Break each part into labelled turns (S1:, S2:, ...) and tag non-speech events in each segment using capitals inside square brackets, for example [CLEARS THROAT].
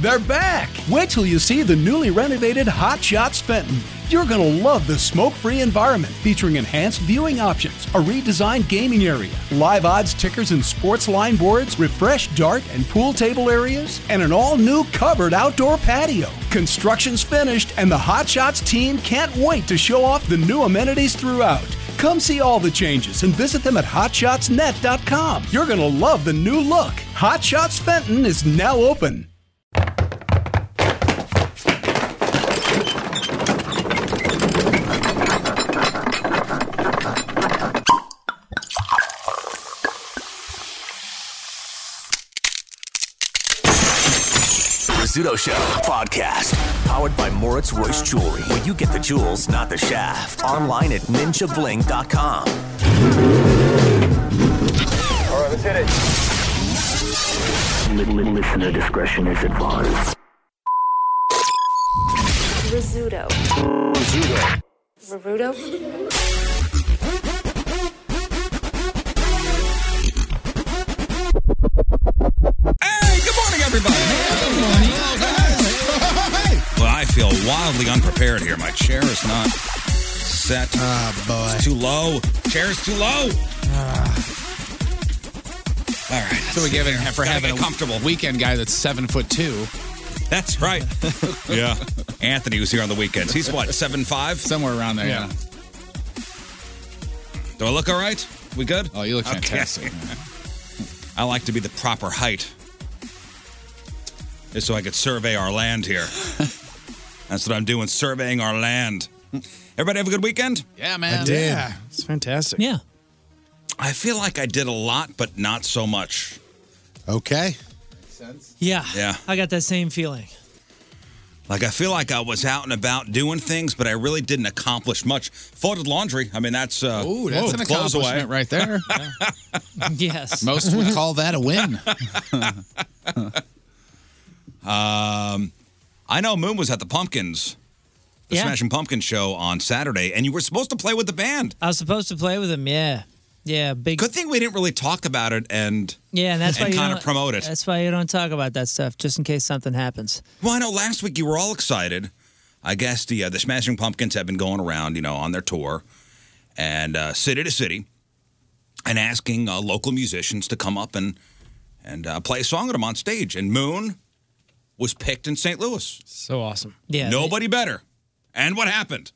S1: They're back! Wait till you see the newly renovated Hot Shots Fenton. You're going to love the smoke free environment featuring enhanced viewing options, a redesigned gaming area, live odds tickers and sports line boards, refreshed dart and pool table areas, and an all new covered outdoor patio. Construction's finished, and the Hot Shots team can't wait to show off the new amenities throughout. Come see all the changes and visit them at hotshotsnet.com. You're going to love the new look. Hot Shots Fenton is now open.
S2: Rizzuto Show podcast, powered by Moritz Royce Jewelry, where you get the jewels, not the shaft. Online at ninjabling.com.
S3: All right, let's hit it. Listener discretion is advised.
S4: Rizzuto.
S3: Rizzuto.
S4: Rizzuto?
S5: Hey, good morning, everybody. Good morning.
S6: Well, I feel wildly unprepared here. My chair is not set. Ah, boy. It's too low. Chair is too low.
S5: Ah.
S6: All right.
S7: So we're giving
S6: Gotta
S7: for having
S6: get
S7: a
S6: comfortable.
S7: comfortable weekend guy that's seven foot two.
S6: That's right. yeah. [LAUGHS] Anthony was here on the weekends. He's what, seven five? Somewhere around there, yeah. Do I look all right? We good? Oh, you look
S7: fantastic,
S6: [LAUGHS] I like to be the proper height. Just so I could survey our land [LAUGHS] here. That's what I'm doing, surveying our land. Everybody have a good weekend?
S7: Yeah, man. Yeah.
S8: It's fantastic.
S7: Yeah.
S6: I feel like I did a lot, but not so much.
S8: Okay.
S9: Yeah.
S6: Yeah.
S9: I got that same feeling.
S6: Like I feel like I was out and about doing things, but I really didn't accomplish much. Folded laundry. I mean, that's uh,
S7: Ooh, that's an
S6: clothes away.
S7: accomplishment right there.
S9: [LAUGHS]
S5: [LAUGHS]
S9: yes.
S7: Most would call that a win.
S6: Um, I know Moon was at the Pumpkins, the
S9: Yeah.
S6: Smashing Pumpkins show on Saturday, and you were supposed to play with the band.
S9: I was supposed to play with him. Yeah. Yeah. Big.
S6: Good thing we didn't really talk about it, and
S9: Yeah, and that's why
S6: and
S9: you
S6: kind
S9: don't-
S6: of promote it.
S9: That's why you don't talk about that stuff, just in case something happens.
S6: Well, I know last week you were all excited. I guess the uh, the Smashing Pumpkins have been going around, you know, on their tour and uh, city to city, and asking uh, local musicians to come up and and uh, play a song with them on stage. And Moon was picked in St. Louis.
S8: So awesome.
S9: Yeah,
S6: Nobody better. And what happened?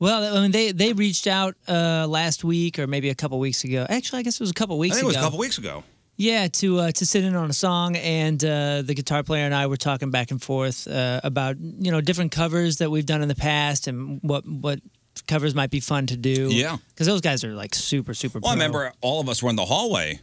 S9: Well, I mean, they they reached out uh, last week or maybe a couple weeks ago. Actually, I guess it was a couple weeks
S6: I think
S9: ago.
S6: it was a couple weeks ago.
S9: Yeah, to uh, to sit in on a song, and uh, the guitar player and I were talking back and forth uh, about you know different covers that we've done in the past and what what covers might be fun to do.
S6: Yeah.
S9: because those guys are like super super.
S6: Well, I
S9: pro.
S6: remember uh, all of us were in the hallway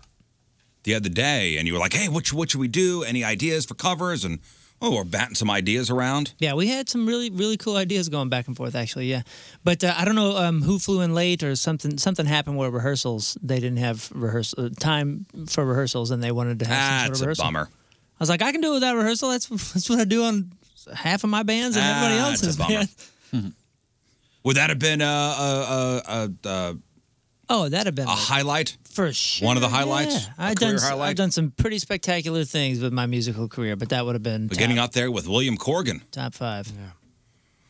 S6: the other day, and you were like, "Hey, what should- what should we do? Any ideas for covers?" And oh, we're batting some ideas around.
S9: Yeah, we had some really really cool ideas going back and forth actually. Yeah, but uh, I don't know um, who flew in late or something. Something happened where rehearsals they didn't have rehearsal uh, time for rehearsals and they wanted to have some sort
S6: That's
S9: of
S6: a
S9: rehearsal.
S6: bummer.
S9: I was like, I can do it without rehearsal. [LAUGHS] That's that's what I do on half of my bands and everybody
S6: Ah, that's a
S9: else's
S6: bummer.
S9: band.
S6: Would that have been a a a, a, a,
S9: Oh, that'd have been
S6: a highlight?
S9: for sure.
S6: One of the highlights?
S9: Yeah.
S6: A
S9: I've done.
S6: career
S9: s-
S6: highlight?
S9: I've done some pretty spectacular things with my musical career, but that would have been
S6: But
S9: top,
S6: getting up there with William Corgan.
S9: top five.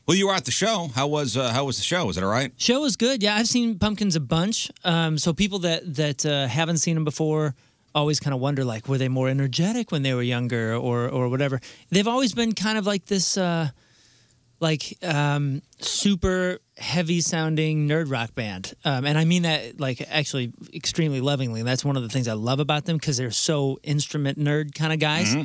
S6: Well, you were at the show. How was uh, how was the show? Was it all right?
S9: Show was good. Yeah, I've seen Pumpkins a bunch. Um, so people that that uh, haven't seen them before always kind of wonder like, were they more energetic when they were younger, or or whatever? They've always been kind of like this, uh, like um, super heavy sounding nerd rock band, um, and I mean that like actually extremely lovingly. That's one of the things I love about them because they're so instrument nerd kind of guys,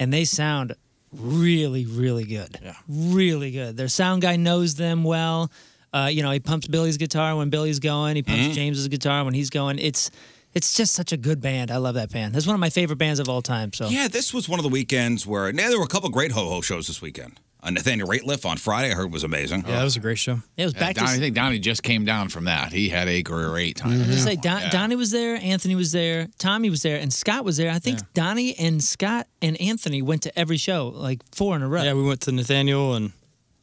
S9: and they sound really really good really good their sound guy knows them well uh, you know he pumps billy's guitar when billy's going he pumps
S7: Mhm.
S9: james's guitar when he's going it's it's just such a good band i love that band that's one of my favorite bands of all time so
S6: Yeah, this was one of the weekends where now there were a couple great ho ho shows this weekend. Uh, Nathaniel Rateliff on Friday, I heard was amazing.
S5: Yeah, that was a great show.
S9: It was back to-
S5: I think Donnie just came down from that. He had a great time.
S9: Just Mm-hmm. say Don, Donnie was there, Anthony was there, Tommy was there, and Scott was there. I think Donnie and Scott and Anthony went to every show, like four in a row.
S7: Yeah, we went to Nathaniel and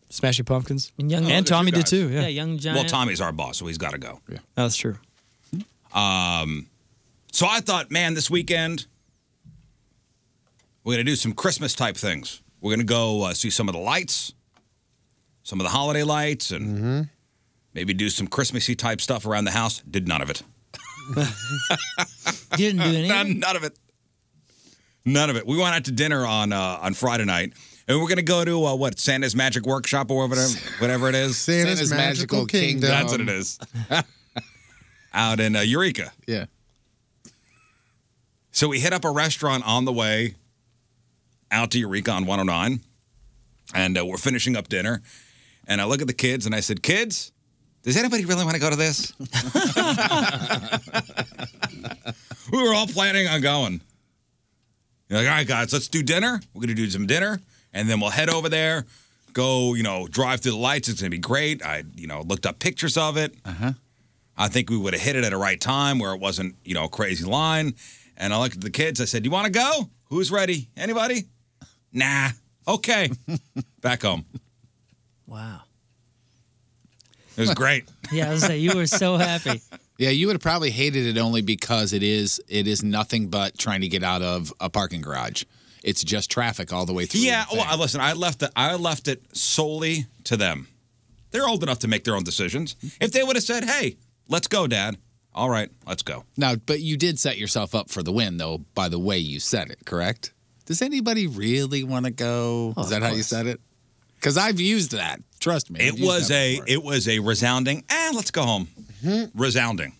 S7: Smashing Pumpkins.
S9: And,
S6: Oh,
S9: young,
S7: and Tommy did too. Yeah.
S9: young Giant.
S6: Well, Tommy's our boss, so he's got to go. Yeah.
S7: No, Oh, that's true.
S6: Um, so I thought, man, this weekend we're gonna do some Christmas type things. We're gonna go uh, see some of the lights, some of the holiday lights, and
S5: Mm-hmm.
S6: maybe do some Christmassy type stuff around the house. Did none of it.
S9: Didn't do any.
S6: [LAUGHS] None, none of it. None of it. We went out to dinner on uh, on Friday night, and we're gonna go to uh, what Santa's Magic Workshop or whatever whatever it is.
S5: Santa's Santa's Magical Magical Kingdom.
S6: That's what it is. out in uh, Eureka.
S5: [LAUGHS] Yeah.
S6: So we hit up a restaurant on the way out to Eureka on 109, and uh, we're finishing up dinner. And I look at the kids and I said, "Kids, does anybody really want to go to this?" [LAUGHS] we were all planning on going. You're like, all right, guys, let's do dinner. We're gonna do some dinner, and then we'll head over there. Go, you know, drive through the lights. It's gonna be great. I, you know, looked up pictures of it. Uh huh. I think we would have hit it at a right time where it wasn't, you know, a crazy line. And I looked at the kids. I said, "You want to go? Who's ready? Anybody? Nah. Okay. Back home.
S9: Wow.
S6: It was great.
S9: Yeah, I was like, you were so happy.
S5: [LAUGHS] Yeah, you would have probably hated it only because it is it is nothing but trying to get out of a parking garage. It's just traffic all the way through.
S6: Yeah. Well, I- listen, I left the, I left it solely to them. They're old enough to make their own decisions. If they would have said, "Hey, let's go, Dad," all right, let's go.
S5: Now, but you did set yourself up for the win though by the way you said it, correct? Does anybody really want to go?
S9: Oh,
S5: is that how you said it? Cuz I've used that. Trust me.
S6: It was a it was a resounding. Eh, let's go home. Resounding.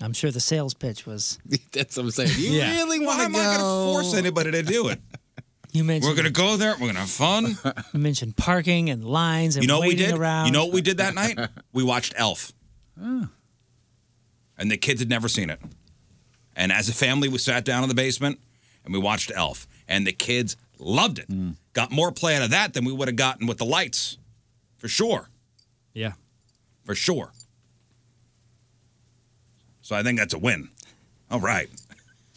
S9: I'm sure the sales pitch was.
S5: That's what I'm saying.
S6: You really wanna
S9: Why am I
S6: go?
S9: gonna
S6: force anybody to do it?
S9: You mentioned
S6: We're gonna go there. We're gonna have fun.
S9: You mentioned parking and lines and
S6: you know what we
S9: waiting
S6: did?
S9: around.
S6: You know what we did that night? We watched Elf,
S5: Mm.
S6: and the kids had never seen it. And as a family, we sat down in the basement and we watched Elf, and the kids loved it. Got more play out of that than we would have gotten with the lights, for sure.
S7: Yeah.
S6: for sure. So I think that's a win. All right.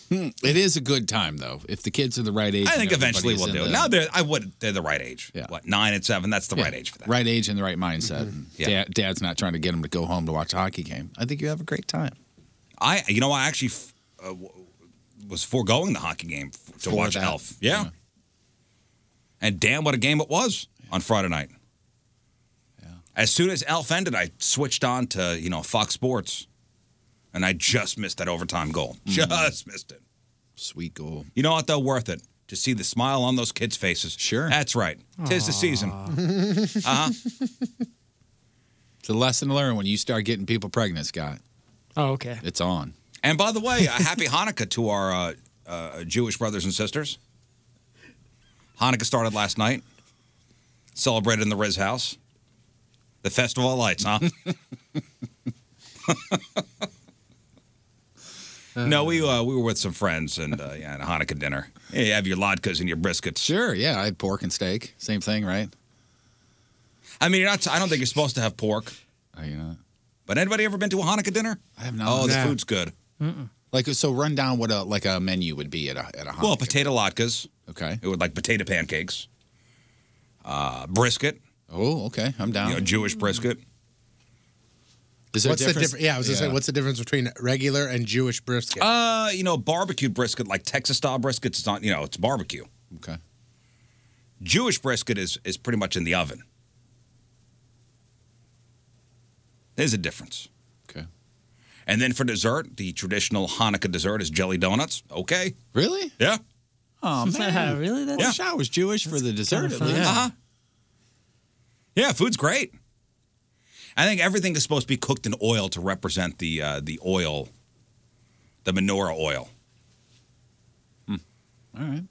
S5: Hmm, It is a good time though. If the kids are the right age.
S6: I
S5: and
S6: think eventually
S5: everybody's
S6: we'll
S5: in
S6: do
S5: the-
S6: it. Now they're I would they're the right age. Yeah. What nine and seven? That's the right
S5: Yeah,
S6: age for that. Mm-hmm.
S5: Right age and the right mindset.
S6: Yeah.
S5: Dad, dad's not trying to get him to go home to watch a hockey game. I think you have a great time.
S6: I you know I actually f- uh, w- was foregoing the hockey game f- to
S5: For
S6: watch
S5: that.
S6: Elf. Yeah. And damn, what a game it was on Friday night. As soon as Elf ended, I switched on to you know Fox Sports, and I just missed that overtime goal. Just missed it.
S5: Mm. Sweet goal.
S6: You know what though? Worth it to see the smile on those kids' faces. Sure. That's right. Tis the season. Uh-huh.
S5: [LAUGHS] It's a lesson to learn when you start getting people pregnant, Scott.
S9: Oh, okay.
S5: It's on.
S6: And by the way, a [LAUGHS] happy Hanukkah to our uh, uh, Jewish brothers and sisters. Hanukkah started last night. Celebrated in the Riz house. The festival of
S5: [LAUGHS]
S6: lights, huh? no, we uh, we were with some friends and uh, yeah, and a Hanukkah dinner. Yeah, you have your latkes and your briskets.
S5: Sure, yeah, I had pork and steak. Same thing, right?
S6: I mean, you're not. I don't think you're supposed to have pork.
S5: Are you not?
S6: But anybody ever been to a Hanukkah dinner? I have
S5: not.
S6: Oh, the
S5: No.
S6: food's good.
S9: Mm-mm.
S5: Like so, run down what a like a menu would be at a at a
S6: Well,
S5: hot.
S6: potato latkes.
S5: Okay.
S6: It would like potato pancakes. Uh, brisket.
S5: Oh, okay. I'm down.
S6: You know, Jewish brisket.
S10: Is what's the difference? Yeah, I was gonna say, what's the difference between regular and Jewish brisket?
S6: Uh, you know, barbecue brisket, like Texas style brisket, it's not, you know, it's barbecue.
S5: Okay.
S6: Jewish brisket is is pretty much in the oven. There's a difference.
S5: Okay.
S6: And then for dessert, the traditional Hanukkah dessert is jelly donuts. Okay.
S5: Really?
S6: Yeah.
S5: Oh man,
S9: really?
S5: That's, Wish I was Jewish for the dessert.
S6: kinda fun. Uh-huh. Yeah, food's great. I think everything is supposed to be cooked in oil to represent the uh, the oil, the menorah oil.
S5: All right.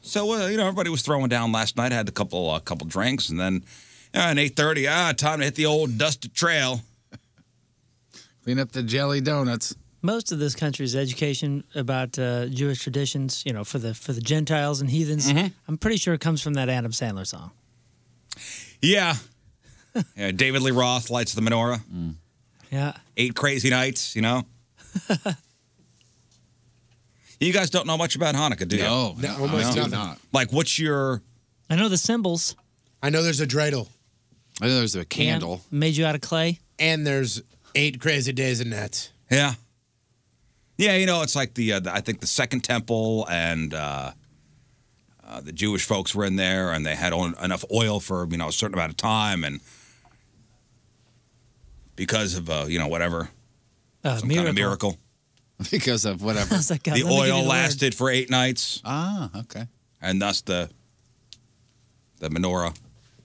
S6: So uh, you know, everybody was throwing down last night. Had a couple uh, couple drinks, and then uh, at eight thirty, ah, time to hit the old dusted trail.
S5: Clean up the jelly donuts.
S9: Most of this country's education about uh, Jewish traditions, you know, for the for the Gentiles and heathens,
S6: Mm-hmm.
S9: I'm pretty sure it comes from that Adam Sandler song.
S5: [LAUGHS]
S6: Yeah. yeah David Lee Roth lights the menorah.
S5: Mm.
S9: Yeah.
S6: Eight crazy nights, you
S5: [LAUGHS]
S6: know. you guys don't know much about Hanukkah, do you?
S5: No, No, almost I do nothing. not.
S6: Like, what's your?
S9: I know the symbols.
S10: I know there's a dreidel.
S5: I know there's a
S9: candle. made you out of clay.
S10: And there's eight crazy days and nights.
S6: Yeah. Yeah, you know, it's like the, uh, the I think the Second Temple and uh, uh, the Jewish folks were in there, and they had on, enough oil for you know a certain amount of time, and because of uh, you know whatever
S9: Uh,
S6: some kind of miracle,
S5: [LAUGHS] because
S9: [LAUGHS]
S5: of whatever
S9: I was like, God,
S6: the
S9: let me give you
S6: oil
S9: the word.
S6: lasted for eight nights,
S5: Ah, okay.
S6: and thus the the menorah.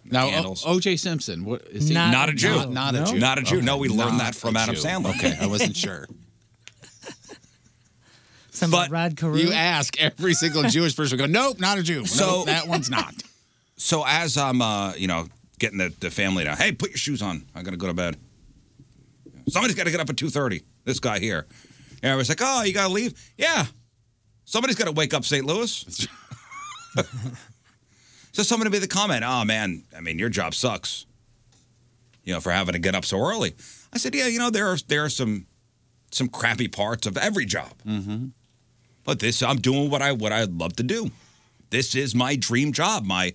S5: Now, oh, O-
S6: Candles.
S5: O.J. Simpson, what is he?
S6: Not, a Jew.
S5: Not, not a Jew.
S6: Not a Jew. No,
S5: Okay,
S6: we learned
S5: not
S6: that from
S5: a
S6: Adam
S5: Jew.
S6: Sandler.
S5: Okay, I
S6: [LAUGHS]
S5: wasn't sure.
S9: Some
S6: but
S9: Rod
S5: You ask every single Jewish person, go, nope, not a Jew.
S6: So-
S5: Nope, that one's
S6: [LAUGHS]
S5: not.
S6: So as I'm, uh, you know, getting the, the family down, hey, put your shoes on. I gotta go to bed. Somebody's got to get up at two thirty. This guy here. And I was like, oh, you gotta leave? Yeah. Somebody's got to wake up St. Louis. [LAUGHS] so somebody made the comment, oh man, I mean, your job sucks. You know, for having to get up so early. I said, yeah, you know, there are there are some some crappy parts of every job.
S5: Mm-hmm.
S6: But this, I'm doing what I what I'd love to do. This is my dream job. My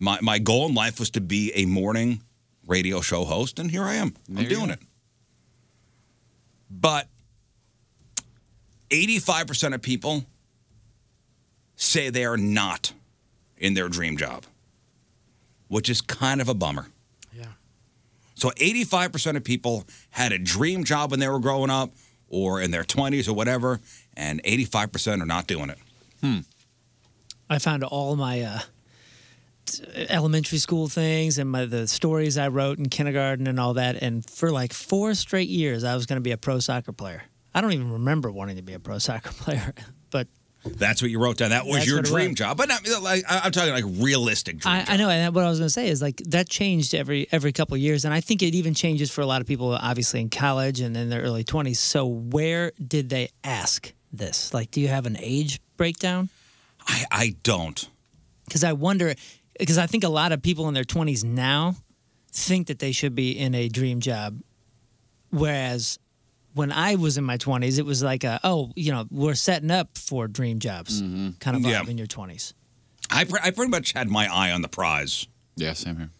S6: my my goal in life was to be a morning radio show host, and here I am. I'm doing it. But 85% of people say they are not in their dream job, which is kind of a bummer.
S10: Yeah.
S6: So 85% of people had a dream job when they were growing up or in their 20s or whatever, and 85% are not doing it.
S9: I found all my uh, t- elementary school things and my the stories I wrote in kindergarten and all that. And for like four straight years, I was going to be a pro soccer player. I don't even remember wanting to be a pro soccer [LAUGHS] player, but
S6: That's what you wrote down. That was
S9: That's
S6: your
S9: what it
S6: dream
S9: was.
S6: job. But not, like, I- I'm talking like realistic dream.
S9: I, I know. And what I was going to say is like that changed every every couple of years, and I think it even changes for a lot of people, obviously in college and in their early twenties. So where did they ask this? Like, do you have an age breakdown?
S6: I, I don't.
S9: Because I wonder, because I think a lot of people in their twenties now think that they should be in a dream job, whereas when I was in my twenties, it was like, a, oh, you know, we're setting up for dream jobs kind of vibe
S6: Mm-hmm. Yeah.
S9: in your twenties.
S6: I, pre- I pretty much had my eye on the prize.
S5: Yeah, same here.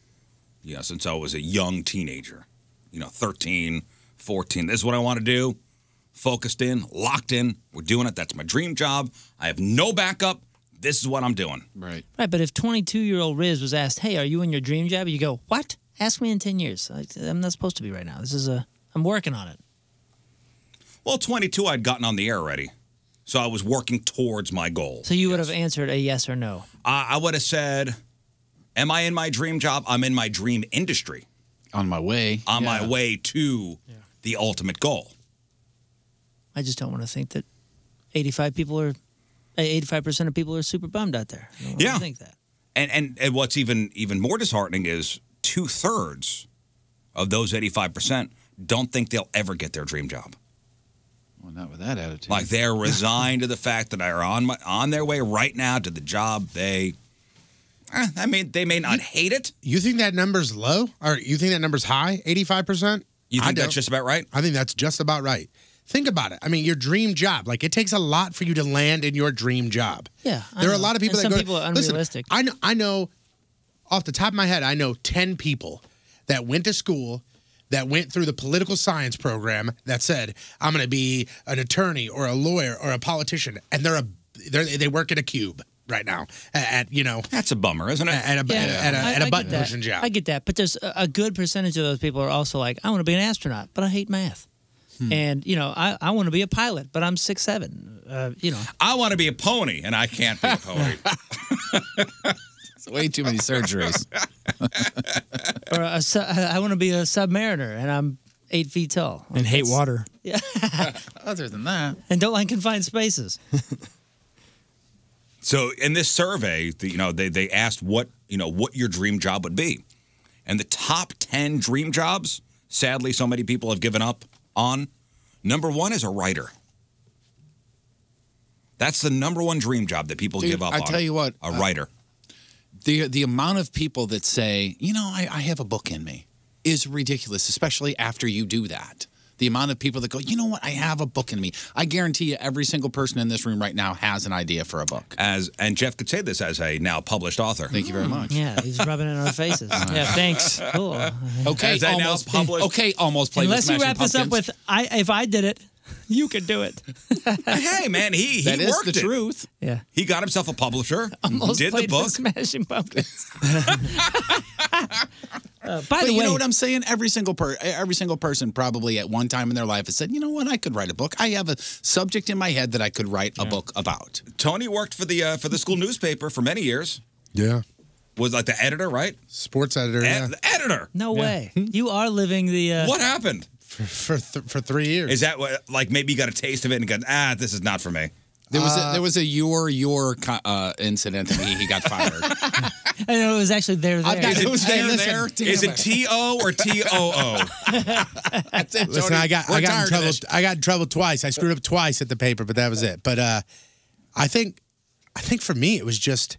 S6: You know, since I was a young teenager, you know, 13, 14. This is what I want to do. Focused in, locked in. We're doing it. That's my dream job. I have no backup. This is what I'm doing.
S5: Right.
S9: Right, but if 22 year old Riz was asked, "Hey, are you in your dream job?" You go, "What? Ask me in 10 years. I, I'm not supposed to be right now. This is a I'm working on it."
S6: Well, 22, I'd gotten on the air already. So I was working towards my goal.
S9: So you would have answered a yes or no.
S6: I, I would have said, Am I in my dream job? I'm in my dream industry.
S5: On my way.
S6: On
S9: Yeah.
S6: my way to the ultimate goal.
S9: I just don't want to think that 85 people are 85 percent of people are super bummed out there. I don't wanna
S6: Yeah.
S9: think that.
S6: And, and and what's even even more disheartening is two thirds of those eighty five percent don't think they'll ever get their dream job.
S5: Well, not with that attitude.
S6: Like
S5: [LAUGHS]
S6: they're resigned to the fact that they are on my, on their way right now to the job they. eh, I mean, they may not hate it.
S10: You think that number's low? Or you think that number's high? 85%?
S6: You
S10: I
S6: think that's
S10: don't.
S6: just about right?
S10: I think that's just about right. think about it. I mean, your dream job. Like it takes a lot for you to land in your dream job.
S9: Yeah, I
S10: there are a
S9: know.
S10: lot of people
S9: And
S10: that
S9: some
S10: go.
S9: people are
S10: Listen,
S9: unrealistic.
S10: I know. I know. Off the top of my head, I know ten people that went to school. That went through the political science program that said, "I'm going to be an attorney or a lawyer or a politician," and they're a they're, they work in a cube right now at, at, you know
S6: that's a bummer, isn't it?
S10: At a, at a,
S9: I-
S10: at
S9: I
S10: a
S9: get
S10: button
S9: that.
S10: pushing job.
S9: I get that, but there's a a good percentage of those people are also like, I want to be an astronaut, but I hate math,
S10: Hmm.
S9: and you know, I, I want to be a pilot, but I'm six seven. Uh, you know,
S6: I want to be a pony, and I can't be a pony.
S5: [LAUGHS] It's way too many surgeries.
S9: or a su- I want to be a submariner, and I'm eight feet tall.
S7: And hate water.
S9: [LAUGHS] Yeah.
S5: [LAUGHS] Other than that,
S9: and don't like confined spaces.
S6: So in this survey, the, you know, they, they asked what, you know, what your dream job would be. And the top 10 dream jobs, sadly, so many people have given up on. Number one is a writer. That's the number one dream job that people
S5: Dude,
S6: give up
S5: I
S6: on.
S5: tell you what,
S6: A
S5: uh,
S6: writer.
S5: the the amount of people that say, you know, I, I have a book in me is ridiculous, especially after you do that. The amount of people that go, you know what, I have a book in me. I guarantee you every single person in this room right now has an idea for a book.
S6: As And Jeff could say this as a now published author.
S5: Thank you very much.
S9: Yeah, he's rubbing it in our faces. yeah, thanks. Cool.
S5: Okay,
S6: As I now
S5: almost
S6: publish-
S5: Okay, almost played
S9: Unless
S5: with
S9: you
S5: Smashing
S9: wrap this up
S5: Pumpkins.
S9: with, I if I did it, [LAUGHS] you could do
S5: [LAUGHS]
S9: it.
S6: hey, man, he, he
S9: That is
S6: worked
S9: the
S6: it.
S9: truth. Yeah.
S6: He got himself a publisher,
S9: [LAUGHS] Almost
S6: did the
S9: played
S6: book.
S9: with Smashing Pumpkins. Uh, by
S5: but
S9: the
S5: you
S9: way,
S5: know what I'm saying? Every single per every single person probably at one time in their life has said, you know what, I could write a book. I have a subject in my head that I could write a book about.
S6: Tony worked for the uh, for the school newspaper for many years.
S10: Yeah.
S6: Was like the editor, right?
S10: Sports editor. yeah.
S6: The editor.
S9: no way. You are living the. Uh,
S6: What happened?
S10: For for, th- for three years.
S6: Is that what, like, maybe you got a taste of it and got, ah, this is not for me.
S5: There was
S10: Uh,
S6: Uh,
S5: a, there
S6: [LAUGHS]
S5: was a your your co- uh, incident and he, he got
S6: [LAUGHS]
S5: fired.
S9: I know it was actually there. there.
S5: I've got [LAUGHS] it was there there. Damn
S6: Is it T O
S5: [LAUGHS]
S6: or T O O?
S10: Listen, I got I got in trouble. I got in trouble twice. I screwed up twice at the paper, but that was it. But uh, I think I think for me it was just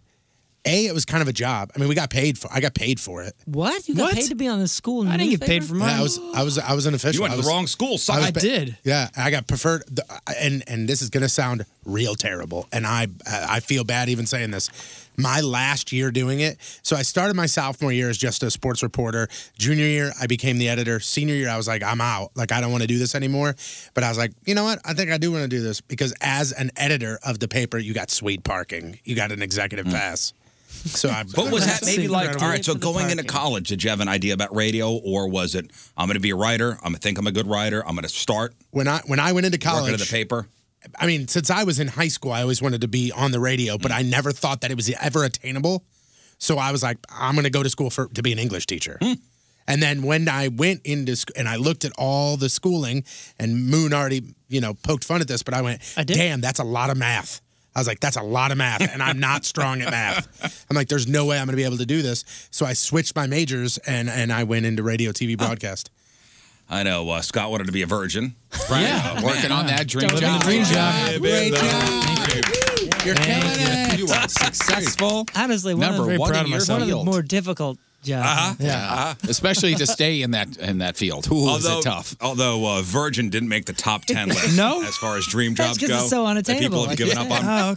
S10: a. It was kind of a job. I mean, we got paid for. I got paid for it.
S9: What? You got
S10: What?
S9: paid to be on the school
S10: I
S9: newspaper?
S10: didn't get paid for mine. I was I was I was an official.
S6: You went
S10: I
S6: to the
S10: was,
S6: wrong school, son. I
S10: ba-
S6: did.
S10: Yeah, I got preferred. The, and and this is gonna sound real terrible, and I I feel bad even saying this. My last year doing it, so I started my sophomore year as just a sports reporter. Junior year, I became the editor. Senior year, I was like, I'm out. Like I don't want to do this anymore. But I was like, you know what? I think I do want to do this because as an editor of the paper, you got sweet parking. You got an executive pass. So I.
S6: But Hmm. was that maybe like, all right, so
S10: For the
S6: going into college, did you have an idea about radio or was it, I'm going to be a writer, I'm going to think I'm a good writer, I'm going to start
S10: when I when I went into college,
S6: working at the paper?
S10: I mean, since I was in high school, I always wanted to be on the radio, but I never thought that it was ever attainable. So I was like, I'm going to go to school for to be an English teacher.
S9: Hmm.
S10: And then when I went into school and I looked at all the schooling, and Moon already, you know, poked fun at this, but I went, damn, that's a lot of math. I was like, that's a lot of math, and I'm not strong
S9: [LAUGHS]
S10: at math. I'm like, there's no way I'm going to be able to do this. So I switched my majors and and I went into radio, TV,
S9: Uh,
S10: broadcast.
S6: I know uh, Scott wanted to be a virgin. Right.
S5: Yeah. Working on that dream
S6: Don't
S5: job.
S6: dream job.
S5: Great
S10: You're
S5: killing You are successful.
S9: [LAUGHS] Honestly, one,
S5: number
S9: of, the,
S5: one in your
S9: one of the
S5: field.
S9: more difficult jobs.
S5: [LAUGHS] Especially to stay in that in that field. Ooh, is
S6: Uh-huh. although,
S5: it tough?
S6: Although uh, Virgin didn't make the top ten
S5: [LAUGHS]
S6: list.
S9: No?
S6: as far as
S9: [LAUGHS]
S6: dream
S9: That's
S6: jobs
S9: because
S6: go,
S9: it's so
S6: that
S9: unattainable. Oh,
S6: People have given up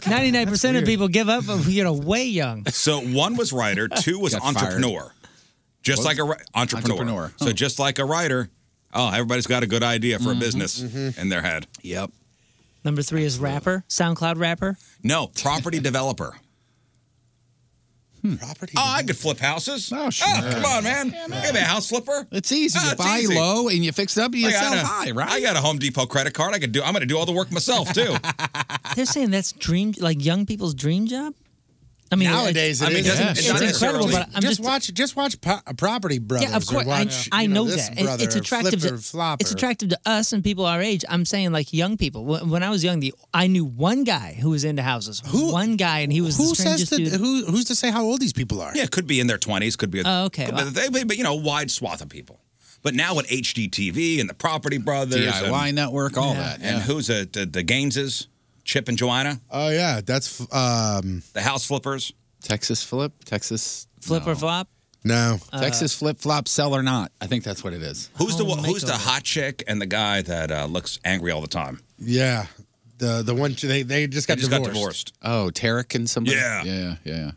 S9: [LAUGHS]
S6: on.
S9: Ninety-nine percent of
S6: weird.
S9: people give up, you know, way young.
S6: So one was
S5: [LAUGHS]
S6: writer, two was
S9: Got
S6: entrepreneur.
S9: fired.
S6: Just
S9: What?
S6: like a ri- entrepreneur.
S5: Entrepreneur.
S6: So just like a writer, oh, everybody's got a good idea for a business in their head.
S5: Mm-hmm. Yep.
S9: Number three is rapper, SoundCloud rapper.
S6: No,
S5: [LAUGHS]
S6: property developer.
S5: Hmm.
S6: Property. Oh, I could flip houses. Oh,
S5: sure.
S6: come on, man. Give me a house flipper.
S5: It's easy.
S6: Ah,
S5: you
S6: it's
S5: buy
S6: easy.
S5: low and you fix it up and you
S6: I
S5: sell
S6: got a-
S5: high, right?
S6: I got a Home Depot credit card. I could do. I'm going to do all the work myself
S10: [LAUGHS]
S6: too.
S9: They're saying that's dream, like young people's dream job. I mean,
S10: nowadays
S9: it-
S10: it
S9: I mean,
S10: is.
S9: it's- it's incredible, but I'm
S10: just,
S9: just
S10: watch, just watch po- Property Brothers.
S9: yeah, of
S10: or
S9: course. I,
S10: watch,
S9: I
S10: you
S9: know,
S10: this
S9: that It-
S10: brother,
S9: it's attractive.
S10: Flipper,
S9: to,
S10: flopper.
S9: It's attractive to us and people our age. I'm saying like young people. When, when I was young, the I knew one guy who was into houses. Who one guy and he was
S10: Who
S9: the
S10: says
S9: strangest
S10: that?
S9: dude.
S10: Who, who's to say how old these people are?
S6: Yeah, it could be in their 20s, could be.
S9: Oh, okay.
S6: could be- they- but, you know, wide swath of people. But now with HGTV and the Property Brothers,
S5: DIY
S6: and,
S5: network, all that.
S6: and who's uh, the, the Gaineses, Chip and Joanna,
S10: Oh yeah, that's um,
S6: the House Flippers.
S5: Texas flip, Texas
S9: Flip or flop?
S10: No.
S5: Texas
S6: Uh,
S5: flip flop sell or not? I think that's what it is.
S6: Who's the
S10: Oh,
S6: one- who's the hot chick and the guy that uh, looks angry all the time?
S10: Yeah. The the one they they just got
S6: They just got divorced.
S10: divorced.
S5: Oh, Tarek and somebody.
S6: Yeah.
S5: yeah, yeah.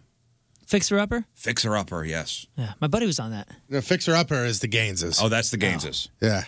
S9: Fixer upper?
S6: Fixer upper, yes.
S9: Yeah. My buddy was on that.
S10: The fixer upper is the Gaineses.
S6: Oh, that's the Gaineses.
S10: Yeah.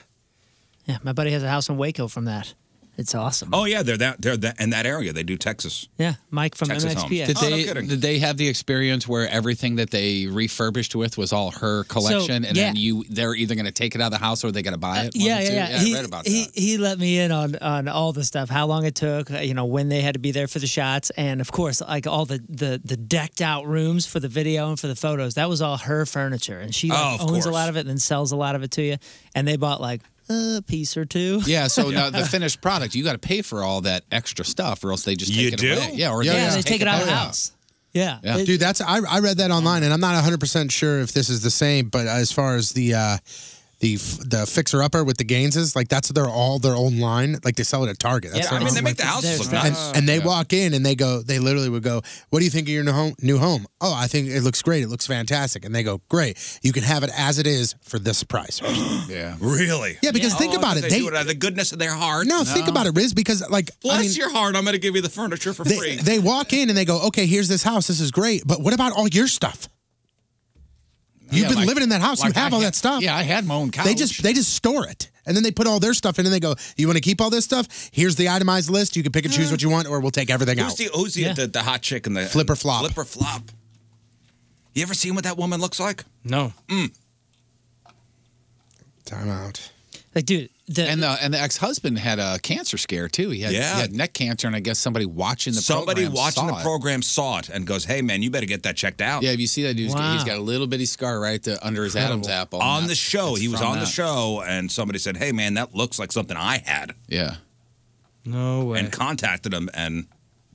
S9: Yeah. My buddy has a house in Waco from that. It's awesome.
S6: Oh yeah, they're that they're that, in that area. They do Texas.
S9: Yeah. Mike from
S6: Texas
S9: MXPX.
S6: Homes. Did
S5: Did
S10: Oh,
S5: they did they have the experience where everything that they refurbished with was all her collection, and then
S9: yeah. Uh,
S5: you they're either going to take it out of the house or they going to buy it? One
S9: yeah,
S5: of
S9: yeah,
S5: the
S9: yeah.
S5: two?
S9: he,
S5: I read about
S9: he, he let me in on on all the stuff, how long it took, uh, you know, when they had to be there for the shots, and of course, like all the the the decked out rooms for the video and for the photos. That was all her furniture, and she like,
S5: Oh, of
S9: owns
S5: course.
S9: a lot of it and then sells a lot of it to you. And they bought like a piece or two.
S5: that. [LAUGHS] Yeah, so now the finished product, you got to pay for all that extra stuff, or else they just take
S10: You
S5: it
S10: do?
S5: away. Yeah, or
S10: Yeah,
S5: they
S10: yeah.
S5: just
S10: They take it out of the
S5: away.
S9: house. Yeah. It-
S10: Dude, that's I, I read that online and I'm not 100% sure if this is the same, but as far as the uh the f- the fixer upper with the Gaineses, like that's their all their own line. Like they sell it at Target. That's
S6: Yeah,
S10: their
S6: I mean,
S10: own
S6: they make the
S10: line.
S6: houses look
S10: and,
S6: nice.
S10: and they
S6: Yeah.
S10: walk in and they go, they literally would go, "What do you think of your new home? New home? Oh, I think it looks great. It looks fantastic." And they go, "Great, you can have it as it is for this price."
S6: [GASPS]
S5: yeah.
S6: Really?
S10: Yeah, because think
S6: Oh,
S10: about
S6: did
S10: it.
S6: They,
S10: They-
S6: do it out of the goodness of their heart.
S10: No, think about it, Riz, because like
S6: Bless
S10: I mean,
S6: your heart. I'm going to give you the furniture for
S10: they,
S6: free.
S10: they walk in and they go, "Okay, here's this house. This is great, but what about all your stuff? You've
S5: Yeah,
S10: been
S5: like-
S10: living in that house.
S5: like
S10: you have
S5: I
S10: all
S5: had-
S10: that stuff.
S5: Yeah, I had my own couch.
S10: They just they just store it, and then they put all their stuff in, and they go, "You want to keep all this stuff? Here's the itemized list. You can pick and choose what you want, or we'll take everything
S6: who's
S10: out."
S6: the who's the, the, the hot chick and the
S10: Flipper flop.
S6: Flipper flop. You ever seen what that woman looks like?
S7: No.
S6: Mm.
S10: Time out.
S9: Like, dude,
S5: and the and the ex husband had a cancer scare too. He had, he
S6: Yeah.
S5: had neck cancer, and I guess somebody watching the
S6: Somebody
S5: program
S6: watching
S5: saw
S6: the
S5: it.
S6: program saw it and goes, "Hey man, you better get that checked out."
S5: Yeah, if you see that dude,
S6: Wow.
S5: he's got a little bitty scar right there under his Adam's apple. and
S6: on
S5: that-
S6: the show.
S5: it's
S6: He was
S5: from
S6: on the
S5: that.
S6: show, and somebody said, "Hey, man, that looks like something I had."
S5: Yeah.
S7: No way.
S6: And contacted him and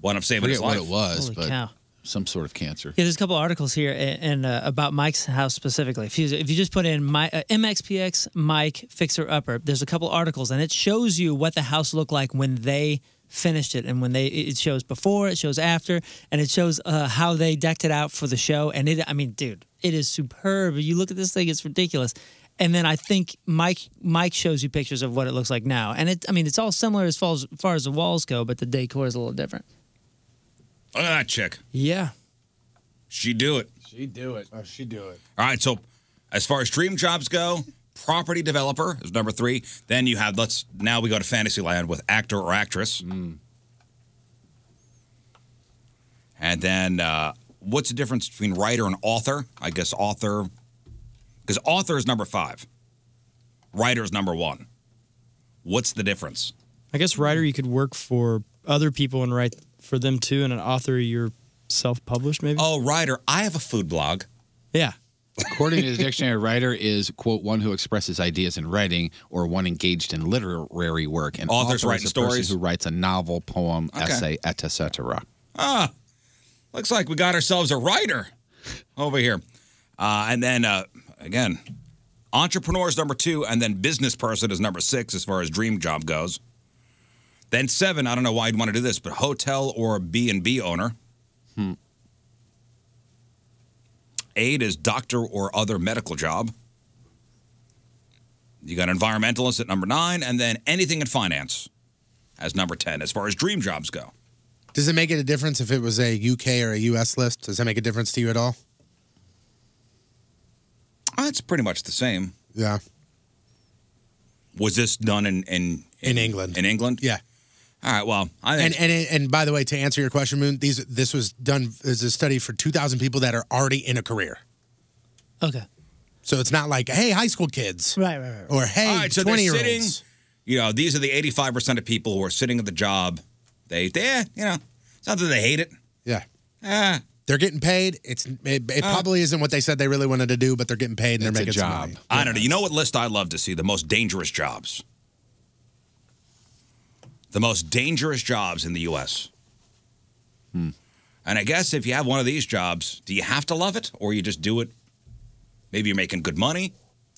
S6: wound up saving his
S5: Forget
S6: life.
S5: what it was,
S9: Holy
S5: but
S9: cow.
S5: some sort of cancer.
S9: Yeah, there's a couple articles here and, and uh, about Mike's house specifically. If you if you just put in my uh, MXPX Mike Fixer Upper, there's a couple articles and it shows you what the house looked like when they finished it and when they it shows before, it shows after, and it shows uh, how they decked it out for the show. And it, I mean, dude, it is superb. You look at this thing, it's ridiculous. And then I think Mike Mike shows you pictures of what it looks like now, and it I mean it's all similar as far as, far as the walls go, but the decor is a little different.
S6: Look at that chick.
S7: Yeah.
S6: She do it.
S5: She do it. Oh, she do it.
S6: All right. So, as far as dream jobs go, property developer is number three. Then you have let's now we go to Fantasyland with actor or actress, and then uh, what's the difference between writer and author? I guess author, because author is number five, writer is number one. What's the difference?
S7: I guess writer, you could work for other people and write for them too, and an author, you're self-published maybe.
S6: Oh, writer, I have a food blog.
S7: Yeah.
S5: According to the dictionary, writer is quote one who expresses ideas in writing or one engaged in literary work. And
S6: Authors
S5: author is
S6: writing
S5: a person
S6: stories?
S5: who writes a novel, poem,
S6: Okay.
S5: essay, et cetera.
S6: Ah, looks like we got ourselves a writer over here. Uh, and then uh, again, entrepreneur is number two, and then business person is number six as far as dream job goes. Then seven, I don't know why you'd want to do this, but hotel or B and B owner.
S5: Hmm.
S6: Eight is doctor or other medical job. You got environmentalist at number nine, and then anything in finance as number ten as far as dream jobs go.
S10: Does it make it a difference if it was a UK or a US list? Does that make a difference to you at all?
S6: That's Uh, pretty much the same.
S10: Yeah.
S6: Was this done in in in, England? In England,
S10: yeah.
S6: All right. Well, I
S10: And
S6: think
S10: and and by the way, to answer your question, Moon, these this was done as a study for 2,000 people that are already in a career.
S9: Okay.
S10: So it's not like, hey, high school kids,
S9: right, right, right.
S10: or hey,
S6: All right, so they're
S10: 20 year
S6: sitting-
S10: olds.
S6: you know these are the eighty five percent of people who are sitting at the job. They, they eh, you know, it's not that they hate it.
S10: Yeah.
S6: Ah. Uh.
S10: They're getting paid. It's it, it probably isn't what they said they really wanted to do, but they're getting paid and they're making some money.
S6: I don't know. You know what list I love to see? The most dangerous jobs. The most dangerous jobs in the U.S.
S5: Hmm.
S6: And I guess if you have one of these jobs, do you have to love it, or you just do it? Maybe you're making good money.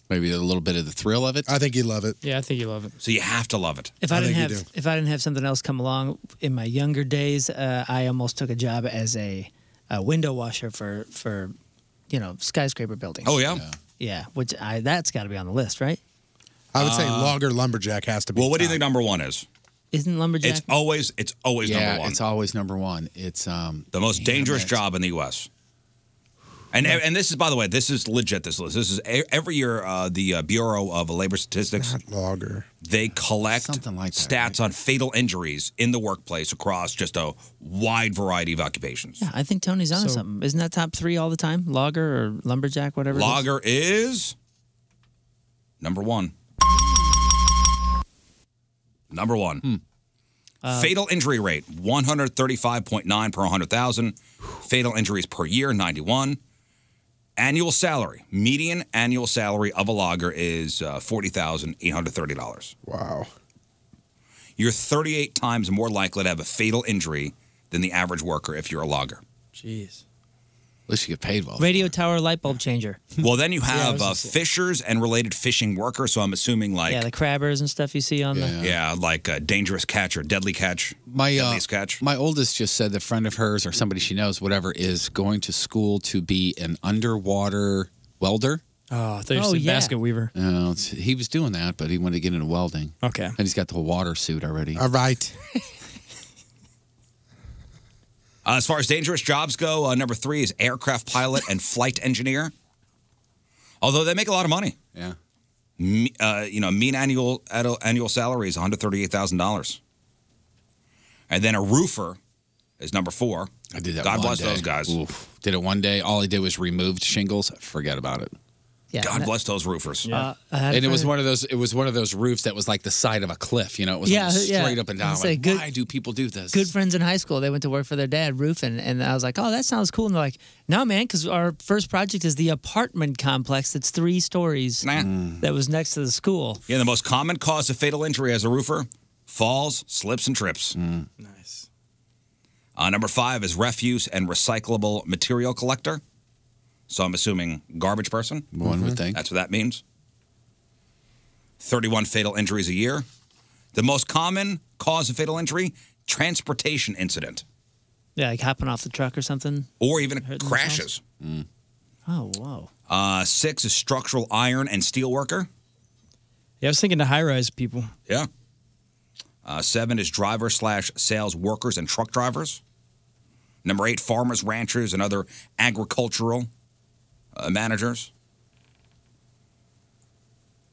S5: Maybe a little bit of the thrill of it.
S10: I think you love it.
S7: Yeah, I think you love it.
S6: So you have to love it.
S9: If I, didn't have if I didn't have something else come along in my younger days, uh, I almost took a job as a, a window washer for for you know skyscraper buildings.
S6: Oh, yeah? Yeah.
S9: yeah. Which I that's got to be on the list, right? Uh,
S10: I would say logger lumberjack has to be.
S6: Uh, Well, what do you think number one is?
S9: Isn't lumberjack?
S6: It's always it's always
S5: yeah,
S6: number one.
S5: it's always number one. It's um
S6: the most dangerous job in the U.S. And and this is by the way, this is legit. This list. This is e- every year uh, the uh, Bureau of Labor Statistics
S10: logger.
S6: they collect stats on fatal injuries in the workplace across just a wide variety of occupations.
S9: Yeah, I think Tony's on
S6: So-
S9: something. Isn't that top three all the time? Logger or lumberjack, whatever. it is?
S6: Logger is number one. Number one. Fatal injury rate 135.9 per 100,000. Fatal injuries per year 91. Annual salary, median annual salary of a logger is uh, $40,830.
S10: Wow.
S6: You're 38 times more likely to have a fatal injury than the average worker if you're a logger.
S9: Jeez.
S6: At least you get paid well.
S9: Radio tower light bulb changer.
S6: Well, then you
S9: Yeah, I
S6: have
S9: was
S6: uh,
S9: gonna say.
S6: fishers and related fishing workers. So I'm assuming like
S9: yeah, the crabbers and stuff you see on the.
S6: Yeah, like a dangerous catch or deadly catch.
S5: My uh,
S6: Deadliest catch.
S5: my oldest just said the friend of hers or somebody she knows, whatever, is going to school to be an underwater welder.
S7: Oh, I thought you said basket weaver.
S5: No, it's, he was doing that, but he wanted to get into welding.
S7: Okay.
S5: and he's got the water suit already.
S10: All right.
S6: Uh, as far as dangerous jobs go, uh, number three is aircraft pilot and flight engineer. Although they make a lot of money.
S5: Yeah.
S6: Me, uh, you know, mean annual annual- annual salary is one hundred thirty-eight thousand dollars. And then a roofer is number four. I
S5: did that
S6: God
S5: one
S6: bless
S5: day.
S6: those guys.
S5: Oof. Did it one day. All he did was removed shingles. Forget about it.
S9: Yeah,
S6: God
S9: that-
S6: bless those roofers.
S9: Yeah. Uh, I had a
S5: and it was
S9: friend-
S5: one of those. It was one of those roofs that was like the side of a cliff. You know, it was
S9: Yeah,
S5: like
S9: yeah.
S5: straight up and down.
S9: I'd say
S5: Like,
S9: good-
S5: why do people do this?
S9: Good friends in high school. They went to work for their dad, roofing, and I was like, "Oh, that sounds cool." And they're like, "No, man, because our first project is the apartment complex that's three stories that was next to the school."
S6: Yeah, the most common cause of fatal injury as a roofer falls, slips, and trips.
S5: Mm.
S6: Nice. Uh, number five is refuse and recyclable material collector. So I'm assuming garbage person.
S5: One would Mhm. think.
S6: That's what that means. 31 fatal injuries a year. The most common cause of fatal injury transportation incident
S9: Yeah, like hopping off the truck or something.
S6: or even
S9: Hurting
S6: crashes.
S5: Mm.
S9: Oh, wow.
S6: Uh, six is structural iron and steel worker.
S7: Yeah, I was thinking to high rise people.
S6: Yeah. Uh, seven is driver slash sales workers and truck drivers. Number eight, farmers, ranchers, and other agricultural uh, managers.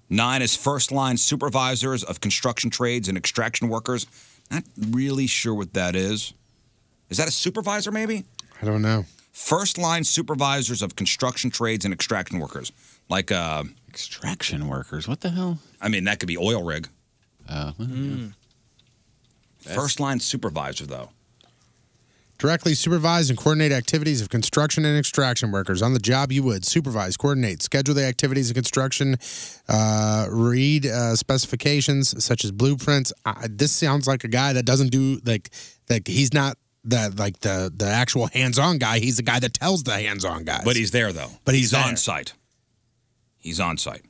S6: Nine is first line supervisors of construction trades and extraction workers. Not really sure what that is. Is that a supervisor, maybe?
S10: I don't know.
S6: First line supervisors of construction trades and extraction workers. Like, uh,
S5: extraction workers. What the hell?
S6: I mean, that could be oil rig.
S5: Uh,
S6: First line supervisor, though.
S10: Directly supervise and coordinate activities of construction and extraction workers. On the job, you would supervise, coordinate, schedule the activities of construction, uh, read uh, specifications such as blueprints. I, this sounds like a guy that doesn't do like like he's not the like the the actual hands-on guy. He's the guy that tells the hands-on guys.
S6: But he's there though.
S10: But he's
S6: on
S10: there.
S6: site. He's on site.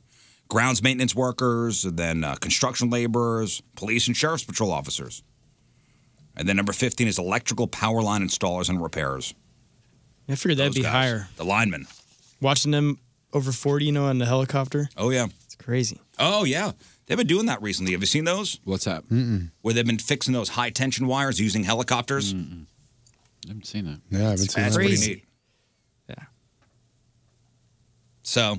S6: Grounds maintenance workers, and then uh, construction laborers, police and sheriff's patrol officers. And then number 15 is electrical power line installers and repairers.
S7: I figured that'd
S6: Those
S7: be
S6: guys.
S7: higher.
S6: The linemen.
S7: Watching them over 40, you know, in the helicopter.
S6: Oh, yeah.
S7: It's crazy.
S6: Oh, yeah. They've been doing that recently. Have you seen those?
S5: What's that?
S10: Mm-mm.
S6: Where they've been fixing those high tension wires using helicopters. Mm-mm.
S5: I haven't seen that.
S10: Yeah, I haven't seen
S6: That's
S10: that.
S6: pretty neat.
S7: Yeah.
S6: So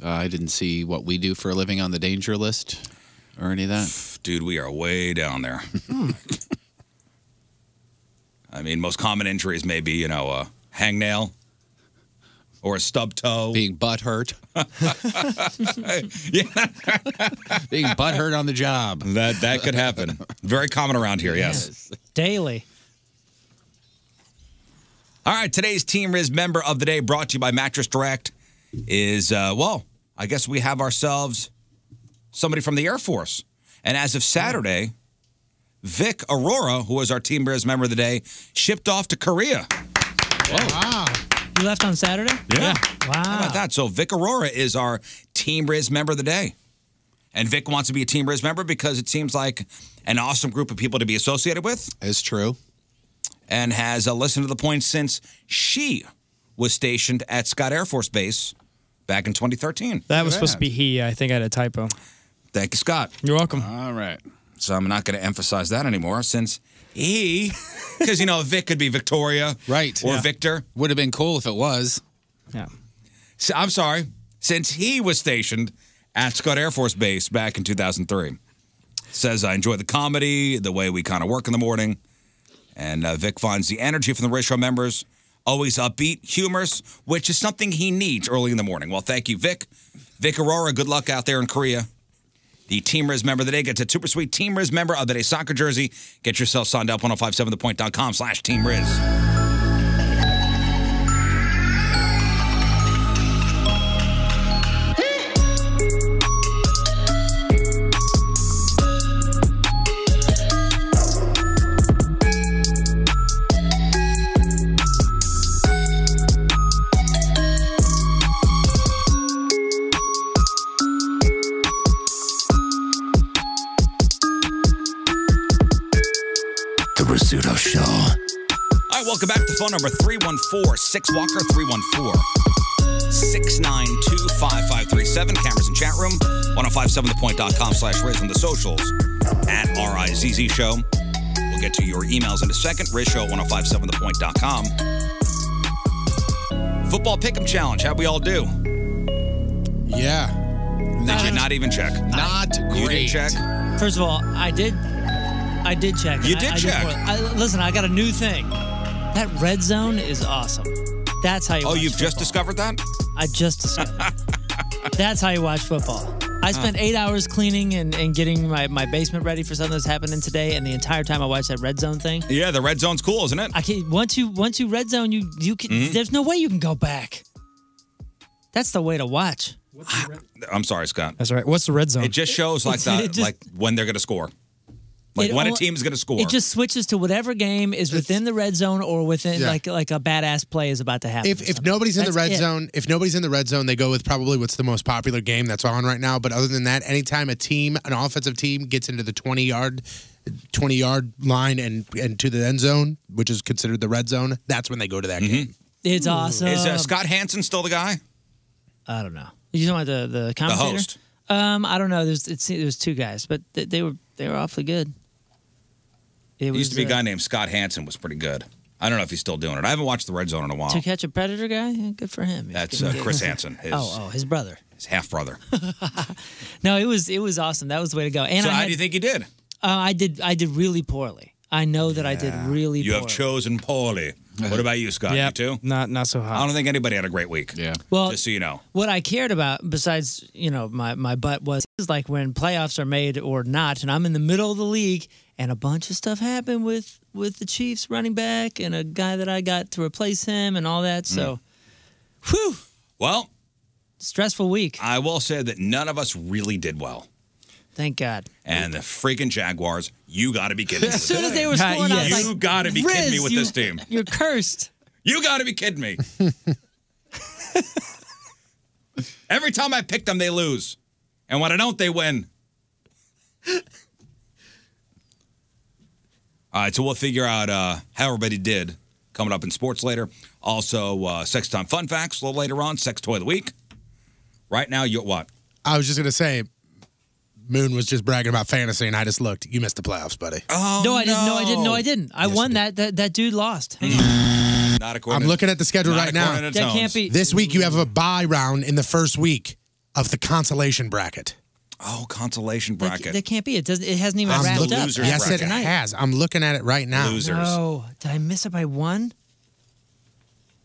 S5: Uh, I didn't see what we do for a living on the danger list or any of that.
S6: Dude, we are way down there. [LAUGHS] I mean, most common injuries may be, you know, a hangnail or a stub toe.
S5: Being butt
S6: [LAUGHS]
S5: hurt. Being butt hurt on the job.
S6: That that could happen. Very common around here, yes.
S9: Daily.
S6: All right, today's Team Riz member of the day brought to you by Mattress Direct is, uh, well, I guess we have ourselves somebody from the Air Force. And as of Saturday, Vic Aurora, who was our Team Riz member of the day, shipped off to Korea.
S9: Wow. You left on Saturday?
S6: Yeah. How
S9: Wow.
S6: about that? So Vic Aurora is our Team Riz member of the day. And Vic wants to be a Team Riz member because it seems like an awesome group of people to be associated with.
S5: Is true.
S6: And has uh, listened to the point since she was stationed at Scott Air Force Base back in 2013.
S7: That was supposed to be he. I think I had a typo.
S6: Thank you, Scott.
S7: You're welcome.
S6: All right. So I'm not going to emphasize that anymore since he, because you know, Vic could be Victoria, right? Or
S5: Yeah.
S6: Victor would have been cool if it was.
S7: Yeah.
S6: So, I'm sorry. Since he was stationed at Scott Air Force Base back in 2003, says I enjoy the comedy, the way we kind of work in the morning, and uh, Vic finds the energy from the radio members always upbeat, humorous, which is something he needs early in the morning. Well, thank you, Vic. Vic Aurora, good luck out there in Korea. The Team Riz member of the day gets a super sweet Team Riz member of the day soccer jersey. Get yourself signed up 1057thepoint.com slash Team Riz.
S11: The Rizzuto Show.
S6: All right, welcome back to phone number 314 6 Walker 314 692 5537. Cameras in chat room, 1057thepoint.com slash Riz on the socials at RIZZ Show. We'll get to your emails in a second. Riz Show, 1057thepoint.com. Football Pick'em Challenge. How'd we all do? Yeah. Did you not even check? Not You didn't check?
S9: First of all, I did, I did check. and
S6: You
S9: I-
S6: did
S9: I
S6: check.
S9: well. I, listen, I got a new thing. That red zone is awesome. That's how you.
S6: Oh,
S9: watch
S6: you've just
S9: football.
S6: discovered that?
S9: I just discovered. it.
S6: [LAUGHS]
S9: That's how you watch football. I spent
S6: Ah.
S9: eight hours cleaning and, and getting my, my basement ready for something that's happening today, and the entire time I watched that red zone thing.
S6: Yeah, the red zone's cool, isn't it?
S9: I can once you once you red zone you you can
S6: Mhm.
S9: there's no way you can go back. That's the way to watch.
S6: I'm sorry, Scott.
S7: That's all right. What's the red zone?
S6: It just shows like the
S9: [LAUGHS] It just-
S6: like when they're gonna score, like
S9: It
S6: when a
S9: al-
S6: team is gonna score.
S9: It just switches to whatever game is within the red zone or within
S10: Yeah.
S9: like like a badass play is about to happen.
S10: If, if nobody's in the
S9: That's
S10: red
S9: it.
S10: zone, if nobody's in the red zone, they go with probably what's the most popular game that's on right now. But other than that, anytime a team, an offensive team, gets into the twenty yard, twenty yard line and and to the end zone, which is considered the red zone, that's when they go to
S6: Mm-hmm.
S10: that game.
S9: It's awesome.
S6: Is uh, Scott Hansen still the guy?
S9: I don't know. You talking about the the commentator?
S6: host.
S9: Um, I don't know. There's it's there's two guys, but they, they were they were awfully good. It
S6: There used to be
S9: uh,
S6: a guy named Scott Hansen was pretty good. I don't know if he's still doing it. I haven't watched the Red Zone in a while.
S9: to catch a predator guy. Yeah, Good for him.
S6: That's uh,
S9: [LAUGHS]
S6: Chris Hansen, his,
S9: oh, oh, his brother.
S6: his half brother.
S9: No, it was it was awesome. That was the way to go. And
S6: so
S9: I
S6: how
S9: had-
S6: do you think he did?
S9: Uh, I did. I did really poorly. I know that I did really.
S6: You
S9: poorly.
S6: have chosen poorly. What about you, Scott?
S9: Yep.
S6: You too?
S7: Not not so hot.
S6: I don't think anybody had a great week. Yeah.
S9: Well-
S6: just so you know.
S9: what I cared about, besides you know my my butt, was is like when playoffs are made or not, and I'm in the middle of the league, and a bunch of stuff happened with with the Chiefs running back and a guy that I got to replace him and all that.
S6: Mm.
S9: So, whew,
S6: Well,
S9: stressful week.
S6: I will say that none of us really did well.
S9: Thank God.
S6: And the freaking Jaguars, you got to
S9: [LAUGHS]
S6: be kidding
S9: As
S6: me. with
S9: soon
S6: this
S9: as they
S6: team.
S9: were scoring, I was
S6: you
S9: like,
S6: got to be kidding me
S9: "Riz,
S6: with
S9: you-
S6: this team.
S9: [LAUGHS] You're cursed.
S6: You got to be kidding me. Every time I pick them, they lose. And when I don't, they win. All right, so we'll figure out uh, how everybody did coming up in sports later. Also, uh, sex time fun facts a little later on, sex toy of the week. Right now, you what?
S10: I was just gonna say, Moon was just bragging about fantasy, and I just looked. You missed the playoffs, buddy.
S6: Oh
S9: no, I didn't. No, I didn't. No, I didn't. I won that. That that dude lost. Hang on.
S6: Not according.
S10: I'm looking at the schedule
S6: not
S10: right now.
S6: according to That can't Tones. be-
S10: This week you have a bye round in the first week of the consolation bracket.
S6: Oh, consolation bracket.
S9: That can't be. It doesn't. It hasn't even
S10: I'm
S9: wrapped
S10: looking-
S9: up.
S10: yes,
S9: after
S10: it
S9: tonight.
S10: has. I'm looking at it right now.
S9: No, did I miss it by one?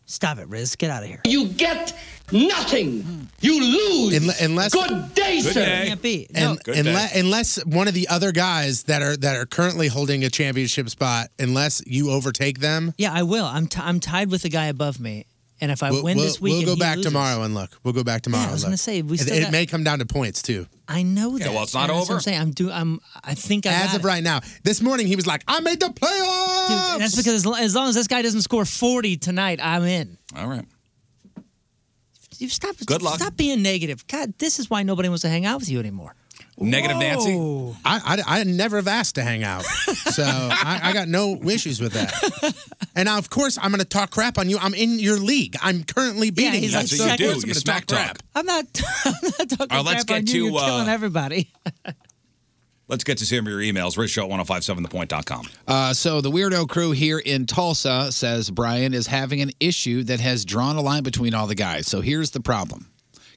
S9: Stop it, Riz. Get out of here.
S12: You get nothing. You lose.
S10: unless
S12: good day,
S9: Good
S12: sir.
S9: day. Can't be. No.
S10: And-
S9: Good
S10: unless,
S9: day.
S10: unless one of the other guys that are that are currently holding a championship spot, unless you overtake them,
S9: Yeah, I will. I'm t- I'm tied with the guy above me, and if I
S10: we'll,
S9: win
S10: we'll-
S9: this week,
S10: we'll
S9: and
S10: go
S9: he
S10: back
S9: loses-
S10: tomorrow and look. We'll go back tomorrow.
S9: I was
S10: and
S9: gonna
S10: look.
S9: say, we
S10: And
S9: still
S10: it
S9: got-
S10: may come down to points too.
S9: I know that.
S10: Yeah, well, it's not
S9: and that's what
S10: over.
S9: I'm saying I'm do. I'm. I think I
S10: As
S9: got
S10: of
S9: it.
S10: right now, this morning he was like, "I made the playoffs."
S9: Dude, that's because as lo- as long as this guy doesn't score 40 tonight, I'm in.
S6: All right.
S9: You stop.
S6: Good luck.
S9: Stop being negative. God, this is why nobody wants to hang out with you anymore.
S6: Negative Nancy?
S10: I, I, I never have asked to hang out. So
S6: [LAUGHS]
S10: I, I got no issues with that. And now, of course, I'm going to talk crap on you. I'm in your league. I'm currently
S6: Yeah,
S10: beating
S6: he's
S10: you.
S6: like
S10: so
S6: second.
S10: of course
S6: You
S10: I'm gonna
S6: smack
S10: talk
S6: talk.
S13: I'm not. [LAUGHS] I'm not talking
S6: All right, let's
S13: crap on
S6: get
S13: you.
S6: to,
S13: You're
S6: uh,
S13: killing everybody.
S6: Let's get to some of your emails. Rich Show at 1057thepoint.com.
S5: Uh, so the weirdo crew here in Tulsa says Brian is having an issue that has drawn a line between all the guys. So here's the problem.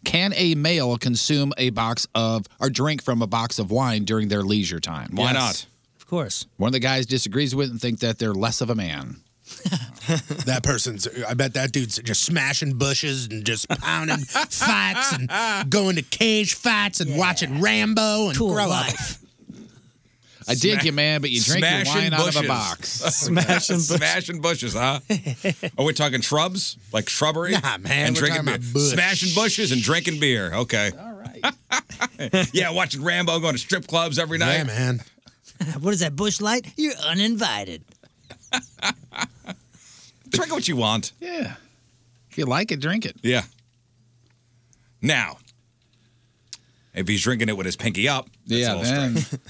S5: Can a male consume a box of or drink from a box of wine during their leisure time?
S6: Why not?
S5: Of course. One of the guys disagrees with it and think that they're less of a
S6: [LAUGHS]
S5: man.
S10: that person's I bet that dude's just smashing bushes and just
S6: [LAUGHS]
S10: pounding fights and going to cage fights and watching Rambo and grow up.
S5: I dig you, man, but you drink your
S6: Smashing
S5: wine out of a
S6: bushes. [LAUGHS]
S5: box.
S6: Smashing bushes. Smashing
S5: [LAUGHS]
S6: bushes, huh? Are we talking shrubs? Like shrubbery?
S5: Nah, man,
S6: And
S5: we're talking
S6: drinking beer.
S5: about bush.
S6: Smashing bushes and drinking beer. Okay. All right. [LAUGHS] yeah, watching Rambo going to strip clubs every night.
S10: Yeah, man.
S13: [LAUGHS] what is that bush light? You're uninvited.
S6: Drink what you want.
S5: Yeah. If you like it, drink it.
S6: Yeah. Now, if he's drinking it with his pinky up, that's
S5: Yeah,
S6: a little
S5: then
S6: strange.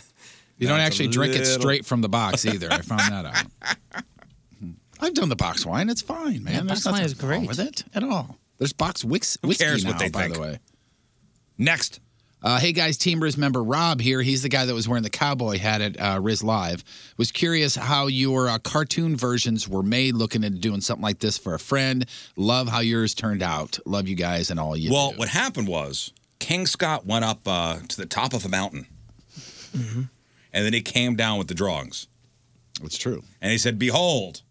S5: you don't
S6: That's a
S5: actually drink it
S6: little-
S5: straight from the box either. I found that out. I've done the box wine. It's fine, man.
S6: Yeah,
S5: There's
S6: box wine
S5: nothing
S6: is
S5: wrong with it at all. There's box wicks,
S6: Who
S5: whiskey
S6: cares
S5: now,
S6: what they
S5: by
S6: think?
S5: the way.
S6: Next.
S5: Uh, hey guys, Teamers member Rob here. He's the guy that was wearing the cowboy hat at uh, Riz Live. Was curious how your uh, cartoon versions were made. Looking into doing something like this for a friend. Love how yours turned out. Love you guys and all you.
S6: Well, what happened was [LAUGHS] King Scott went up uh, to the top of a mountain and then he came down with the drawings.
S5: That's true.
S6: And he said, Behold,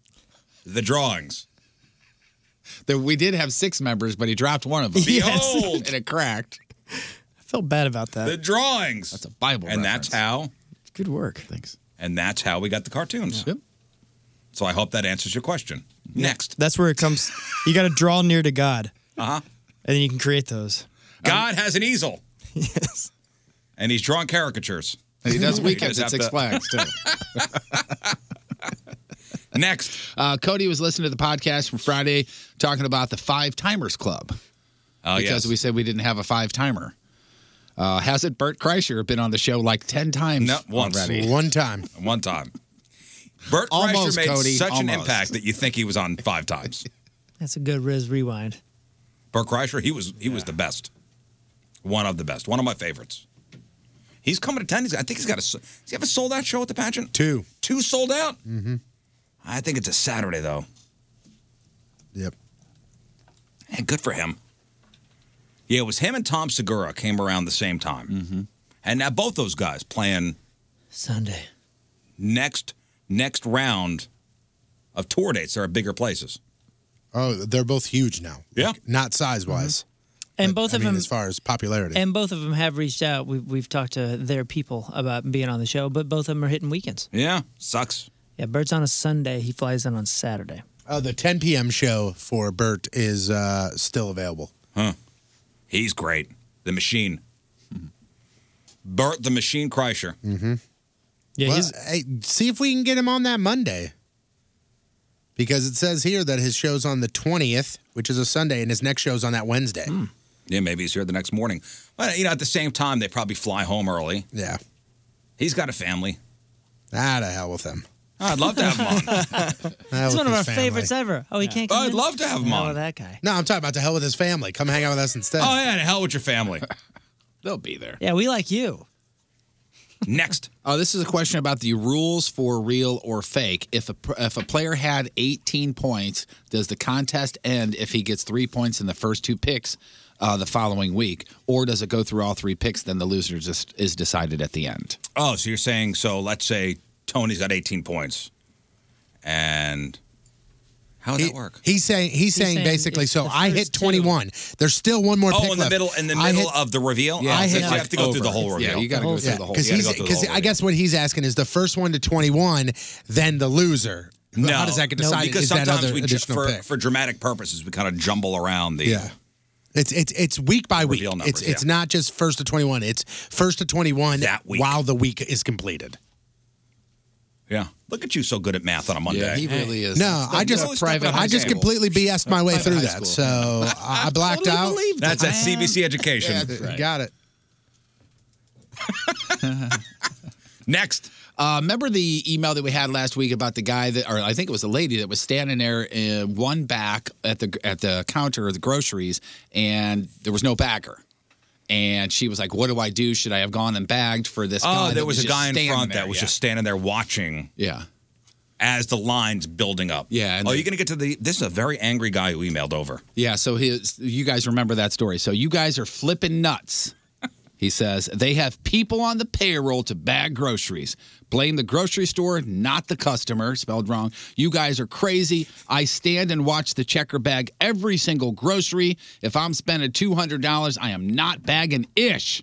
S6: the drawings.
S5: There, we did have six members, but he dropped one of them.
S6: [LAUGHS] Yes.
S5: [LAUGHS] and it cracked.
S7: I felt bad about that.
S6: The drawings. That's a
S5: Bible.
S6: And that's how.
S7: Good work. Thanks.
S6: And that's how we got the cartoons.
S5: Yep.
S6: So I hope that answers your question. Next.
S7: That's where it comes. You got to draw near to God,
S6: Uh huh.
S7: and then you can create those.
S6: God has
S5: [LAUGHS]
S6: an easel. Yes. And he's drawing caricatures.
S5: And he
S6: [LAUGHS]
S5: does
S6: You
S5: weekends at
S6: just
S5: Six
S6: have to-
S5: Flags too.
S6: Next,
S5: uh, Cody was listening to the podcast from Friday talking about the Five Timers Club
S6: Oh,
S5: because
S6: yes.
S5: we said we didn't have a five timer. Uh, hasn't Bert Kreischer been on the show like ten times?
S6: No, once.
S5: already?
S10: One time.
S6: One time. Bert Kreischer
S5: Almost,
S6: made
S5: Cody,
S6: such an
S5: almost.
S6: impact that you think he was on
S5: [LAUGHS]
S6: five times.
S9: That's a good Riz rewind.
S6: Bert Kreischer, he was he was the best, one of the best, one of my favorites. He's coming to town. He's, I think he's got a. s- Does he have a sold out show at the pageant?
S10: Two,
S6: two sold out. Mm-hmm. I think it's a Saturday though.
S10: Yep.
S6: Hey, good for him. Yeah, it was him and Tom Segura came around the same time, mm-hmm. and now both those guys playing
S9: Sunday.
S6: next next round of tour dates. They're at bigger places.
S10: Oh, they're both huge now.
S6: Yeah. Mm-hmm.
S10: Not size wise.
S9: And both
S10: I
S9: of
S10: mean,
S9: them
S10: as far as popularity.
S9: and both of them have reached out. We've we've talked to their people about being on the show, but both of them are hitting weekends.
S6: Yeah, sucks.
S9: Yeah, Bert's on a Sunday. He flies in on Saturday.
S10: Uh, the 10 p.m. show for Bert is uh, still available.
S6: Huh. He's great. The machine. [LAUGHS] Bert the Machine Kreischer.
S10: Mm-hmm. Yeah, hey, see if we can get him on that Monday. Because it says here that his show's on the 20th, which is a Sunday, and his next show's on that Wednesday.
S6: Hmm. Yeah, maybe he's here the next morning. But you know, at the same time, they probably fly home early.
S10: Yeah.
S6: He's got a family.
S10: Ah, to hell with him.
S6: I'd love to have
S9: [LAUGHS]
S6: him on.
S10: [LAUGHS]
S9: It's one of our favorites ever. Oh, he can't. Come
S6: I'd
S9: in?
S6: love to have him
S9: Oh,
S6: on.
S9: that guy.
S10: No, I'm talking about to hell with his family. Come hang out with us instead.
S6: Oh yeah, to hell with your family.
S5: [LAUGHS] They'll be there.
S9: Yeah, we like you.
S6: Next.
S5: Oh, this is a question about the rules for real or fake. If a if a player had 18 points, does the contest end if he gets three points in the first two picks uh, the following week, or does it go through all three picks? Then the loser just is decided at the end.
S6: Oh, so you're saying so? Let's say Tony's got 18 points, and how would that work?
S10: He's saying he's, saying, basically, so I hit 21. There's still one more
S6: oh,
S10: pick
S6: in
S10: left.
S6: the middle, in the
S10: I
S6: middle
S10: hit-
S6: of the reveal.
S10: Yeah,
S6: oh,
S10: I
S6: so
S10: hit
S6: you
S10: like
S6: have to go through the whole
S5: over.
S6: reveal.
S5: Yeah, you gotta go through the whole-
S10: Because
S5: you gotta
S10: he's
S5: go through the
S10: because
S5: whole
S10: I guess what he's asking is the first one to 21, then the loser.
S6: No,
S10: How does that get decided?
S6: Because
S10: is that
S6: sometimes
S10: other
S6: we ju-
S10: additional
S6: for,
S10: pick?
S6: for dramatic purposes, we kind of jumble around the.
S10: Yeah. It's it's it's week by week.
S6: Reveal numbers,
S10: it's it's
S6: yeah.
S10: not just first to 21. It's first to 21 while the week is completed.
S6: Yeah. Look at you, so good at math on a Monday.
S10: Yeah, he really is. No, I just I just completely BS'd my way
S6: Private
S10: through
S6: high
S10: that.
S6: school.
S10: So I I blacked out.
S6: That's at CBC education.
S10: Yeah, Got it.
S6: Next.
S5: Uh, remember the email that we had last week about the guy that, or I think it was a lady that was standing there, uh, one back at the at the counter of the groceries, and there was no bagger, and she was like, "What do I do? Should I have gone and bagged for this?" guy
S6: oh, there
S5: that
S6: was, a
S5: just
S6: guy in
S5: standing
S6: front
S5: there?"
S6: that was
S5: Yeah.
S6: just standing there watching.
S5: Yeah.
S6: As the lines building up. Yeah. oh, you're gonna get to the. This is a very angry guy who emailed over.
S5: Yeah, so his, you guys remember that story. So you guys are flipping nuts. He says they have people on the payroll to bag groceries. Blame the grocery store, not the customer. Spelled wrong. You guys are crazy. I stand and watch the checker bag every single grocery. If I'm spending two hundred dollars, I am not bagging ish.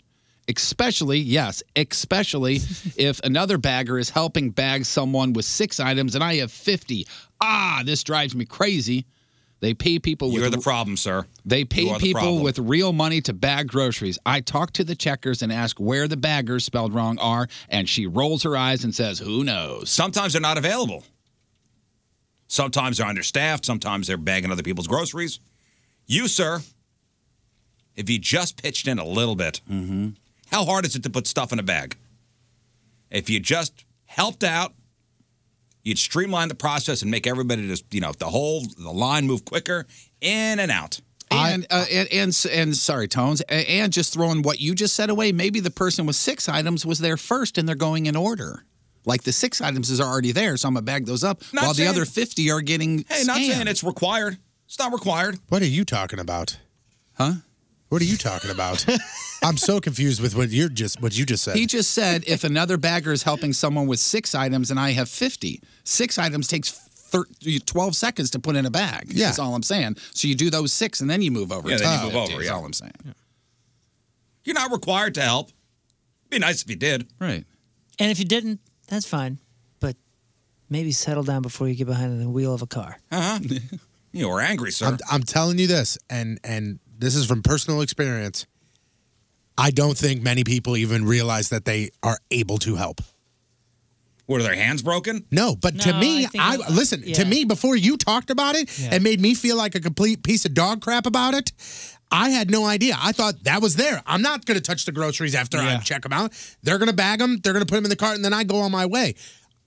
S5: Especially, yes, especially if another bagger is helping bag someone with six items and I have 50. Ah, this drives me crazy. They pay people with
S6: You're the problem, sir.
S5: they pay
S6: You are the
S5: people
S6: problem.
S5: with real money to bag groceries. I talk to the checkers and ask where the baggers spelled wrong are, and she rolls her eyes and says, "Who knows?"
S6: Sometimes they're not available. Sometimes they're understaffed. Sometimes they're bagging other people's groceries. You, sir, if you just pitched in a little bit, how hard is it to put stuff in a bag? If you just helped out, you'd streamline the process and make everybody just, you know, the whole the line move quicker in and out.
S5: And, uh, and and and sorry, tones, a- and just throwing what you just said away. Maybe the person with six items was there first, and they're going in order. Like the six items is already there, so I'm gonna bag those up,
S6: Not
S5: while
S6: saying-
S5: the other fifty are getting.
S6: Hey, not
S5: scammed.
S6: saying it's required. It's not required.
S10: What are you talking about?
S5: Huh?
S10: What are you
S6: [LAUGHS]
S10: talking about? I'm so confused with what you're just what you just said.
S5: He just said if another bagger is helping someone with six items and I have 50, six items takes thir- 12 seconds to put in a bag.
S10: Yeah.
S5: That's all I'm saying. So you do those six and then you move over.
S6: Yeah,
S5: to
S6: then
S5: the
S6: you move
S5: 50,
S6: over.
S5: is
S6: yeah.
S5: all I'm saying.
S6: You're not required to help. Be nice if you did.
S5: Right.
S9: And if you didn't, that's fine. But maybe settle down before you get behind the wheel of a car.
S13: Uh-huh.
S6: Uh huh. [LAUGHS] you were angry, sir.
S10: I'm, I'm telling you this, and and this is from personal experience. I don't think many people even realize that they are able to help.
S6: What are their hands broken?
S10: No, but to
S6: No,
S10: me,
S6: I think
S10: I,
S6: a lot-
S10: listen
S6: yeah.
S10: to me before you talked about it
S6: Yeah.
S10: and made me feel like a complete piece of dog crap about it. I had no idea. I thought that was there. I'm not going to touch the groceries after I
S5: Yeah.
S10: check them out. They're going to bag them. They're going to put them in the cart, and then I go on my way.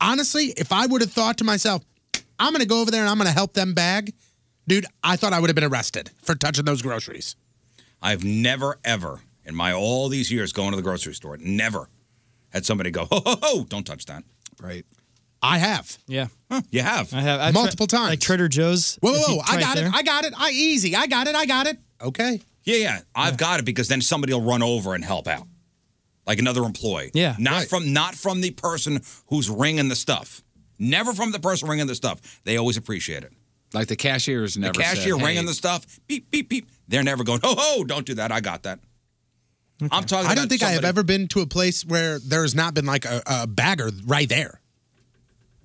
S10: Honestly, if I would have thought to myself, I'm going to go over there and I'm going to help them bag, dude, I thought I would have been arrested for touching those groceries.
S6: I've never, ever in my all these years going to the grocery store, never had somebody go, ho, ho, ho, don't touch that.
S5: Right.
S10: I have.
S7: Yeah.
S6: You have.
S7: I have I
S10: Multiple
S7: times. Like Trader Joe's.
S10: Whoa,
S7: if
S10: whoa,
S7: you-
S10: whoa. I
S7: right
S10: got
S7: there.
S10: it. I got it. I easy. I got it. I got it. Okay.
S6: Yeah, yeah. I've got it because then somebody will run over and help out. Like another employee.
S7: Yeah,
S6: Not from not from the person who's ringing the stuff. Never from the person ringing the stuff. They always appreciate it.
S5: Like the cashiers never
S6: The cashier
S5: said,
S6: ringing
S5: "Hey."
S6: the stuff, beep, beep, beep. They're never going, ho, ho, don't do that. I got that. I'm talking
S10: I don't
S6: about
S10: think I have
S6: somebody-
S10: ever been to a place where there has not been like a, a bagger right there.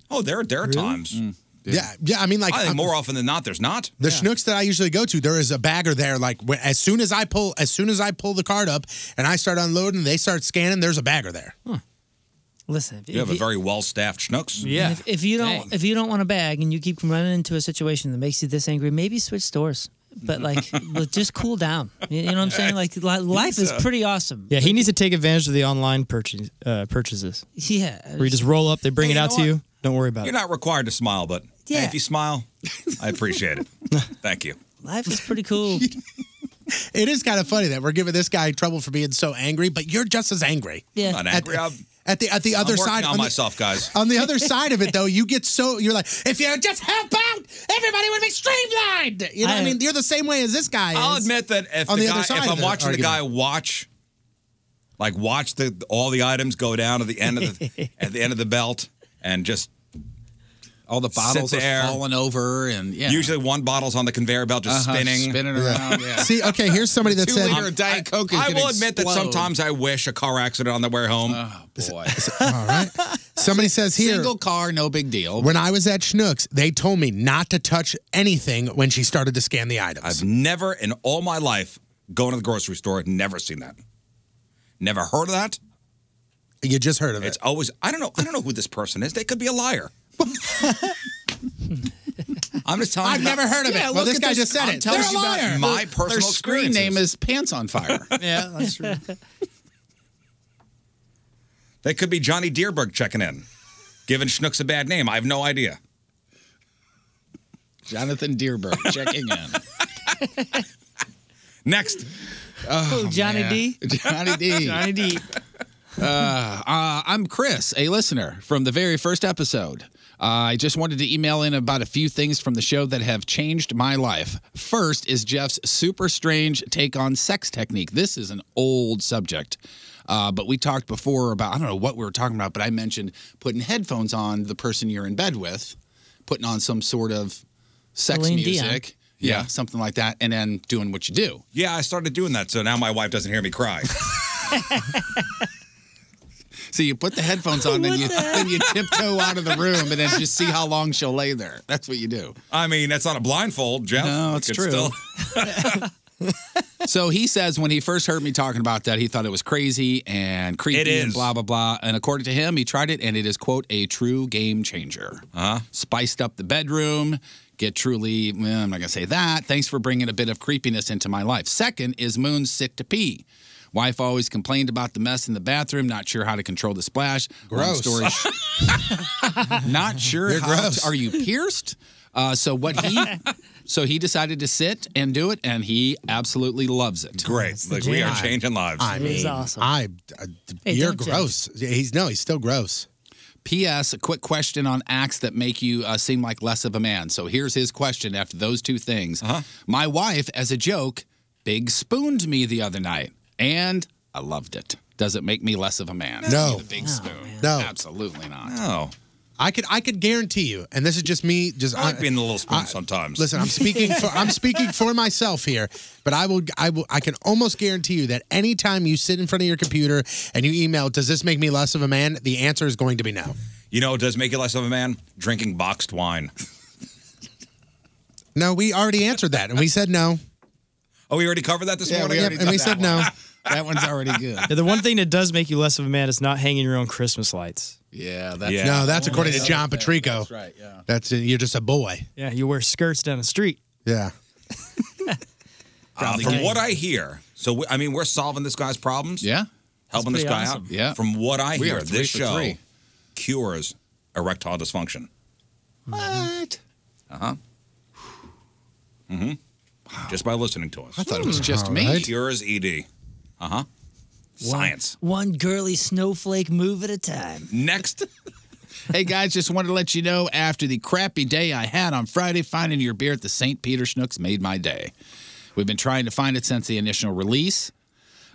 S6: Oh, there, there are times.
S5: Mm.
S10: yeah. yeah, I mean, like uh,
S6: I think
S10: I'm-
S6: more often than not, there's not.
S10: The schnooks that I usually go to, there is a bagger there. Like when, as soon as I pull, as soon as I pull the card up and I start unloading, they start scanning. There's a bagger there.
S9: Listen, if,
S6: You have
S9: if
S6: a very well-staffed schnooks.
S9: If, if you don't, if you don't want to bag, and you keep running into a situation that makes you this angry, maybe switch stores. But like, [LAUGHS] but just cool down. You you know what I'm saying? Like, li- life is pretty awesome.
S7: Yeah, he needs to take advantage of the online purchase, uh, purchases.
S9: Yeah.
S7: Where you
S13: [LAUGHS]
S7: just roll up, they bring
S6: Hey,
S7: it
S6: you
S7: out
S6: know
S7: to
S6: what?
S7: you. Don't worry about
S6: You're
S7: it.
S6: not required to smile, but hey,
S9: Yeah.
S6: if you smile, I appreciate
S10: [LAUGHS]
S6: it. Thank you.
S9: Life is pretty cool.
S10: It is kind of funny that we're giving this guy trouble for being so angry, but you're just as angry.
S6: Yeah. I'm not
S10: At-
S6: angry.
S10: At,
S6: I'm-
S10: the at the other
S6: I'm working
S10: side
S6: on,
S10: on the-
S6: myself, guys.
S10: on the
S6: [LAUGHS]
S10: other side of it, though, you get so you're like, if you just help out, everybody would be streamlined. You know, what I,
S6: I-
S10: mean, you're the same way as this guy.
S6: I'll
S10: is.
S6: admit that if
S10: On
S6: the,
S10: the
S6: guy,
S10: other
S6: if
S10: side of
S6: I'm
S10: the
S6: watching the guy
S10: argument.
S6: watch, like watch the all the items go down to the end of
S10: [LAUGHS]
S6: the at the end of the belt, and just
S5: all the bottles are falling over, and yeah.
S6: usually one bottle's on the conveyor belt, just
S5: Uh-huh,
S6: spinning,
S5: spinning around, yeah.
S10: [LAUGHS] See, okay, here's somebody that said,
S6: I'm- I, I will admit that sometimes I wish a car accident on the way home. Oh
S5: boy!
S10: All right. Somebody says here.
S5: Single car, no big deal.
S10: When I was at Schnucks, they told me not to touch anything when she started to scan the items.
S6: [LAUGHS] I've never in all my life going to the grocery store, never seen that. Never heard of that.
S10: You just heard of
S6: it. It's always I don't know I don't know who this person is. They could be a liar. I'm just telling you.
S5: I've
S6: about-
S5: never heard of it. Yeah, Well, look this at guy this- just said I'm it. telling They're a you about liar.
S6: My
S5: their-
S6: personal
S5: their screen [LAUGHS]
S6: experiences.
S5: name is Pants on Fire.
S7: yeah, that's true.
S6: That could be Johnny Deerberg checking in, giving Schnooks a bad name. I have no idea.
S5: Jonathan Deerberg checking in.
S6: Next.
S5: Oh,
S9: Johnny D?
S5: Johnny
S9: [LAUGHS]
S5: D.
S9: Johnny D.
S5: Uh, uh, I'm Chris, a listener from the very first episode. Uh, I just wanted to email in about a few things from the show that have changed my life. First is Jeff's super strange take on sex technique. This is an old subject, uh, but we talked before about, I don't know what we were talking about, but I mentioned putting headphones on the person you're in bed with, putting on some sort of sex
S6: Celine Dion.
S5: music. Yeah, something like that, and then doing what you do.
S6: Yeah, I started doing that, so now my wife doesn't hear me cry.
S5: [LAUGHS] So you put the headphones on, then you then you tiptoe out of the room, and then just see how long she'll lay there. That's what you do.
S6: I mean, that's not a blindfold, Jeff.
S5: No, it's
S6: Could
S5: true. So he says when he first heard me talking about that, he thought it was crazy and creepy
S6: It
S5: and
S6: is.
S5: blah blah blah. And according to him, he tried it, and it is quote a true game changer. Uh-huh. Spiced up the bedroom. Get truly. Well, I'm not gonna say that. Thanks for bringing a bit of creepiness into my life. Second is Moon sick to pee. Wife always complained about the mess in the bathroom. Not sure how to control the splash. Long
S14: Gross.
S5: story not sure.
S14: You're
S5: how
S14: gross.
S5: to- are you pierced? Uh, so what [LAUGHS] he, so he decided to sit and do it, and he absolutely loves it.
S6: Great,
S5: like
S6: we are changing lives.
S5: I
S10: It was
S5: mean,
S10: awesome.
S5: I,
S10: Hey,
S5: you're
S10: don't judge.
S5: gross. He's no, he's still gross. P.S. A quick question on acts that make you uh, seem like less of a man. So here's his question after those two things.
S6: Uh-huh.
S5: My wife, as a joke, big spooned me the other night, and I loved it. Does it make me less of a man?
S10: No.
S5: the big
S15: Oh,
S5: spoon.
S10: No.
S5: absolutely not.
S6: No.
S10: I could I could guarantee you, and this is just me. Just
S6: I like being the little spoon sometimes.
S10: Listen, I'm
S6: [LAUGHS]
S10: speaking for I'm speaking for myself here, but I will I will I can almost guarantee you that anytime you sit in front of your computer and you email, does this make me less of a man? The answer is going to be no.
S6: You know, it does make you less of a man drinking boxed wine.
S10: No, we already answered that, and we said no.
S6: Oh, we already covered that this
S10: Yeah, we
S6: morning.
S10: already Yep, and we did said that no. one.
S5: That one's already good.
S7: [LAUGHS] Yeah, the one thing that does make you less of a man is not hanging your own Christmas lights.
S5: Yeah,
S7: that's-
S10: no, that's according to
S7: Yeah.
S10: John
S7: That's
S10: Patrico. That's
S5: right. Yeah,
S10: that's you're just a boy.
S7: Yeah, you wear skirts down the street.
S10: Yeah.
S6: Uh, from what I hear, so we, I mean, we're solving this guy's problems.
S5: Yeah,
S6: helping this
S5: pretty
S6: guy
S5: awesome.
S6: out.
S5: Yeah.
S6: From what I
S5: We
S6: hear,
S5: are three
S6: this
S5: for
S6: show
S5: three.
S6: cures erectile dysfunction.
S5: What?
S6: Uh huh. Mm-hmm. Just by listening to us.
S5: I thought it was Hmm. just
S6: All
S5: me.
S6: Cures ED. Uh huh. Science.
S13: One girly snowflake move at a time.
S6: Next.
S5: [LAUGHS] hey guys, just wanted to let you know after the crappy day I had on Friday, finding your beer at the St. Peter Schnooks made my day. We've been trying to find it since the initial release,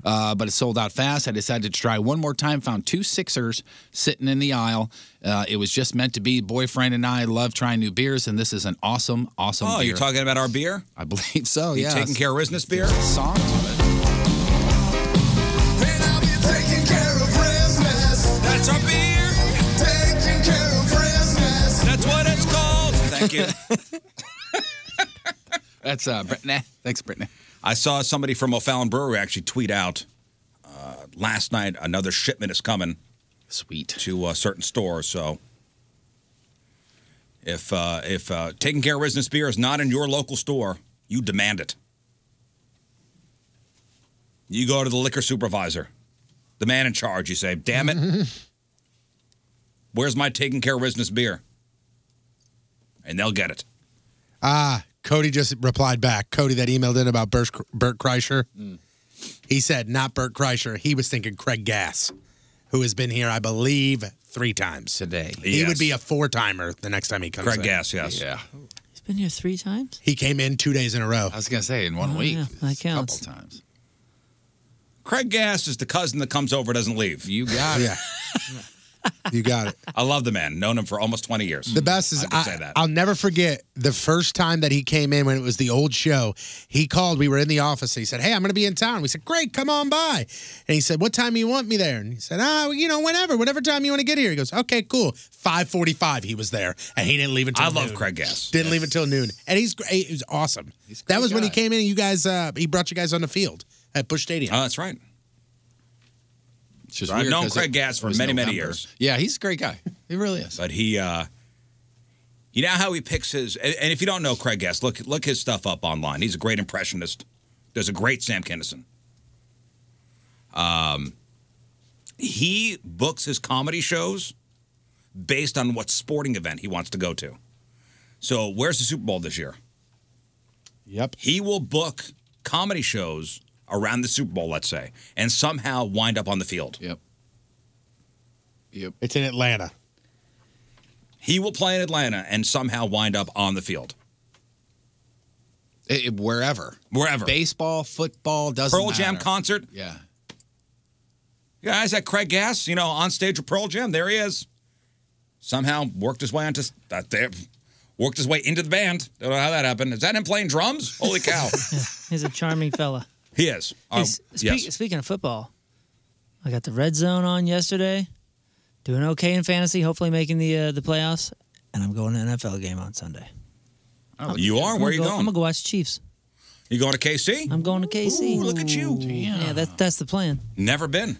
S5: uh, but it sold out fast. I decided to try one more time, found two sixers sitting in the aisle. Uh, it was just meant to be. Boyfriend and I love trying new beers, and this is an awesome, awesome
S6: Oh,
S5: beer.
S6: you're talking about our beer?
S5: I believe so,
S6: You
S5: yeah.
S6: taking care of business beer?
S5: Song to it.
S14: Taking care of Christmas. That's our beer. Taking care of Christmas.
S6: That's what it's called. Thank you.
S5: [LAUGHS] That's uh, Brittany. Thanks, Brittany.
S6: I saw somebody from O'Fallon Brewery actually tweet out uh, last night another shipment is coming.
S5: Sweet.
S6: To a certain store. So if uh, if uh, taking care of business beer is not in your local store, you demand it. You go to the liquor supervisor, the man in charge. You say, "Damn
S5: [LAUGHS]
S6: it, where's my taking care of business beer?" And they'll get it.
S10: Ah, Cody just replied back. Cody that emailed in about Bert, Bert Kreischer.
S6: Hmm.
S10: He said not Bert Kreischer. He was thinking Craig Gass, who has been here, I believe, three times
S5: today.
S10: He
S6: Yes.
S10: would be a four timer the next time he comes.
S6: Craig
S10: in.
S6: Gass, yes.
S5: Yeah.
S9: He's been here three times.
S10: He came in two days in a row. I
S5: was gonna say in one
S9: Oh, yeah, that counts.
S5: times.
S6: Craig Gass is the cousin that comes over doesn't leave.
S5: You got
S10: it. You got it.
S6: I love the man. Known him for almost 20 years.
S10: The best is
S6: I can
S10: I,
S6: say that.
S10: will never forget the first time that he came in when it was the old show. He called. We were in the office. And he said, "Hey, I'm going to be in town." We said, "Great, come on by." And he said, "What time do you want me there?" And he said, "Ah, well, you know, whenever, whatever time you want to get here." He goes, "Okay, cool." Five forty-five. He was there, and he didn't leave until.
S6: I love
S10: noon.
S6: Craig Gass.
S10: Didn't leave until noon, and he's great. He was awesome. that was when he came in. and You guys, uh, he brought you guys on the field at Bush Stadium.
S6: Oh, that's right.
S5: It's just
S6: I've
S5: weird
S6: known
S5: 'cause
S6: Craig
S5: it
S6: Gass for
S5: was
S6: many, many
S5: November.
S6: years.
S5: Yeah, he's a great guy. He really is.
S6: But he, uh, you know how he picks his. And, and if you don't know Craig Gass, look look his stuff up online. He's a great impressionist. There's a great Sam Kinison. Um, he books his comedy shows based on what sporting event he wants to go to. So, where's the Super Bowl this year? Yep. He will book comedy shows around the Super Bowl, let's say, and somehow wind up on the field. Yep. Yep. It's in Atlanta. He will play in Atlanta and somehow wind up on the field. wherever. Wherever.
S5: Baseball, football, doesn't
S6: Pearl Jam
S5: matter.
S6: concert.
S5: Yeah.
S6: Yeah, is that Craig Gass? You know, on stage with Pearl Jam. There he is. Somehow worked his way onto uh, there, worked his way into the band. Don't know how that happened. Is that him playing drums?
S5: [LAUGHS]
S6: Holy cow!
S9: He's a charming fella.
S6: he is. [LAUGHS] Um,
S9: Hey, s- spe-
S6: yes.
S9: Speaking of football, I got the red zone on yesterday. Doing okay in fantasy, hopefully making the uh, the playoffs. And I'm going to an NFL game on Sunday.
S6: Oh, you are.
S9: I'm gonna
S6: Where are you
S9: go- I'm
S6: going?
S9: gonna go watch Chiefs.
S6: You going to KC?
S9: I'm going to KC. look at you. Yeah, that, that's the plan. [LAUGHS]
S6: Never been.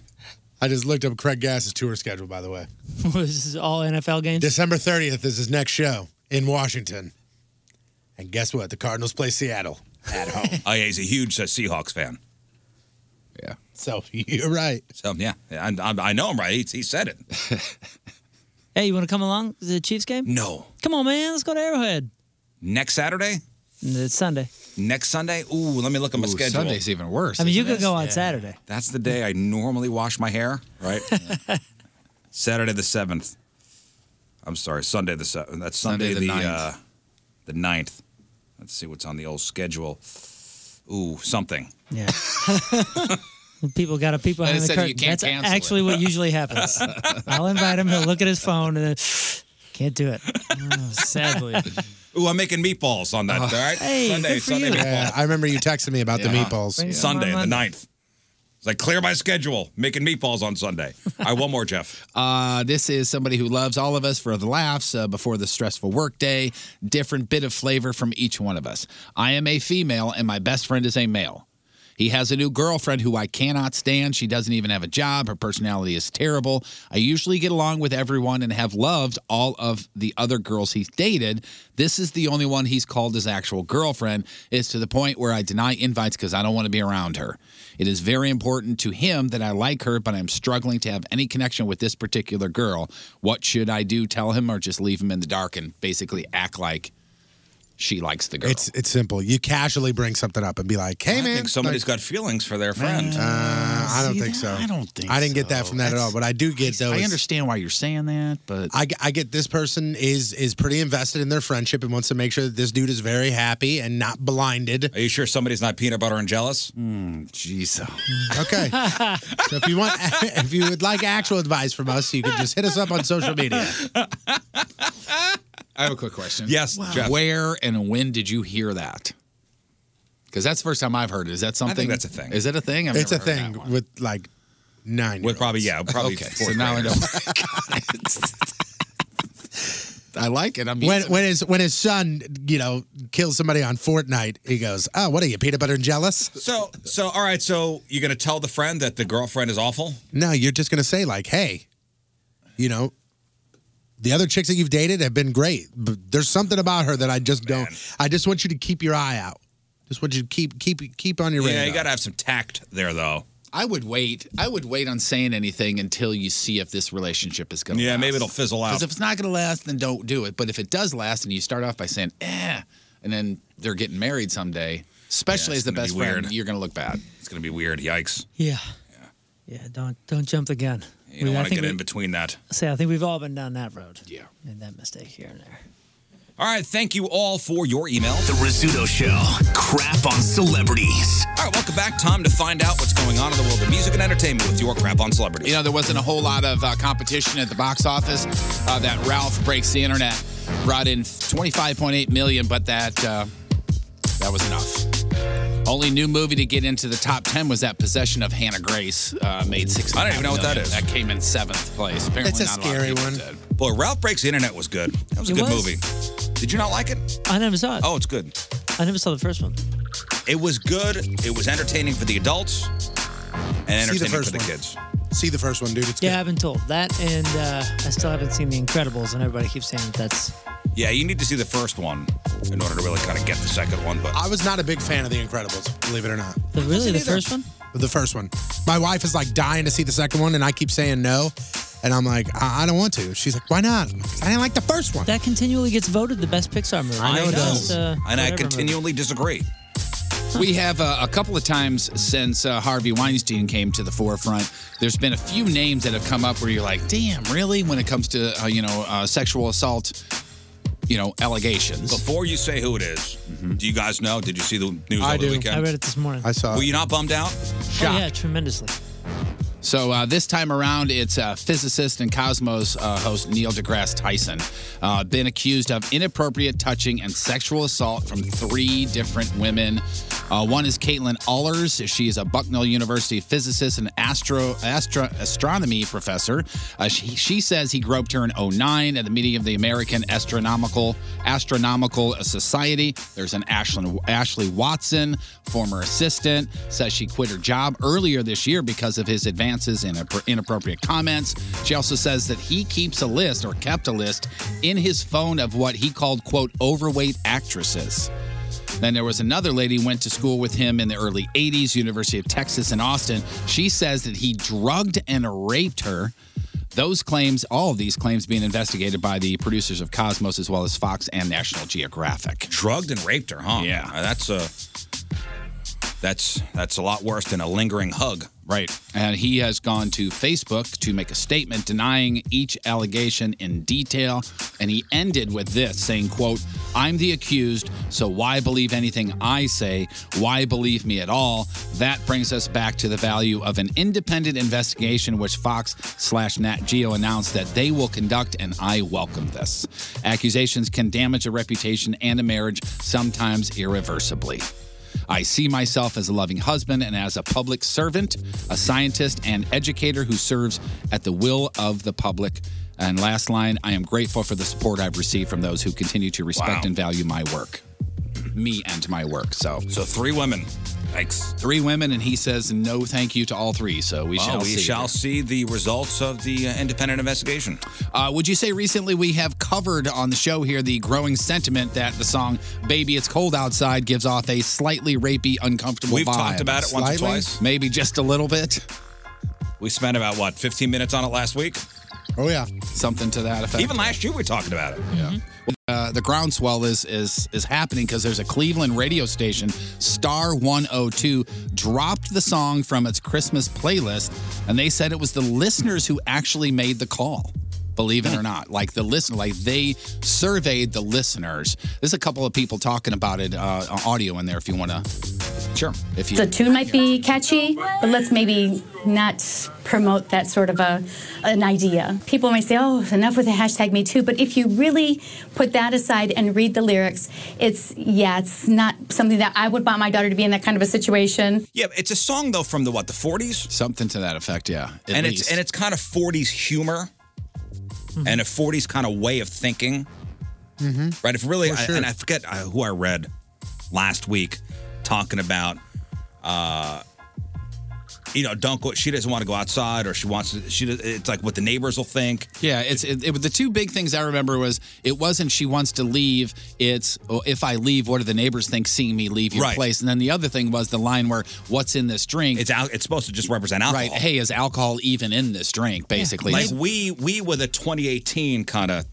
S10: I just looked up Craig Gass's tour schedule, by the way.
S9: this is all NFL games.
S10: December 30th is his next show in Washington. And guess what? The Cardinals play Seattle.
S6: At home. [LAUGHS] oh yeah, he's a huge uh, Seahawks fan. Yeah.
S10: So you're right.
S6: So yeah, yeah, I, I, I know him right. He, he said
S5: [LAUGHS]
S6: it.
S9: Hey, you want to come along to the Chiefs game?
S6: No.
S9: Come on, man. Let's go to Arrowhead.
S6: Next Saturday.
S9: It's Sunday.
S6: Next Sunday. Ooh, let me look at my
S9: Ooh,
S6: schedule.
S9: Sunday's even worse, I mean, you isn't could it? go on Saturday.
S6: That's the day I normally wash my hair.
S9: [LAUGHS]
S6: Right. Saturday the seventh. I'm sorry, Sunday the seventh. That's Sunday,
S5: Sunday the
S6: the
S5: ninth.
S6: Uh, the 9th. Let's see what's on the old schedule. Ooh, something.
S9: Yeah. [LAUGHS] people got to peek behind
S6: And it
S9: the
S6: said
S9: curtain.
S6: you can't
S9: That's
S6: cancel it.
S9: actually what usually
S6: [LAUGHS]
S9: happens. I'll invite him. He'll look at his phone and then [SIGHS] can't do it. Oh, sadly.
S6: [LAUGHS] Ooh, I'm making meatballs on that.
S10: Oh.
S6: All right.
S9: Hey,
S6: Sunday,
S9: good for
S6: Sunday
S9: you.
S6: meatballs.
S10: Yeah, I remember you texting me about the
S6: Yeah.
S10: meatballs.
S6: Sunday, the 9th. It's like clear my schedule, making meatballs on Sunday. All right, one more, Jeff.
S5: Uh, this is somebody who loves all of us for the laughs uh, before the stressful workday. Different bit of flavor from each one of us. I am a female, and my best friend is a male. He has a new girlfriend who I cannot stand. She doesn't even have a job. Her personality is terrible. I usually get along with everyone and have loved all of the other girls he's dated. This is the only one he's called his actual girlfriend. It's to the point where I deny invites because I don't want to be around her. It is very important to him that I like her, but I'm struggling to have any connection with this particular girl. What should I do? Tell him or just leave him in the dark and basically act like she likes the girl?
S10: It's it's simple. You casually bring something up and be like, "Hey,
S6: I
S10: man."
S6: think somebody's got feelings for their friend.
S10: Uh, I don't think so.
S5: I don't think
S10: I didn't get that from that at all. But I do get those.
S5: I understand why you're saying that, but
S10: I, I get this person is is pretty invested in their friendship and wants to make sure that this dude is very happy and not blinded.
S6: Are you sure somebody's not peanut butter and jealous?
S10: Hmm,
S5: Jeez. [LAUGHS]
S10: Okay. so if you want, [LAUGHS] if you would like actual advice from us, you can just hit us up on social media.
S5: I have a quick question.
S6: Yes, Jeff.
S5: Where and when did you hear that? Because that's the first time I've heard it. Is that something?
S6: that's a thing.
S5: Is it a thing? I've
S10: it's a
S5: never heard that.
S10: thing with like nine.
S6: With probably yeah, probably.
S5: Okay, so
S6: fourth
S5: now I know.
S6: [LAUGHS] graders.
S5: I like it. I'm
S10: When
S5: using
S10: when his when his son you know kills somebody on Fortnite, he goes, "Oh, what are you peanut butter and jealous?"
S6: So so all right. So you're gonna tell the friend that the girlfriend is awful?
S10: No, you're just gonna say like, "Hey, you know, the other chicks that you've dated have been great, but there's something about her that I just don't. I just want you to keep your eye out. Just want you to keep keep keep on your
S6: Yeah,
S10: radar."
S6: you gotta have some tact there though.
S5: I would wait. I would wait on saying anything until you see if this relationship is going to.
S6: Yeah, maybe it'll fizzle out.
S5: Because if it's not going to last, then don't do it. But if it does last, and you start off by saying "eh," and then they're getting married someday, especially
S6: it's
S5: as the
S6: gonna be
S5: best friend,
S6: weird.
S5: you're going to look bad.
S6: It's gonna be weird. Yikes.
S9: [LAUGHS] Yeah. Yeah. Don't don't jump the gun.
S6: You don't
S9: I
S6: want to
S9: think
S6: get
S9: we-
S6: in between that.
S9: Say, I think we've all been down that road.
S5: Yeah.
S9: Made that mistake here and there.
S6: All right, thank you all for your email. The
S11: Rizzuto Show. Crap on celebrities.
S6: All right, welcome back. Time to find out what's going on in the world of music and entertainment with your crap on celebrities.
S5: You know, there wasn't a whole lot of uh, competition at the box office. Uh, that Ralph breaks the internet brought in 25.8 million, but that uh, that was enough. Only new movie to get into the top 10 was that Possession of Hannah Grace uh, made six.
S6: I don't even know what that is.
S5: That came in seventh place. Apparently, not lot of people did.
S6: Boy, Ralph Breaks the Internet was good. That was a
S9: It
S6: good
S9: was.
S6: movie. Did you not like it?
S9: I never saw it.
S6: Oh, it's good.
S9: I never saw the first one.
S6: It was good. It was entertaining for the adults and
S10: See the
S6: entertaining
S10: first
S6: for the
S10: one.
S6: kids.
S10: See the first one, dude. It's
S9: yeah, I've been told that, and uh, I still haven't seen The Incredibles, and everybody keeps saying that that's.
S6: Yeah, you need to see the first one in order to really kind of get the second one. But
S10: I was not a big fan of The Incredibles, believe it or not.
S9: The, really, the first one?
S10: the first one. My wife is like dying to see the second one, and I keep saying no. And I'm like, I, I don't want to. She's like, why not? I'm like, 'Cause I didn't like the first one.
S9: That continually gets voted the best Pixar movie.
S6: I know it
S9: It's
S6: does.
S9: just, uh,
S6: and I
S9: whatever movie.
S6: continually disagree.
S5: We have uh, a couple of times since uh, Harvey Weinstein came to the forefront. There's been a few names that have come up where you're like, "Damn, really?" When it comes to uh, you know uh, sexual assault, you know allegations.
S6: Before you say who it is,
S10: Mm-hmm.
S6: do you guys know? Did you see the news over the weekend?
S9: I read it this morning.
S6: Were you not bummed out?
S9: Oh, yeah, tremendously.
S5: So uh, this time around, it's uh, physicist and Cosmos uh, host Neil deGrasse Tyson, uh, been accused of inappropriate touching and sexual assault from three different women. Uh, one is Caitlin Allers. She is a Bucknell University physicist and astro, astro astronomy professor. Uh, she, she says he groped her in 09 at the meeting of the American Astronomical Astronomical Society. There's an Ashlyn, Ashley Watson, former assistant, says she quit her job earlier this year because of his advances and appro- inappropriate comments. She also says that he keeps a list or kept a list in his phone of what he called quote overweight actresses. Then there was another lady went to school with him in the early 80s, University of Texas in Austin. She says that he drugged and raped her. Those claims, all of these claims being investigated by the producers of Cosmos as well as Fox and National Geographic.
S6: Drugged and raped her, huh? Yeah. that's a that's that's a lot worse than a lingering hug.
S5: Right. And he has gone to Facebook to make a statement denying each allegation in detail. And he ended with this saying, quote, I'm the accused, so why believe anything I say? Why believe me at all? That brings us back to the value of an independent investigation, which Fox slash Nat Geo announced that they will conduct, and I welcome this. Accusations can damage a reputation and a marriage, sometimes irreversibly. I see myself as a loving husband and as a public servant, a scientist, and educator who serves at the will of the public. And last line I am grateful for the support I've received from those who continue to respect and value my work, me and my work. So,
S6: so three women. Thanks.
S5: Three women, and he says no thank you to all three. So we
S6: Well,
S5: shall
S6: we
S5: see.
S6: shall see the results of the uh, independent investigation.
S5: Uh, would you say recently we have covered on the show here the growing sentiment that the song "Baby It's Cold Outside" gives off a slightly rapey, uncomfortable
S6: We've
S5: vibe?
S6: talked about it once or
S5: Slightly?
S6: twice.
S5: maybe just a little bit.
S6: We spent about what 15 minutes on it last week.
S5: Oh yeah, something to that effect.
S6: Even last year we talked about it.
S9: Mm-hmm.
S5: Yeah. Uh, the groundswell is is is happening because there's a Cleveland radio station, Star 102, dropped the song from its Christmas playlist, and they said it was the listeners who actually made the call. Believe it or not, like the listener, like they surveyed the listeners. There's a couple of people talking about it, uh, on audio in there if you want to. Sure. If you.
S16: The tune might be catchy, but let's maybe not promote that sort of a an idea. People may say, "Oh, enough with the hashtag Me Too," but if you really put that aside and read the lyrics, it's yeah, it's not something that I would want my daughter to be in that kind of a situation.
S6: Yeah, it's a song though from the what the 40s,
S5: something to that effect. Yeah, at
S6: and it's
S5: least.
S6: and it's kind of 40s humor
S10: Hmm.
S6: and a 40s kind of way of thinking.
S10: Mm-hmm.
S6: Right. If really,
S10: For
S6: I,
S10: sure.
S6: and I forget uh, who I read last week talking about, uh, you know, don't go. She doesn't want to go outside, or she wants to. She does- it's like what the neighbors will think.
S5: Yeah, it's it, it, the two big things I remember was it wasn't she wants to leave. It's oh, if I leave, what do the neighbors think seeing me leave your
S6: Right.
S5: place? And then the other thing was the line where what's in this drink? It's
S6: al- it's supposed to just represent alcohol.
S5: Right? Hey, is alcohol even in this drink? Basically,
S6: Like we we were the 2018 kind of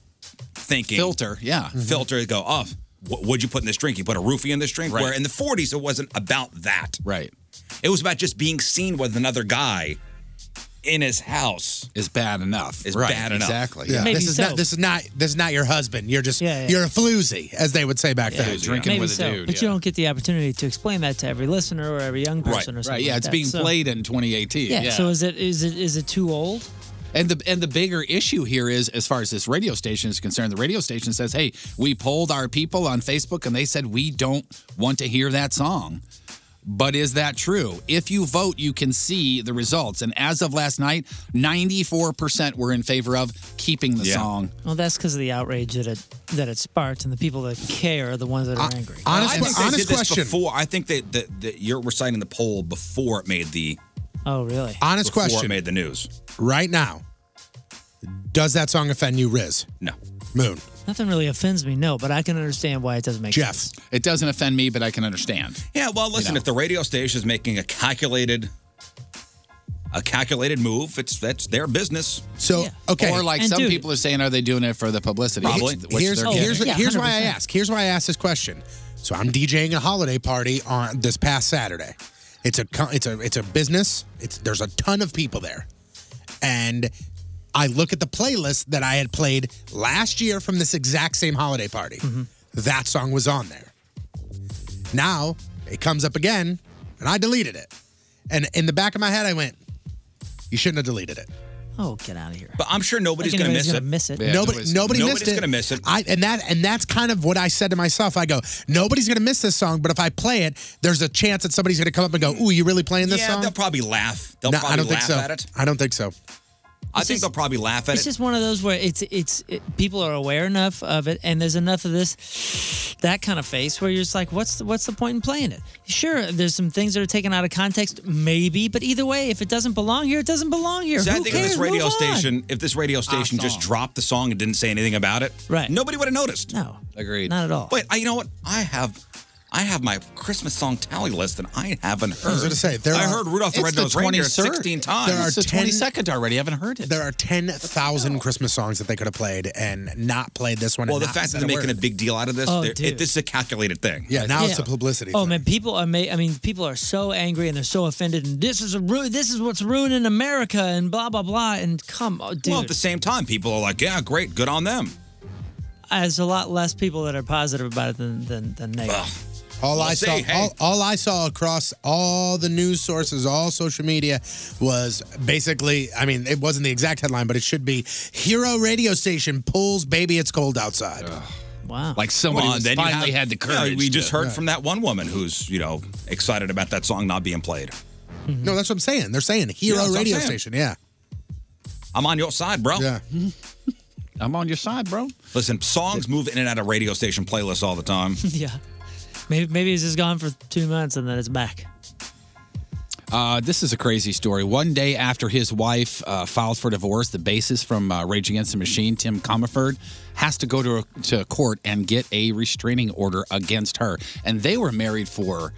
S6: thinking
S5: filter. Yeah,
S6: filter. Go off. Oh, wh- what'd you put in this drink? You put a roofie in this drink.
S5: Right.
S6: Where in the 40s it wasn't about that.
S5: Right.
S6: It was about just being seen with another guy in his house.
S5: Is bad enough.
S6: Is
S10: Right,
S6: bad enough.
S5: exactly.
S10: Yeah.
S6: Maybe
S10: this is
S6: so.
S10: not this is not this is not your husband. You're just
S9: Yeah, yeah.
S10: you're a floozy, as they would say back
S9: Yeah,
S10: then.
S9: Maybe so, But you don't get the opportunity to explain that to every listener or every young
S5: Right,
S9: person or something.
S5: right. Yeah,
S9: like
S5: it's
S9: that.
S5: being
S9: So-
S5: played in 2018.
S9: Yeah. So is it is it is it too old?
S5: And the and the bigger issue here is as far as this radio station is concerned, the radio station says, "Hey, we polled our people on Facebook and they said we don't want to hear that song." But is that true? If you vote, you can see the results. And as of last night, 94% were in favor of keeping the song.
S9: Well, that's because of the outrage that it that it sparked, and the people that care are the ones that are angry.
S6: I think they did this Before I think that that that you're reciting the poll before it made the
S9: Oh, really?
S10: Honest
S6: before
S10: question.
S6: it made the news.
S10: Right now, does that song offend you, Riz?
S6: No.
S10: Moon.
S9: Nothing really offends me, no, but I can understand why it doesn't make
S10: Jeff.
S9: sense.
S5: It doesn't offend me, but I can understand.
S6: Yeah, well, listen, if the radio station is making a calculated a calculated move. It's that's their business.
S5: So
S6: okay.
S5: or like
S6: And
S5: some
S6: dude-
S5: people are saying, are they doing it for the publicity?
S6: Probably.
S5: Which- which
S10: here's
S5: they're
S10: here's,
S5: getting.
S10: here's why I ask. Here's why I asked this question. So I'm DJing a holiday party on this past Saturday. It's a co- it's a it's a business. It's there's a ton of people there, and I look at the playlist that I had played last year from this exact same holiday party. That song was on there. Now it comes up again, and I deleted it. And in the back of my head, I went, "You shouldn't have deleted it."
S13: Oh, get out of here.
S6: But I'm sure nobody's
S13: Like
S6: going to
S13: anybody's
S6: miss,
S13: gonna miss it. Yeah,
S10: nobody,
S6: nobody's-
S10: nobody
S6: nobody's
S10: missed it.
S6: gonna miss it.
S10: I, and that, and that's kind of what I said to myself. I go, nobody's gonna miss this song, but if I play it, there's a chance that somebody's gonna come up and go, "Ooh, you really playing this
S6: yeah,
S10: song?"
S6: they'll probably laugh. They'll
S10: No,
S6: probably
S10: I don't
S6: laugh
S10: think so.
S6: at it.
S10: I don't think so.
S6: I think they'll probably laugh at
S9: It's
S6: it.
S9: just one of those where it's it's it, people are aware enough of it, and there's enough of this that kind of face where you're just like, what's the, what's the point in playing it? Sure, there's some things that are taken out of context, maybe, but either way, if it doesn't belong here, it doesn't belong here.
S6: See, I
S9: Who
S6: think
S9: cares?
S6: if this radio
S9: Move on.
S6: station, if this radio station just dropped the song and didn't say anything about it, right? Nobody would have noticed.
S9: No,
S6: agreed.
S9: not at all.
S6: Wait, I, you know what? I have, I have my Christmas song tally list, and I haven't heard.
S10: I was gonna say, there
S6: I
S10: are-
S6: heard Rudolph the
S10: It's
S6: Red
S10: the
S6: Nosed Reindeer
S10: 23rd.
S6: sixteen times.
S10: There are It's the 10
S5: 22nd already. I haven't heard it.
S10: There are ten thousand Christmas songs that they could have played and not played this one.
S6: Well,
S10: and
S6: the
S10: not
S6: fact that
S10: said
S6: they're making
S10: word.
S6: a big deal out of this,
S10: Oh,
S6: they're- it,
S10: dude.
S6: this is a calculated thing.
S10: Yeah, now it's a publicity.
S9: Oh man, people are. Ma- I mean, people are so angry and they're so offended, and this is a ru- this is what's ruining America, and blah blah blah. And come, on, dude,
S6: Well, at the same time, people are like, "Yeah, great, good on them."
S9: there's a lot less people that are positive about it than than, than negative.
S10: All
S9: Well,
S10: I
S9: say,
S10: saw,
S9: hey.
S10: all, all I saw across all the news sources, all social media, was basically. I mean, it wasn't the exact headline, but it should be: Hero radio station pulls "Baby It's Cold Outside." Oh.
S9: Wow!
S5: Like somebody
S6: Well,
S5: was
S6: then you
S5: finally had
S6: have-
S5: the
S6: Yeah,
S5: courage.
S6: we just
S5: to-
S6: heard from that one woman who's you know excited about that song not being played.
S10: No, that's what I'm saying. They're saying
S6: Yeah,
S10: Hero
S6: that's what I'm
S10: radio
S6: saying.
S10: station. Yeah.
S6: I'm on your side, bro. Yeah.
S5: [LAUGHS] I'm on your side, bro.
S6: Listen, songs move in and out of radio station playlists all the time.
S9: [LAUGHS] yeah, maybe maybe it's just gone for two months and then it's back.
S5: Uh, this is a crazy story. One day after his wife uh, filed for divorce, the bassist from uh, Rage Against the Machine, Tim Comerford, has to go to a, to court and get a restraining order against her. And they were married for,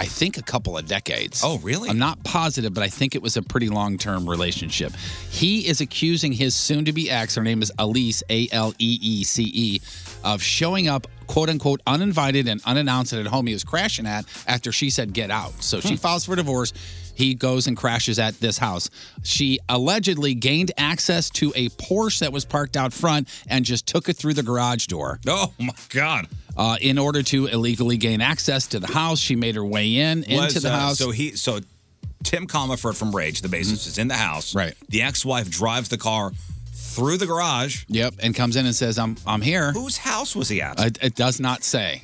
S5: I think, a couple of decades. Oh, really? I'm not positive, but I think it was a pretty long term relationship. He is accusing his soon to be ex, her name is Elise, A L E E C E, of showing up. "Quote unquote uninvited and unannounced at a home he was crashing at after she said get out." So
S6: Hmm.
S5: she files for divorce. He goes and crashes at this house. She allegedly gained access to a Porsche that was parked out front and just took it through the garage door.
S6: Oh my God!
S5: Uh, in order to illegally gain access to the house, she made her way in
S6: Was,
S5: into the
S6: uh,
S5: house. Mm-hmm.
S6: So he so Tim Comerford from Rage, the bassist, is in the house.
S5: Right.
S6: The ex-wife drives the car through the garage.
S5: Yep, and comes in and says, "I'm I'm here."
S6: Whose house was he at?
S5: It, it does not say.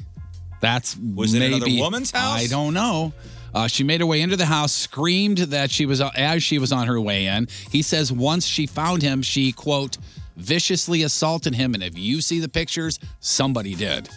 S5: That's
S6: Was it
S5: maybe,
S6: another woman's house?
S5: I don't know. Uh, she made her way into the house, screamed that she was uh, as she was on her way in. He says once she found him, she quote viciously assaulted him, and if you see the pictures, somebody did.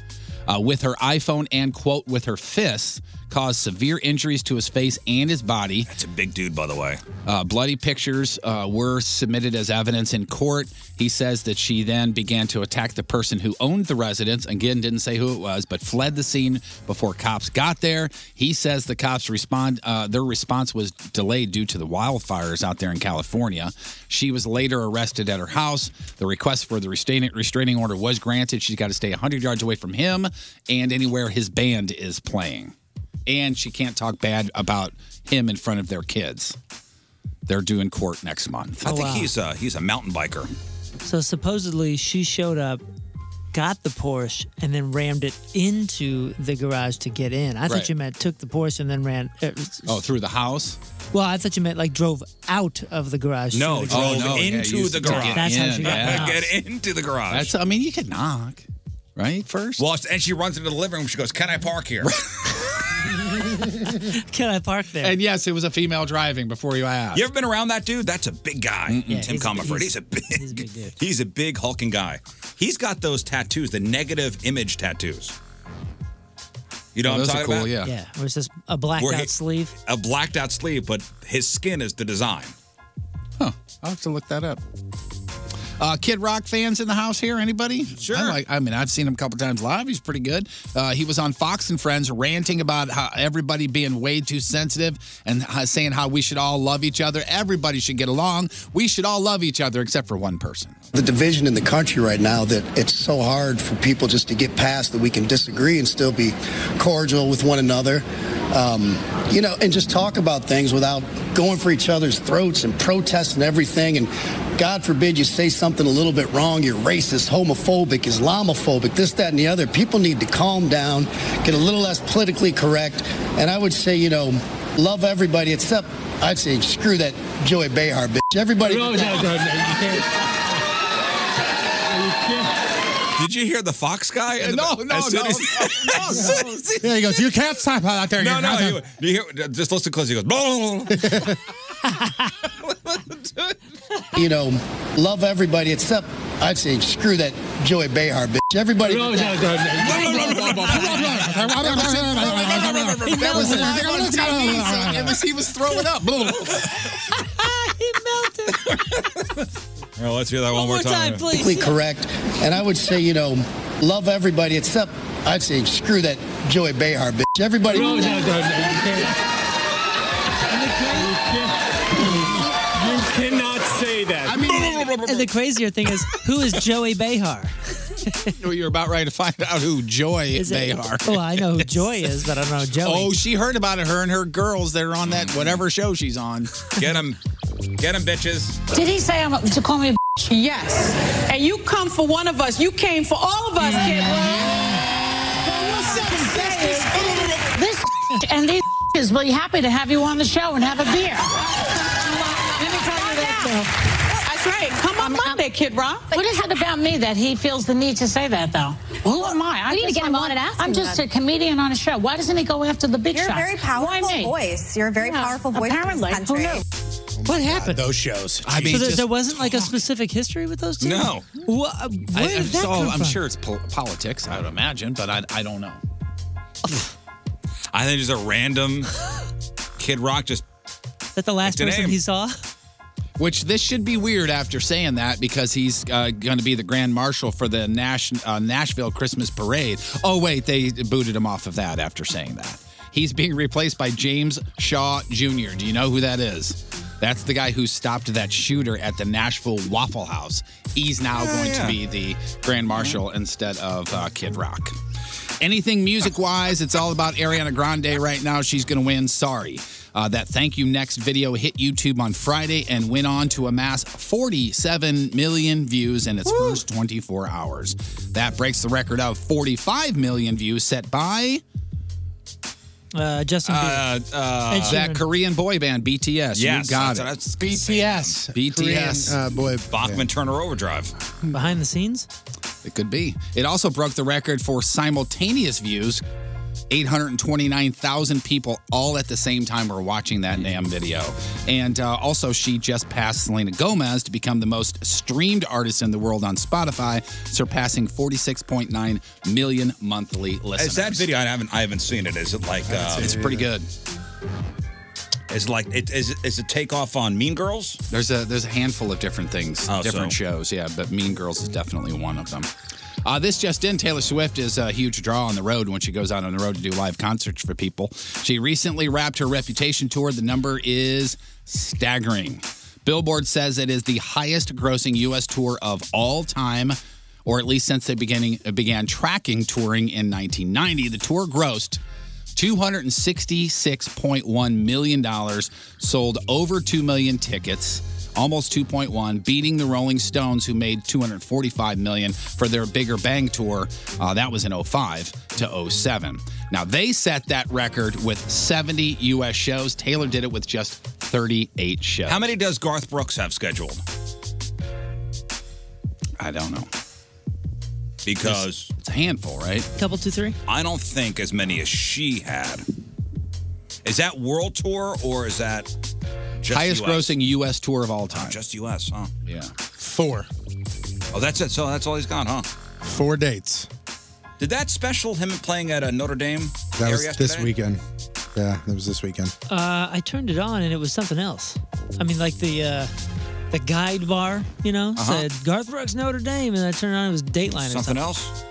S5: Uh, with her iPhone and quote with her fists, caused severe injuries to his face and his body.
S6: That's a big dude, by the way.
S5: Uh, bloody pictures uh, were submitted as evidence in court. He says that she then began to attack the person who owned the residence. Again, didn't say who it was, but fled the scene before cops got there. He says the cops respond. Uh, their response was delayed due to the wildfires out there in California. She was later arrested at her house. The request for the restraining restraining order was granted. She's got to stay 100 yards away from him and anywhere his band is playing. And she can't talk bad about him in front of their kids. They're due in court next month.
S6: I
S9: Oh,
S6: think he's a he's a mountain biker.
S9: So supposedly she showed up, got the Porsche, and then rammed it into the garage to get in. I
S5: Right.
S9: thought you meant took the Porsche and then ran. uh, s-
S5: Oh, through the house?
S9: Well, I thought you meant like drove out of the garage.
S5: No,
S9: through the
S5: drove
S9: garage.
S5: Oh, no, yeah, into used the to get garage.
S9: That's how
S5: in,
S9: she got
S5: yeah.
S9: out.
S6: [LAUGHS] Get into the garage.
S5: That's. I mean, you could knock, right? First.
S6: Well, and she runs into the living room. She goes, "Can I
S5: [LAUGHS]
S6: park here?"
S9: [LAUGHS] Can I park there?
S5: And yes, it was a female driving before you asked.
S6: You ever been around that dude? That's a big guy,
S5: Yeah,
S6: Tim
S5: he's-
S6: Comerford.
S5: he's-
S6: He's, a big, [LAUGHS] he's a big hulking guy. He's got those tattoos, the negative image tattoos. You know
S9: Oh,
S6: what I'm
S9: those are
S6: talking
S9: cool,
S6: about?
S9: yeah. Yeah, where it's just a blacked out sleeve.
S6: A blacked out sleeve, but his skin is the design.
S5: I'll have to look that up. Uh, Kid Rock fans in the house here? Anybody? Sure. I, like, I mean, I've seen him a couple times live. He's pretty good. Uh, he was on Fox and Friends ranting about how everybody being way too sensitive and how, saying how we should all love each other. Everybody should get along. We should all love each other except for
S9: [LAUGHS]
S5: one person.
S17: The division in the country right now that it's so hard for people just to get past that we can disagree and still be cordial with one another. Um, you know, and just talk about things without going for each other's throats and protesting everything. And God forbid you say something a little bit wrong, you're racist, homophobic, Islamophobic, this, that, and the other. People need to calm down, get a little less politically correct. And I would say, you know, love everybody except, I'd say, screw that Joey Behar bitch. Everybody.
S12: No, no, no, no, you can't.
S6: Did you hear the Fox guy?
S10: [LAUGHS]
S6: in the
S5: No,
S6: back-
S5: no,
S6: as soon
S5: no,
S6: as- [LAUGHS]
S5: Yeah, he goes, You can't stop out there.
S6: No,
S5: You
S6: no,
S5: gotta-"
S6: you, you hear, just listen close. He
S17: [LAUGHS]
S6: goes, "Blah, blah, blah, blah."
S17: you know, love everybody except, I'd say, screw that Joey Behar bitch. Everybody. No, no, no, [LAUGHS]
S5: That was live on TV, so it was- he was throwing up.
S6: Well, "Oh, let's hear that one, more time.
S17: Politically correct. And I would say, you know, love everybody except, I'd say, screw that Joey Behar bitch. Everybody. No, no, no,
S9: You cannot say that. I
S5: mean,
S9: and the crazier thing is, who is Joey
S5: [LAUGHS]
S9: Behar?
S5: You're about ready to find out who Joy
S9: Is
S5: they
S9: it-
S5: are.
S9: Well, I know
S5: [LAUGHS]
S9: who [LAUGHS] Joy is, but I don't know Joey.
S5: Oh, she heard about it. Her and her girls that are on that whatever show she's on.
S6: Get him. Get him, bitches.
S18: Did he say I'm, to call me a bitch? Yes. And you come for one of us. You came for all of us, kid. This and these is will be happy to have you on the show and have a beer. Let me tell you that, That's right. Come on Monday, Kid Rock. What is it about me that he feels the need to say that, though? Who am I? I
S19: We need to
S18: just-
S19: get him on and ask
S18: I'm
S19: him
S18: just
S19: about
S18: a comedian on a show. Why doesn't he go after the big
S19: You're a
S18: shots?
S19: very powerful
S18: Why me?
S19: voice. You're a very
S18: Yeah,
S19: powerful voice in this
S18: Apparently,
S19: country.
S18: who knew?
S9: Oh, What happened?
S10: those shows.
S5: Oh I mean,
S9: so there,
S5: just-
S9: there wasn't like a specific history with those two.
S5: No.
S9: Wha- uh, where did
S5: I, I'm,
S9: that
S5: so-
S9: come
S5: I'm
S9: from?
S5: sure it's po- politics, I would imagine, but I, I don't know.
S6: I think just a
S9: [LAUGHS]
S6: random Kid Rock just
S9: Is that the last
S6: Picked a
S9: person
S6: name.
S9: he saw?
S5: Which this should be weird after saying that because he's uh, going to be the grand marshal for the Nash- uh, Nashville Christmas Parade. Oh wait, they booted him off of that after saying that. He's being replaced by James Shaw Jr. Do you know who that is? That's the guy who stopped that shooter at the Nashville Waffle House. He's now
S20: Yeah,
S5: going
S20: yeah.
S5: to be the grand marshal instead of uh, Kid Rock. Anything music wise, it's all about Ariana Grande right now. She's going to win. Sorry. Uh, that thank you next video hit YouTube on Friday and went on to amass 47 million views in its first 24 hours. That breaks the record of 45 million views set by
S9: Uh, Justin Bieber.
S6: uh,
S9: Ed Sheeran.
S5: Uh, that Korean boy band BTS.
S6: Yes,
S5: you got it.
S6: that's-
S5: BTS. BTS.
S6: Korean, uh, boy- Bachman Turner Overdrive.
S9: Behind the scenes?
S5: It could be. It also broke the record for simultaneous views. 829,000 people all at the same time were watching that damn video. And uh, also, she just passed Selena Gomez to become the most streamed artist in the world on Spotify, surpassing 46.9 million monthly listeners.
S6: Is that video? I haven't. I haven't seen it. Is it like? Uh,
S5: It's pretty good.
S6: Is like it is. Is it take off on Mean Girls?
S5: There's a there's a handful of different things,
S6: Oh,
S5: different
S6: so-
S5: shows, yeah. But Mean Girls is definitely one of them. Uh, this just in: Taylor Swift is a huge draw on the road when she goes out on the road to do live concerts for people. She recently wrapped her Reputation tour. The number is staggering. Billboard says it is the highest-grossing U.S. tour of all time, or at least since they beginning began tracking touring in 1990. The tour grossed. $266.1 million, sold over 2 million tickets, almost 2.1, beating the Rolling Stones, who made 245 million for their Bigger Bang tour. Uh, that was in 05 to 07. Now, they set that record with 70 U.S. shows. Taylor did it with just 38 shows.
S6: How many does Garth Brooks have scheduled?
S5: I don't know.
S6: Because
S5: it's a handful, right?
S9: Couple, two, three.
S6: I don't think as many as she had. Is that world tour or is that just
S5: Highest
S6: US?
S5: grossing U.S. tour of all time.
S6: Just U.S. Huh?
S5: Yeah.
S6: Four. Oh, that's it. So that's all he's got, huh?
S10: Four dates.
S6: Did that special him playing at uh, Notre Dame?
S10: That
S6: there
S10: was this
S6: yesterday?
S10: weekend. Yeah, that was this weekend.
S9: Uh, I turned it on and it was something else. I mean, like the uh, the guide bar, you know,
S6: Uh-huh.
S9: said Garth Brooks Notre Dame, and I turned around, it was Dateline. or
S6: Something else?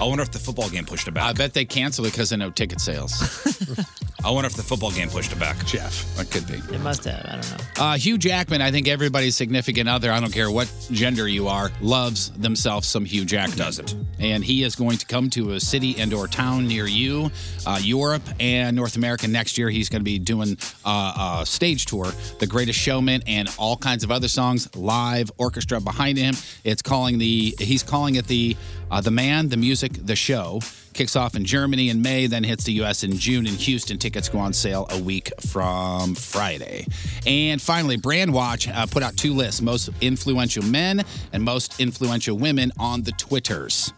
S6: I wonder if the football game pushed it back. I
S5: bet they canceled it because of no ticket sales.
S6: I wonder if the football game pushed it back. Jeff.
S5: It could be.
S9: It must have. I don't know.
S5: Uh, Hugh Jackman, I think everybody's significant other, I don't care what gender you are, loves themselves some Hugh Jackman. Does it? And he is going to come to a city and or town near you, uh, Europe and North America next year. He's going to be doing uh, a stage tour, The Greatest Showman, and all kinds of other songs, live orchestra behind him. It's calling the he's calling it the uh, the man, the music, the show. Kicks off in Germany in May, then hits the U.S. in June in Houston. Tickets go on sale a week from Friday. And finally, Brandwatch uh, put out two lists: most influential men and most influential women on the Twitters.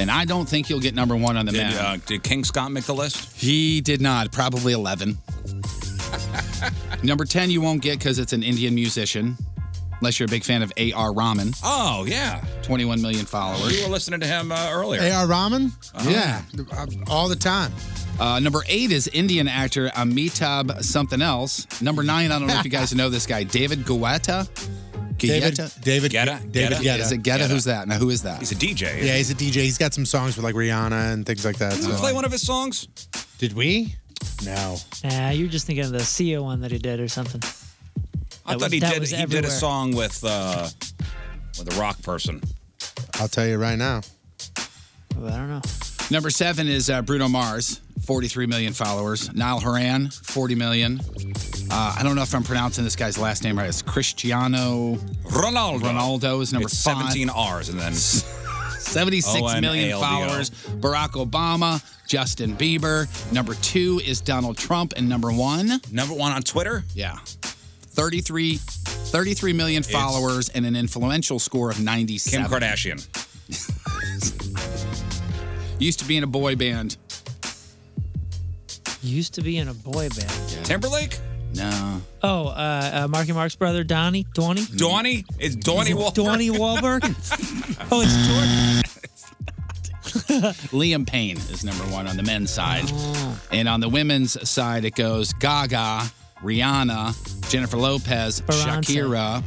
S5: And I don't think you'll get number one on the
S6: Did,
S5: men.
S6: uh, did King Scott make the list?
S5: He did not. Probably 11. Number 10, you won't get because it's an Indian musician, unless you're a big fan of A.R. Rahman.
S6: Oh, yeah.
S5: 21 million followers.
S6: We were listening to him uh, earlier. Uh-huh.
S5: A.R. Rahman?
S6: Yeah,
S5: all the time. Uh-huh. Uh, number eight is Indian actor Amitabh something else. Number nine, I don't know if you guys know this guy, David Guetta.
S10: David-
S5: David
S10: Guetta? David Guetta.
S5: Is it Guetta?
S10: Guetta.
S5: Who's that? Now, who is that?
S6: He's a DJ.
S10: Yeah, he's a DJ. He's got some songs with like Rihanna and things like that.
S6: Didn't we
S10: so-
S6: play one of his songs?
S10: Did we? No.
S9: Nah, you're just thinking of the CEO one that he did or something.
S6: I
S9: That
S6: thought
S9: was-
S6: he
S9: that
S6: did.
S9: was
S6: He did a
S9: everywhere.
S6: song with uh, with a rock person.
S10: I'll tell you right now.
S9: I don't know.
S5: Number seven is uh, Bruno Mars, 43 million followers. Niall Horan, 40 million. Uh, I don't know if I'm pronouncing this guy's last name right. It's Cristiano
S6: Ronaldo.
S5: Ronaldo is number
S6: It's
S5: five.
S6: 17 R's and [LAUGHS] then
S5: 76 million
S6: O N A L D O.
S5: followers. Barack Obama, Justin Bieber. Number two is Donald Trump. And number one?
S6: Number one on Twitter?
S5: Yeah. 33, 33 million
S6: It's-
S5: followers and an influential score of 97.
S6: Kim Kardashian.
S5: [LAUGHS] Used to be in a boy band.
S9: Used to be in a boy band.
S6: Timberlake?
S5: No.
S9: Oh, uh, uh, Marky Mark's brother, Donnie. Donnie?
S6: Donnie? It's Donnie
S9: Is it
S6: Wahlberg.
S9: Donnie Wahlberg?
S6: [LAUGHS]
S9: oh, it's Jordan.
S5: [LAUGHS] Liam Payne is number one on the men's side. And on the women's side, it goes Gaga, Rihanna, Jennifer Lopez,
S6: Beyonce.
S5: Shakira,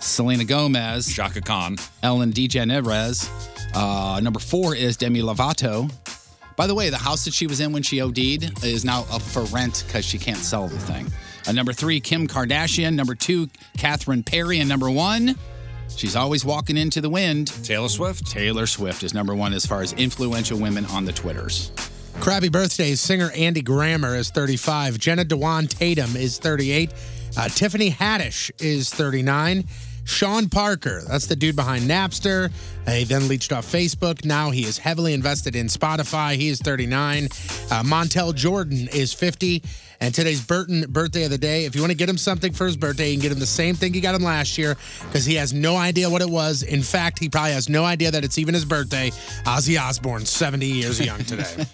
S5: Selena Gomez,
S6: Shaka Khan,
S5: Ellen DeGeneres. Uh, number four is Demi Lovato. By the way, the house that she was in when she OD'd is now up for rent because she can't sell the thing. Uh, number three, Kim Kardashian. Number two, Katherine Perry. And number one, She's always walking into the wind.
S6: Taylor Swift.
S5: Taylor Swift is number one as far as influential women on the Twitters.
S10: Crabby birthdays. Singer Andy Grammer is 35. Jenna Dewan Tatum is 38. Uh, Tiffany Haddish is 39. Sean Parker, that's the dude behind Napster. Uh, he then leached off Facebook. Now he is heavily invested in Spotify. He is 39. Uh, Montel Jordan is 50. And today's Burton birthday of the day. If you want to get him something for his birthday, you can get him the same thing you got him last year because he has no idea what it was. In fact, he probably has no idea that it's even his birthday. Ozzy Osbourne, 70 years young today.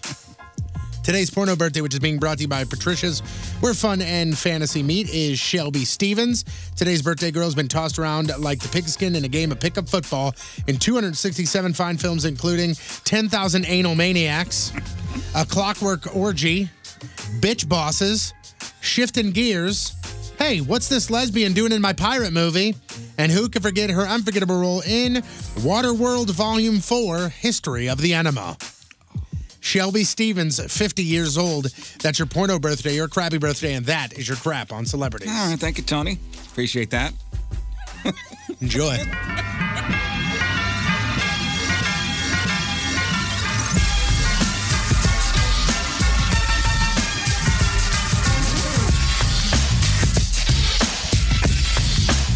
S10: Today's porno birthday, which is being brought to you by Patricia's, where fun and fantasy meet, is Shelby Stevens. Today's birthday girl has been tossed around like the pigskin in a game of pickup football in 267 fine films, including 10,000 Anal Maniacs, A Clockwork Orgy, Bitch Bosses, Shifting Gears. Hey, what's this lesbian doing in my pirate movie? And who can forget her unforgettable role in Waterworld Volume 4 History of the Enema? Shelby Stevens, 50 years old. That's your porno birthday, your crappy birthday, and that is your crap on celebrities.
S6: All right, thank you, Tony. Appreciate that.
S10: [LAUGHS] Enjoy.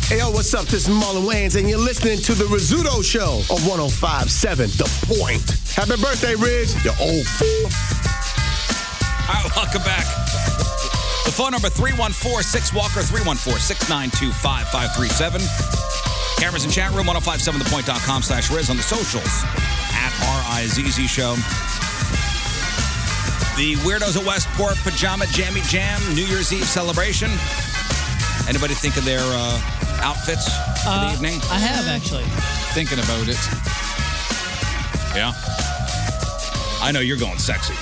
S19: Hey, yo, what's up? This is Marlon Wayans, and you're listening to The Rizzuto Show on 1057 The Point. Happy birthday, Ridge, you old f-
S6: All right, welcome back. The phone number 3146 Walker 314 692 5537. Cameras in chat room 1057thepoint.com slash Riz on the socials at RIZZ Show. The Weirdos of Westport Pajama Jammy Jam New Year's Eve celebration. Anybody think of their uh, outfits for the
S9: Uh,
S6: evening?
S9: I have actually.
S5: Thinking about it.
S6: Yeah. I know you're going sexy.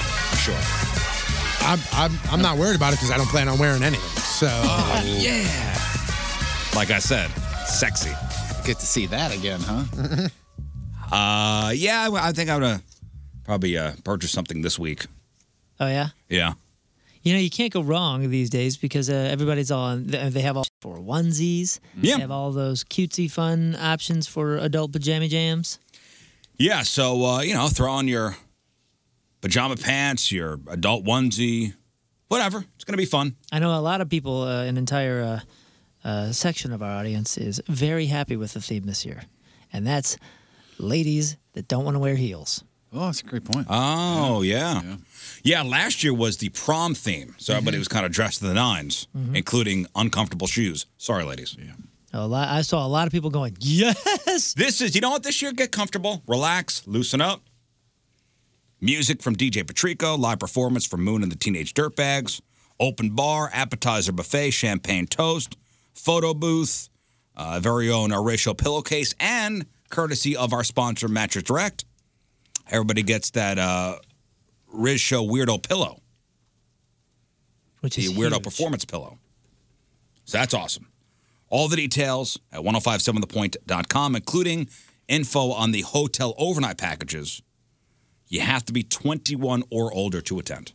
S6: Sure.
S10: I'm, I'm, I'm not worried about it because I don't plan on wearing anything. So,
S6: Oh, Like I said, Sexy.
S5: Get to see that again, huh?
S6: Uh, yeah, I- I think I'm gonna probably uh, purchase something this week.
S9: Oh yeah.
S6: Yeah.
S9: You know, you can't go wrong these days because uh, everybody's all on. They they have all for onesies.
S6: Yeah.
S9: They have all those cutesy fun options for adult pajama jams.
S6: Yeah, so uh, you know, throw on your pajama pants, your adult onesie, whatever. It's gonna be fun.
S9: I know a lot of people, uh, an entire uh, uh, section of our audience is very happy with the theme this year, and that's ladies that don't want to wear heels.
S5: Oh, that's a great point.
S6: Oh yeah. yeah, Last year was the prom theme, so everybody
S5: Mm-hmm.
S9: Mhm.
S6: was kind of dressed to the 9s including uncomfortable shoes. Sorry, ladies. Yeah.
S9: A lot, I saw a lot of people going, yes.
S6: This is you know what this year. Get comfortable, relax, loosen up. Music from DJ Patrico, live performance from Moon and the Teenage Dirtbags, open bar, appetizer buffet, champagne toast, photo booth, uh, very own Horatio pillowcase, and courtesy of our sponsor Mattress Direct. Everybody gets that uh, Riz Show Weirdo pillow.
S9: Which
S6: the Weirdo Performance Pillow. So that's awesome. All the details at 1057thepoint.com, including info on the hotel overnight packages. You have to be 21 or older to attend.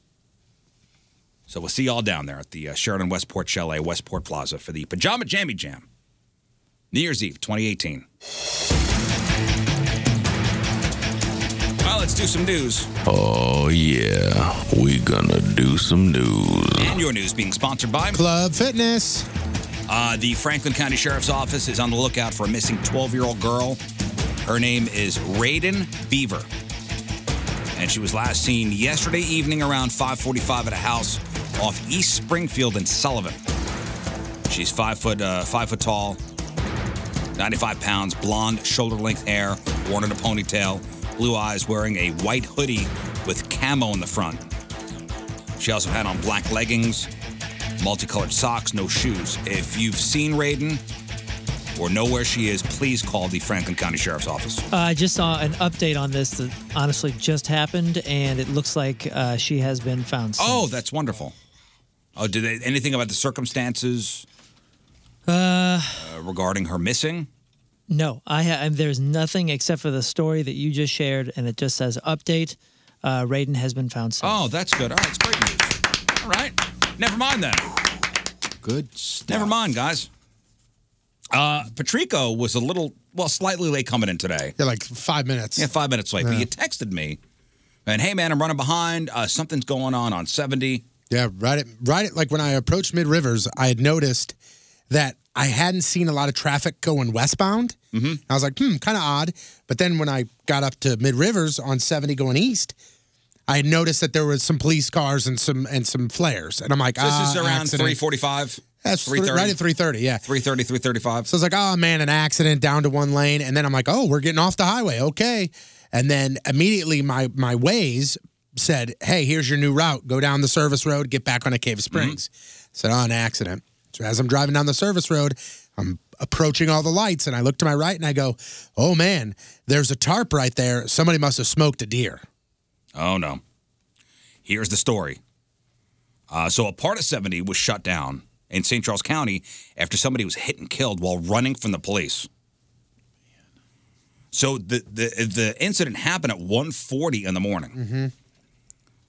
S6: So we'll see y'all down there at the uh, Sheridan Westport Chalet, Westport Plaza for the Pajama Jammy Jam. New Year's Eve 2018. Well, let's do some news.
S21: Oh, yeah. We gonna do some news.
S6: And your news being sponsored by
S5: Club Fitness.
S6: Uh, the Franklin County Sheriff's Office is on the lookout for a missing 12 year old girl. Her name is Raiden Beaver. And she was last seen yesterday evening around 545 at a house off East Springfield in Sullivan. She's five foot, uh, five foot tall, 95 pounds, blonde, shoulder length hair, worn in a ponytail, blue eyes, wearing a white hoodie with camo in the front. She also had on black leggings, multicolored socks, no shoes. If you've seen Raiden or know where she is, please call the Franklin County Sheriff's Office.
S9: Uh, I just saw an update on this that honestly just happened, and it looks like uh, she has been found.
S6: Oh, that's wonderful. Oh, did they, anything about the circumstances
S9: Uh,
S6: uh, regarding her missing?
S9: no, I ha- and there's nothing except for the story that you just shared, and it just says update. Uh, Raiden has been found safe.
S6: Oh, that's good. All right, it's great news. All right, never mind then.
S5: Good stuff.
S6: Never mind, guys. Uh, Patrico was a little, well, slightly late coming in today.
S5: Yeah, like five minutes.
S6: Yeah, five minutes late. But
S10: Yeah.
S6: you texted me, and hey, man, I'm running behind. Uh, something's going on on 70.
S10: Yeah, right. At, right. At, like when I approached Mid Rivers, I had noticed that I hadn't seen a lot of traffic going westbound. Mm-hmm. I was like, hmm, kind of odd. But then when I got up to Mid Rivers on 70 going east, I had noticed that there was some police cars and some and some flares, and I'm like,
S6: So this is
S10: "Ah,
S6: around
S10: accident."
S6: 345.
S10: That's three- right at 3:30. Yeah,
S6: 330, 335.
S10: So I was like, oh man, an accident down to one lane. And then I'm like, oh, we're getting off the highway. Okay. And then immediately my my ways said, hey, here's your new route. Go down the service road, get back on a Cave Springs. Said, oh, an accident. So as I'm driving down the service road, I'm approaching all the lights and I look to my right and I go, oh man, there's a tarp right there. Somebody must have smoked a deer.
S6: Oh, no. Here's the story. Uh, so, a part of 70 was shut down in St. Charles County after somebody was hit and killed while running from the police. So, the, the, the incident happened at 1.40 in the morning.
S14: Mm-hmm.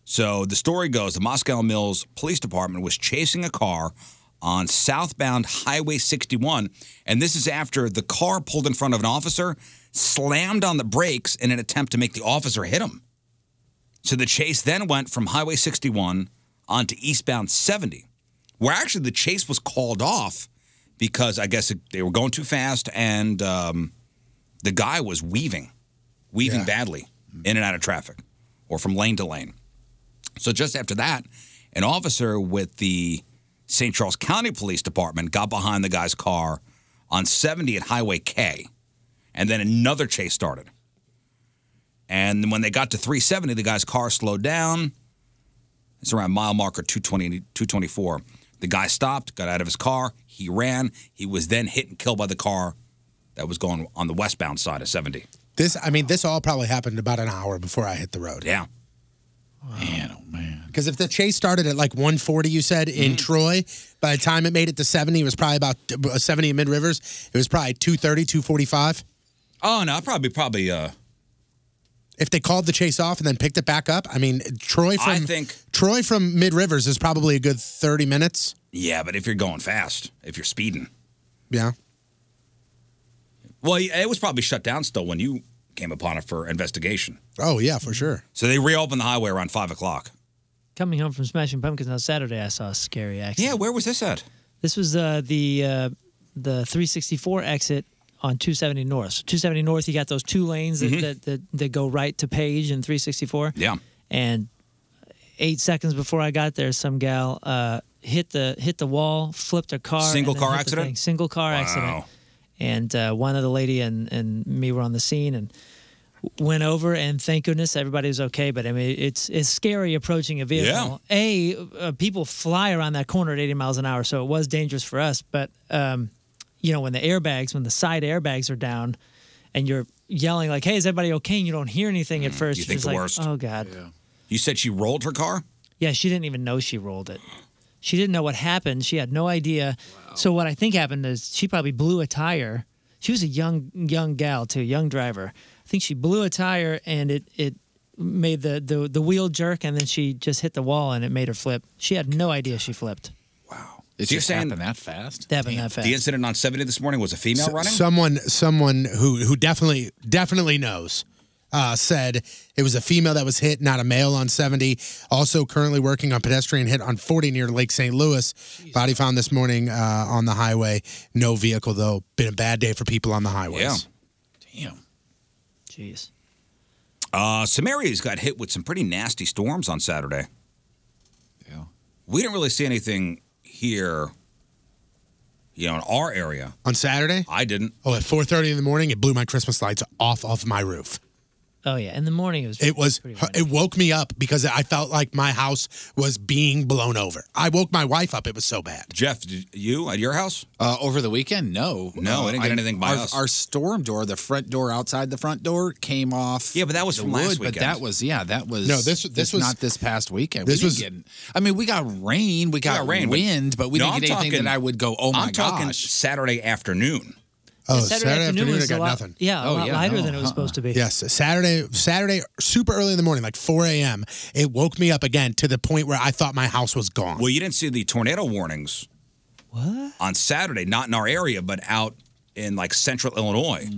S6: So, the story goes the Moscow Mills Police Department was chasing a car on southbound Highway 61. And this is after the car pulled in front of an officer, slammed on the brakes in an attempt to make the officer hit him. So the chase then went from Highway 61 onto eastbound 70, where actually the chase was called off because I guess it, they were going too fast and um, the guy was weaving, weaving badly in and out of traffic or from lane to lane. So just after that, an officer with the St. Charles County Police Department got behind the guy's car on 70 at Highway K, and then another chase started. And when they got to 370, the guy's car slowed down. It's around mile marker 220, 224. The guy stopped, got out of his car, he ran. He was then hit and killed by the car that was going on the westbound side of 70.
S10: This, I mean, this all probably happened about an hour before I hit the road.
S6: Yeah. oh,
S10: Because if the chase started at like 140, you said
S6: Mm-hmm.
S10: in Troy, by the time it made it to 70, it was probably about uh, 70 in Mid Rivers. It was probably 230, 245.
S6: Oh no, I probably probably uh
S10: If they called the chase off and then picked it back up, I mean Troy from
S6: I think
S10: Troy from Mid Rivers is probably a good 30 minutes.
S6: yeah, but if you're going fast, if you're speeding.
S10: Yeah.
S6: Well, it was probably shut down still when you came upon it for investigation.
S10: Oh yeah, for sure.
S6: So they reopened the highway around five o'clock.
S9: Coming home from Smashing Pumpkins on Saturday, I saw a scary accident.
S6: Yeah, where was this at?
S9: This was uh, the uh, the 364 exit on 270 North. So 270 North, you got those two lanes that,
S6: Mhm.
S9: that, that, that go right to Page and 364.
S6: Yeah.
S9: And eight seconds before I got there, some gal uh, hit the hit the wall, flipped her car. and
S6: Single
S9: then
S6: car
S9: hit the
S6: accident?
S9: thing. Single car accident. And uh, one other lady and, and me were on the scene and went over and thank goodness everybody was okay but i mean it's it's scary approaching a vehicle a uh, people fly around that corner at 80 miles an hour so it was dangerous for us but um you know when the airbags when the side airbags are down and you're yelling like hey is everybody okay and you don't hear anything at first you're
S6: Mm, you think
S9: just
S6: the
S9: like,
S6: worst.
S9: oh god
S6: You said she rolled her car?
S9: yeah, she didn't even know she rolled it. She didn't know what happened. She had no idea. So what I think happened is she probably blew a tire. She was a young young gal too, young driver. I think she blew a tire and it it made the the, the wheel jerk and then she just hit the wall and it made her flip. She had no idea she flipped.
S6: Did you saying that
S5: fast?
S9: That happened that fast.
S6: The incident on 70 this morning was a female
S10: S-
S6: running?
S10: Someone, someone who who definitely definitely knows uh, said it was a female that was hit, not a male on seventy. Also, currently working on pedestrian hit on forty near Lake St. Louis. Body found this morning uh, on the highway. No vehicle though. Been a bad day for people on the highways.
S6: Yeah.
S9: Jeez.
S6: Uh, Samaria's got hit with some pretty nasty storms on Saturday. Yeah. We didn't really see anything here, you know, in our area.
S10: On Saturday,
S6: I didn't.
S10: oh, at four thirty in the morning, it blew my Christmas lights off off my roof.
S9: Oh yeah, in the morning it was
S10: It was. It woke me up because I felt like my house was being blown over. I woke my wife up. It was so bad.
S6: Jeff, did you at your house?
S5: Uh, over the weekend? No.
S6: No, I didn't get anything
S5: our,
S6: by us.
S5: Our storm door, the front door outside the front door, came off.
S6: Yeah, but that was
S5: the
S6: from last
S5: wood,
S6: weekend.
S5: But that was yeah, that was
S6: No, this- this
S5: it's
S6: was-
S5: not this past weekend.
S6: this
S5: we
S6: was-
S5: didn't get. I mean, we got rain, we got,
S6: rain, but-
S5: wind, but, we
S6: No,
S5: didn't
S6: I'm
S5: get anything
S6: talking-
S5: that I would go. Oh my
S6: I'm talking
S5: gosh!
S6: Saturday afternoon.
S10: Oh,
S5: Saturday
S10: Saturday,
S5: afternoon
S10: afternoon,
S5: was
S10: I
S5: a
S10: got
S5: lot-
S10: nothing. Oh,
S9: Yeah, a lot lighter than it was supposed to be.
S10: uh-uh. Yes, Saturday, Saturday, super early in the morning, like 4 a.m. It woke me up again to the point where I thought my house was gone.
S6: Well, you didn't see the tornado warnings. What? On Saturday, not in our area, but out in like central Illinois.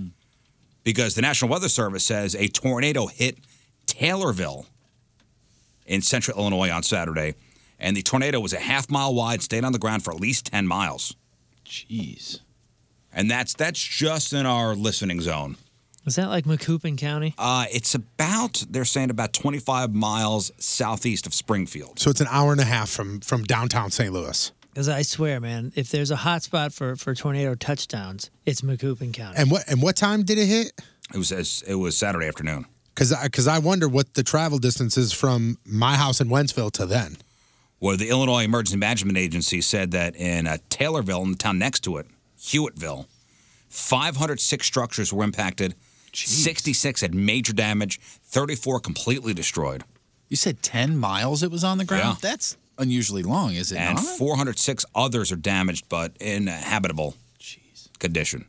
S6: Because the National Weather Service says a tornado hit Taylorville in central Illinois on Saturday. And the tornado was a half mile wide, stayed on the ground for at least 10 miles.
S5: Jeez.
S6: And that's that's just in our listening zone.
S9: Was that like McCoupin County?
S6: Uh, it's about, they're saying about 25 miles southeast of Springfield.
S10: So it's an hour and a half from from downtown St. Louis.
S9: Because I swear, man, if there's a hot spot for, for tornado touchdowns, it's McCoupin County.
S10: And what and what time did it hit?
S6: It was it was Saturday afternoon.
S10: Because I, 'cause I wonder what the travel distance is from my house in Wentzville to then.
S6: Well, the Illinois Emergency Management Agency said that in uh, Taylorville, in the town next to it, Hewittville, 506 structures were impacted. 66 had major damage, 34 completely destroyed.
S5: You said 10 miles it was on the ground? That's unusually long, is it
S6: and
S5: not? [LAUGHS]
S6: 406 others are damaged but in a habitable condition.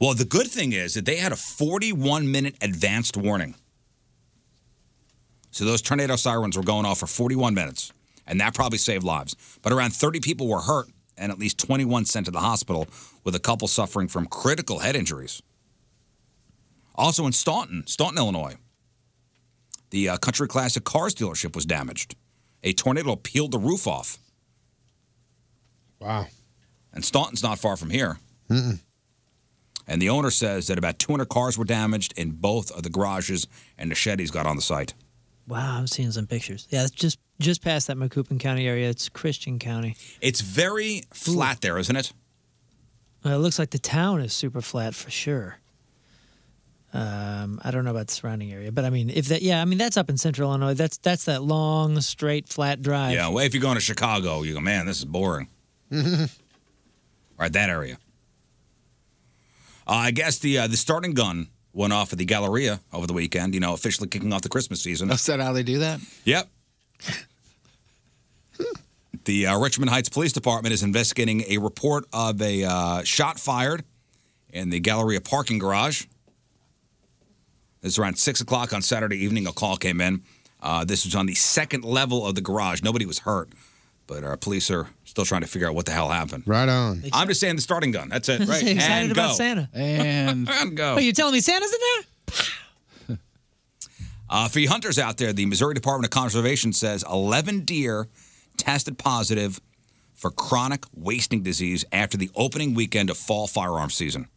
S6: Well, the good thing is that they had a 41 minute advanced warning. So those tornado sirens were going off for 41 minutes, and that probably saved lives. But around 30 people were hurt, and at least 21 sent to the hospital, with a couple suffering from critical head injuries. Also in Staunton, Staunton, Illinois, the uh, Country Classic Cars dealership was damaged. A tornado peeled the roof off.
S10: Wow.
S6: And Staunton's not far from here.
S10: Mm-mm.
S6: And the owner says that about 200 cars were damaged in both of the garages and the shed he's got on the site.
S9: Wow, I'm seeing some pictures. Yeah, it's just just past that McCoupin County area. It's Christian County.
S6: It's very flat there, isn't it?
S9: Well, it looks like the town is super flat for sure. Um, I don't know about the surrounding area, but I mean, if that, yeah, I mean that's up in Central Illinois. That's that's that long, straight, flat drive. [LAUGHS]
S6: Yeah, well, if you're going to Chicago, you go, man, this is boring. Right, that area. Uh, I guess the uh, the starting gun went off at the Galleria over the weekend. You know, officially kicking off the Christmas season.
S5: Is that how they do that?
S6: Yep. the uh, Richmond Heights Police Department is investigating a report of a uh, shot fired in the Galleria parking garage. It's around 6 o'clock on Saturday evening. A call came in. Uh, this was on the second level of the garage. Nobody was hurt, but our police are still trying to figure out what the hell happened.
S10: Right on.
S6: I'm just saying the starting gun.
S9: [LAUGHS]
S6: That's it. Right.
S9: Excited
S6: and
S9: about
S6: go.
S9: Santa.
S6: [LAUGHS]
S5: And,
S6: go.
S9: Oh, you're telling me Santa's in there?
S6: Uh, for you hunters out there, the Missouri Department of Conservation says 11 deer tested positive for chronic wasting disease after the opening weekend of fall firearm season.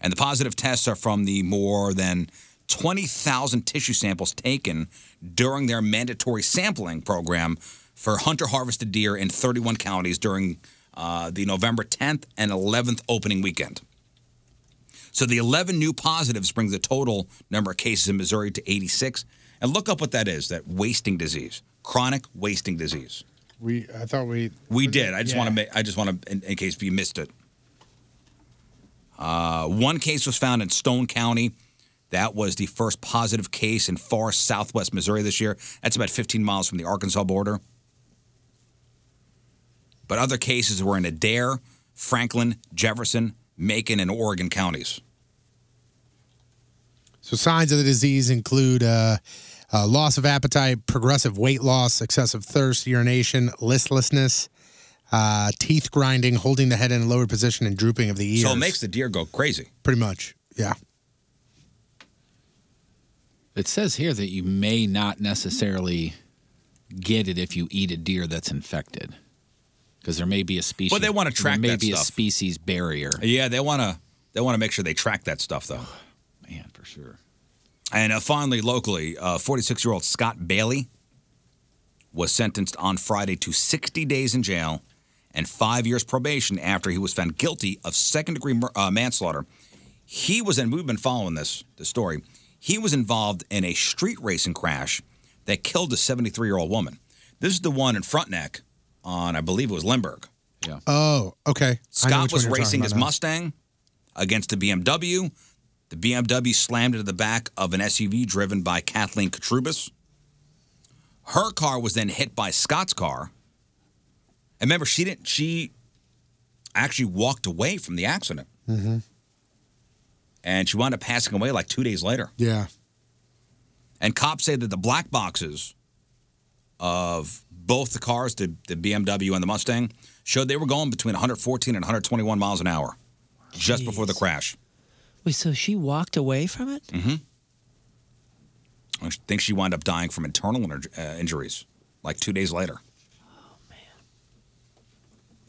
S6: And the positive tests are from the more than 20,000 tissue samples taken during their mandatory sampling program for hunter harvested deer in 31 counties during uh, the November 10th and 11th opening weekend. So the 11 new positives brings the total number of cases in Missouri to 86. And look up what that is that wasting disease, chronic wasting disease.
S10: We I thought we
S6: We did. I just
S10: yeah.
S6: want to make. I just want to, in, in case you missed it. Uh, one case was found in Stone County. That was the first positive case in far southwest Missouri this year. That's about 15 miles from the Arkansas border. But other cases were in Adair, Franklin, Jefferson, Macon, and Oregon counties.
S10: So signs of the disease include uh, uh, loss of appetite, progressive weight loss, excessive thirst, urination, listlessness, uh, teeth grinding, holding the head in a lowered position, and drooping of the ears.
S6: So it makes the deer go crazy.
S10: pretty much, yeah.
S5: It says here that you may not necessarily get it if you eat a deer that's infected, because there may be a species.
S6: Well, they wanna
S5: there
S6: track
S5: may
S6: that
S5: be a
S6: stuff.
S5: species barrier.
S6: Yeah, they want to they want to make sure they track that stuff [SIGHS] though.
S5: Man, for sure.
S6: And uh, finally, locally, 46 year old Scott Bailey was sentenced on Friday to 60 days in jail and five years probation after he was found guilty of second degree mur- uh, manslaughter. He was, and we've been following this, this story, he was involved in a street racing crash that killed a 73 year old woman. This is the one in Frontenac on, I believe it was Limburg. Yeah.
S10: Oh, okay. I know
S6: Scott
S10: which
S6: was
S10: one you're
S6: racing
S10: talking
S6: his
S10: about now.
S6: Mustang against a BMW. The BMW slammed into the back of an SUV driven by Kathleen Katrubis. Her car was then hit by Scott's car. And remember, she didn't. She actually walked away from the accident,
S10: Mm-hmm.
S6: and she wound up passing away like two days later.
S10: Yeah.
S6: And cops say that the black boxes of both the cars, the, the BMW and the Mustang, showed they were going between 114 and 121 miles an hour just before the crash.
S9: Wait, so she walked away from it?
S6: Mm-hmm. I think she wound up dying from internal inj- uh, injuries like two days later. Oh, man.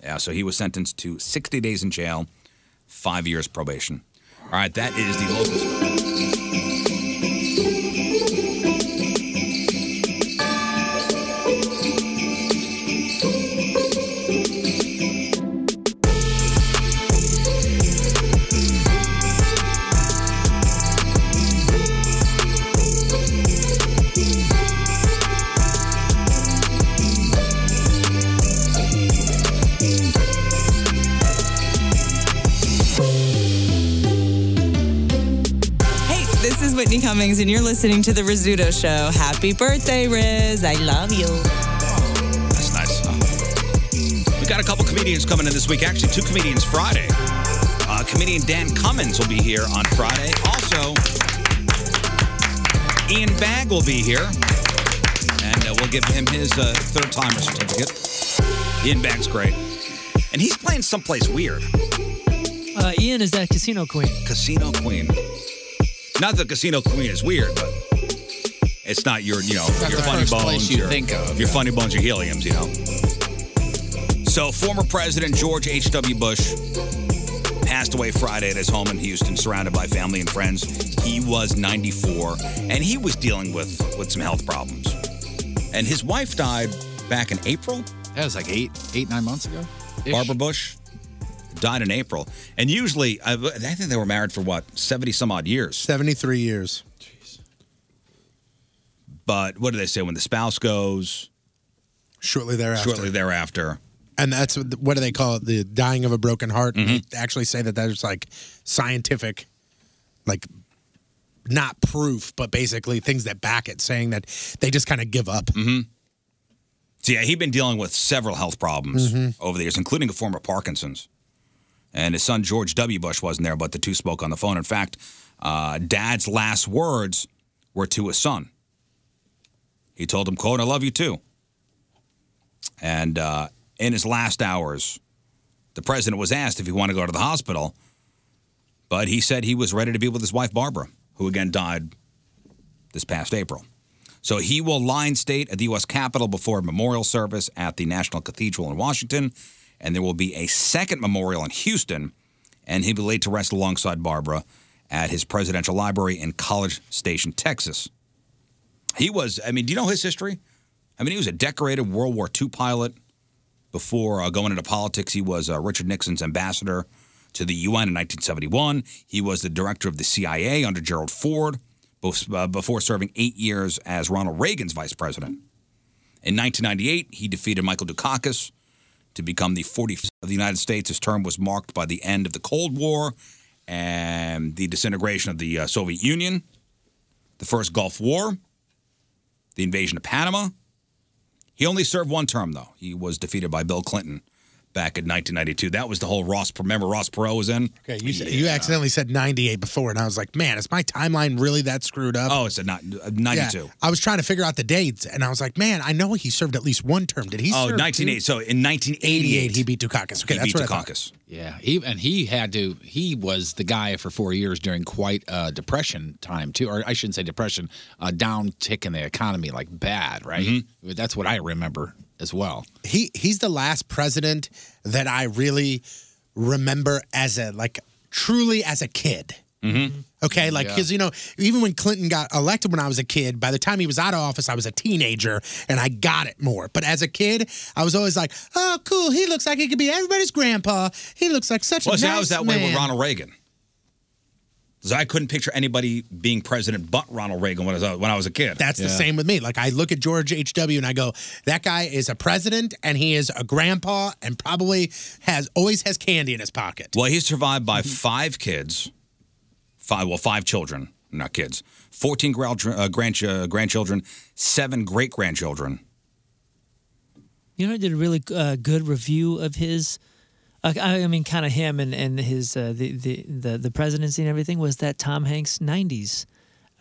S6: Yeah, so he was sentenced to 60 days in jail, five years probation. All right, that is the local.
S22: Hey, this is Whitney Cummings, and you're listening to The Rizzuto Show. Happy birthday, Riz. I love you.
S6: That's nice. Uh, we got a couple comedians coming in this week. Actually, two comedians Friday. Uh, comedian Dan Cummins will be here on Friday. Also, Ian Bagg will be here, and uh, we'll give him his uh, third timer certificate. Ian Bagg's great, and he's playing someplace weird.
S9: Uh, Ian is that casino queen.
S6: Casino Queen. Not that Casino Queen is weird, but it's not your, you know,
S5: Not
S6: your
S5: the
S6: funny
S5: first
S6: bones.
S5: place you
S6: your,
S5: think of,
S6: your funny bones, your heliums, you know. So, former President George H.W. Bush passed away Friday at his home in Houston, surrounded by family and friends. He was 94, and he was dealing with, with some health problems. And his wife died back in April. That was like eight, eight, nine months ago. Barbara Bush died in April. And usually, I, I think they were married for what, 70 some odd years.
S10: 73 years.
S6: But what do they say when the spouse goes?
S10: Shortly thereafter.
S6: Shortly thereafter.
S10: And that's what what do they call it?
S6: Mm-hmm.
S10: The dying of a broken heart. They actually say that that's like scientific, like not proof, but basically things that back it, saying that they just kind of give up.
S6: Mm-hmm. So yeah, he'd been dealing with several health problems
S10: Mhm.
S6: over the years, including a form of Parkinson's. And his son George W. Bush wasn't there, but the two spoke on the phone. In fact, uh, Dad's last words were to his son. He told him, "quote I love you too." And uh, in his last hours, the president was asked if he wanted to go to the hospital, but he said he was ready to be with his wife Barbara, who again died this past April. So he will line state at the U.S. Capitol before a memorial service at the National Cathedral in Washington, and there will be a second memorial in Houston, and he'll be laid to rest alongside Barbara at his presidential library in College Station, Texas. He was, I mean, do you know his history? I mean, he was a decorated World War II pilot. Before uh, going into politics, he was uh, Richard Nixon's ambassador to the UN in 1971. He was the director of the CIA under Gerald Ford bef- uh, before serving eight years as Ronald Reagan's vice president. In 1998, he defeated Michael Dukakis to become the 45th of the United States. His term was marked by the end of the Cold War and the disintegration of the uh, Soviet Union, the first Gulf War, the invasion of Panama. He only served one term, though. He was defeated by Bill Clinton back in 1992. That was the whole Ross. Remember, Ross Perot was in.
S10: Okay, you, said you accidentally said 98 before, and I was like, man, is my timeline really that screwed up?
S6: Oh, it's a not, uh, 92.
S10: Yeah, I was trying to figure out the dates, and I was like, man, I know he served at least one term. Did he
S6: oh,
S10: serve
S6: 1980.
S10: two?
S6: So in 1988,
S10: 88, he beat Dukakis. Okay,
S6: he
S10: that's
S6: beat
S10: what I thought.
S6: Dukakis.
S5: Yeah, he, and he had to. He was the guy for four years during quite a depression time too, or I shouldn't say depression, a downtick in the economy, like bad, right?
S6: Mm-hmm.
S5: That's what I remember as well.
S10: he he's the last president that I really remember as a like truly as a kid.
S14: Mm-hmm.
S10: Okay, like
S14: Yeah.
S10: because you know, even when Clinton got elected when I was a kid, by the time he was out of office, I was a teenager and I got it more. But as a kid, I was always like, "Oh, cool! He looks like he could be everybody's grandpa. He looks like such
S6: Well,
S10: a
S6: see,
S10: nice
S6: I was that way
S10: man."
S6: with Ronald Reagan. 'Cause I couldn't picture anybody being president but Ronald Reagan when I was, when I was a kid.
S10: That's the same with me. Like I look at George H.W. and I go, that guy is a president and he is a grandpa and probably has always has candy in his pocket.
S6: Well, he's survived by
S9: Mm-hmm.
S6: five kids, five well, five children, not kids, fourteen grand, uh, grand, uh, grandchildren, seven great grandchildren.
S9: You know, I did a really uh, good review of his. Uh, I I mean, kind of him and and his uh, the, the the the presidency and everything was that Tom Hanks '90s.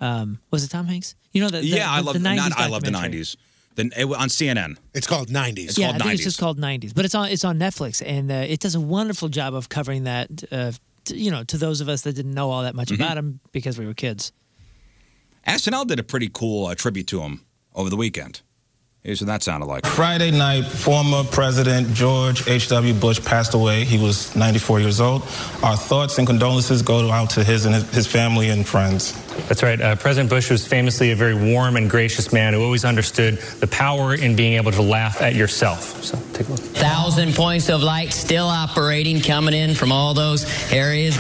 S9: Um, was it Tom Hanks? You know that the,
S6: yeah, I
S9: the-
S6: love
S9: the
S6: not I love the
S9: documentary.
S6: nineties. Then it, on CNN,
S10: it's called nineties.
S6: It's
S9: yeah,
S6: called
S9: I think it's
S6: nineties.
S9: just called '90s, but it's on it's on Netflix, and uh, it does a wonderful job of covering that. Uh, t- you know, to those of us that didn't know all that
S6: Mm-hmm.
S9: much about him because we were kids.
S6: SNL did a pretty cool uh, tribute to him over the weekend. Here's what that sounded like.
S3: Friday night, former President George H.W. Bush passed away. He was 94 years old. Our thoughts and condolences go out to his and his- his family and friends.
S20: That's right. Uh, President Bush was famously a very warm and gracious man who always understood the power in being able to laugh at yourself. So take a look.
S12: Thousand points of light still operating, coming in from all those areas.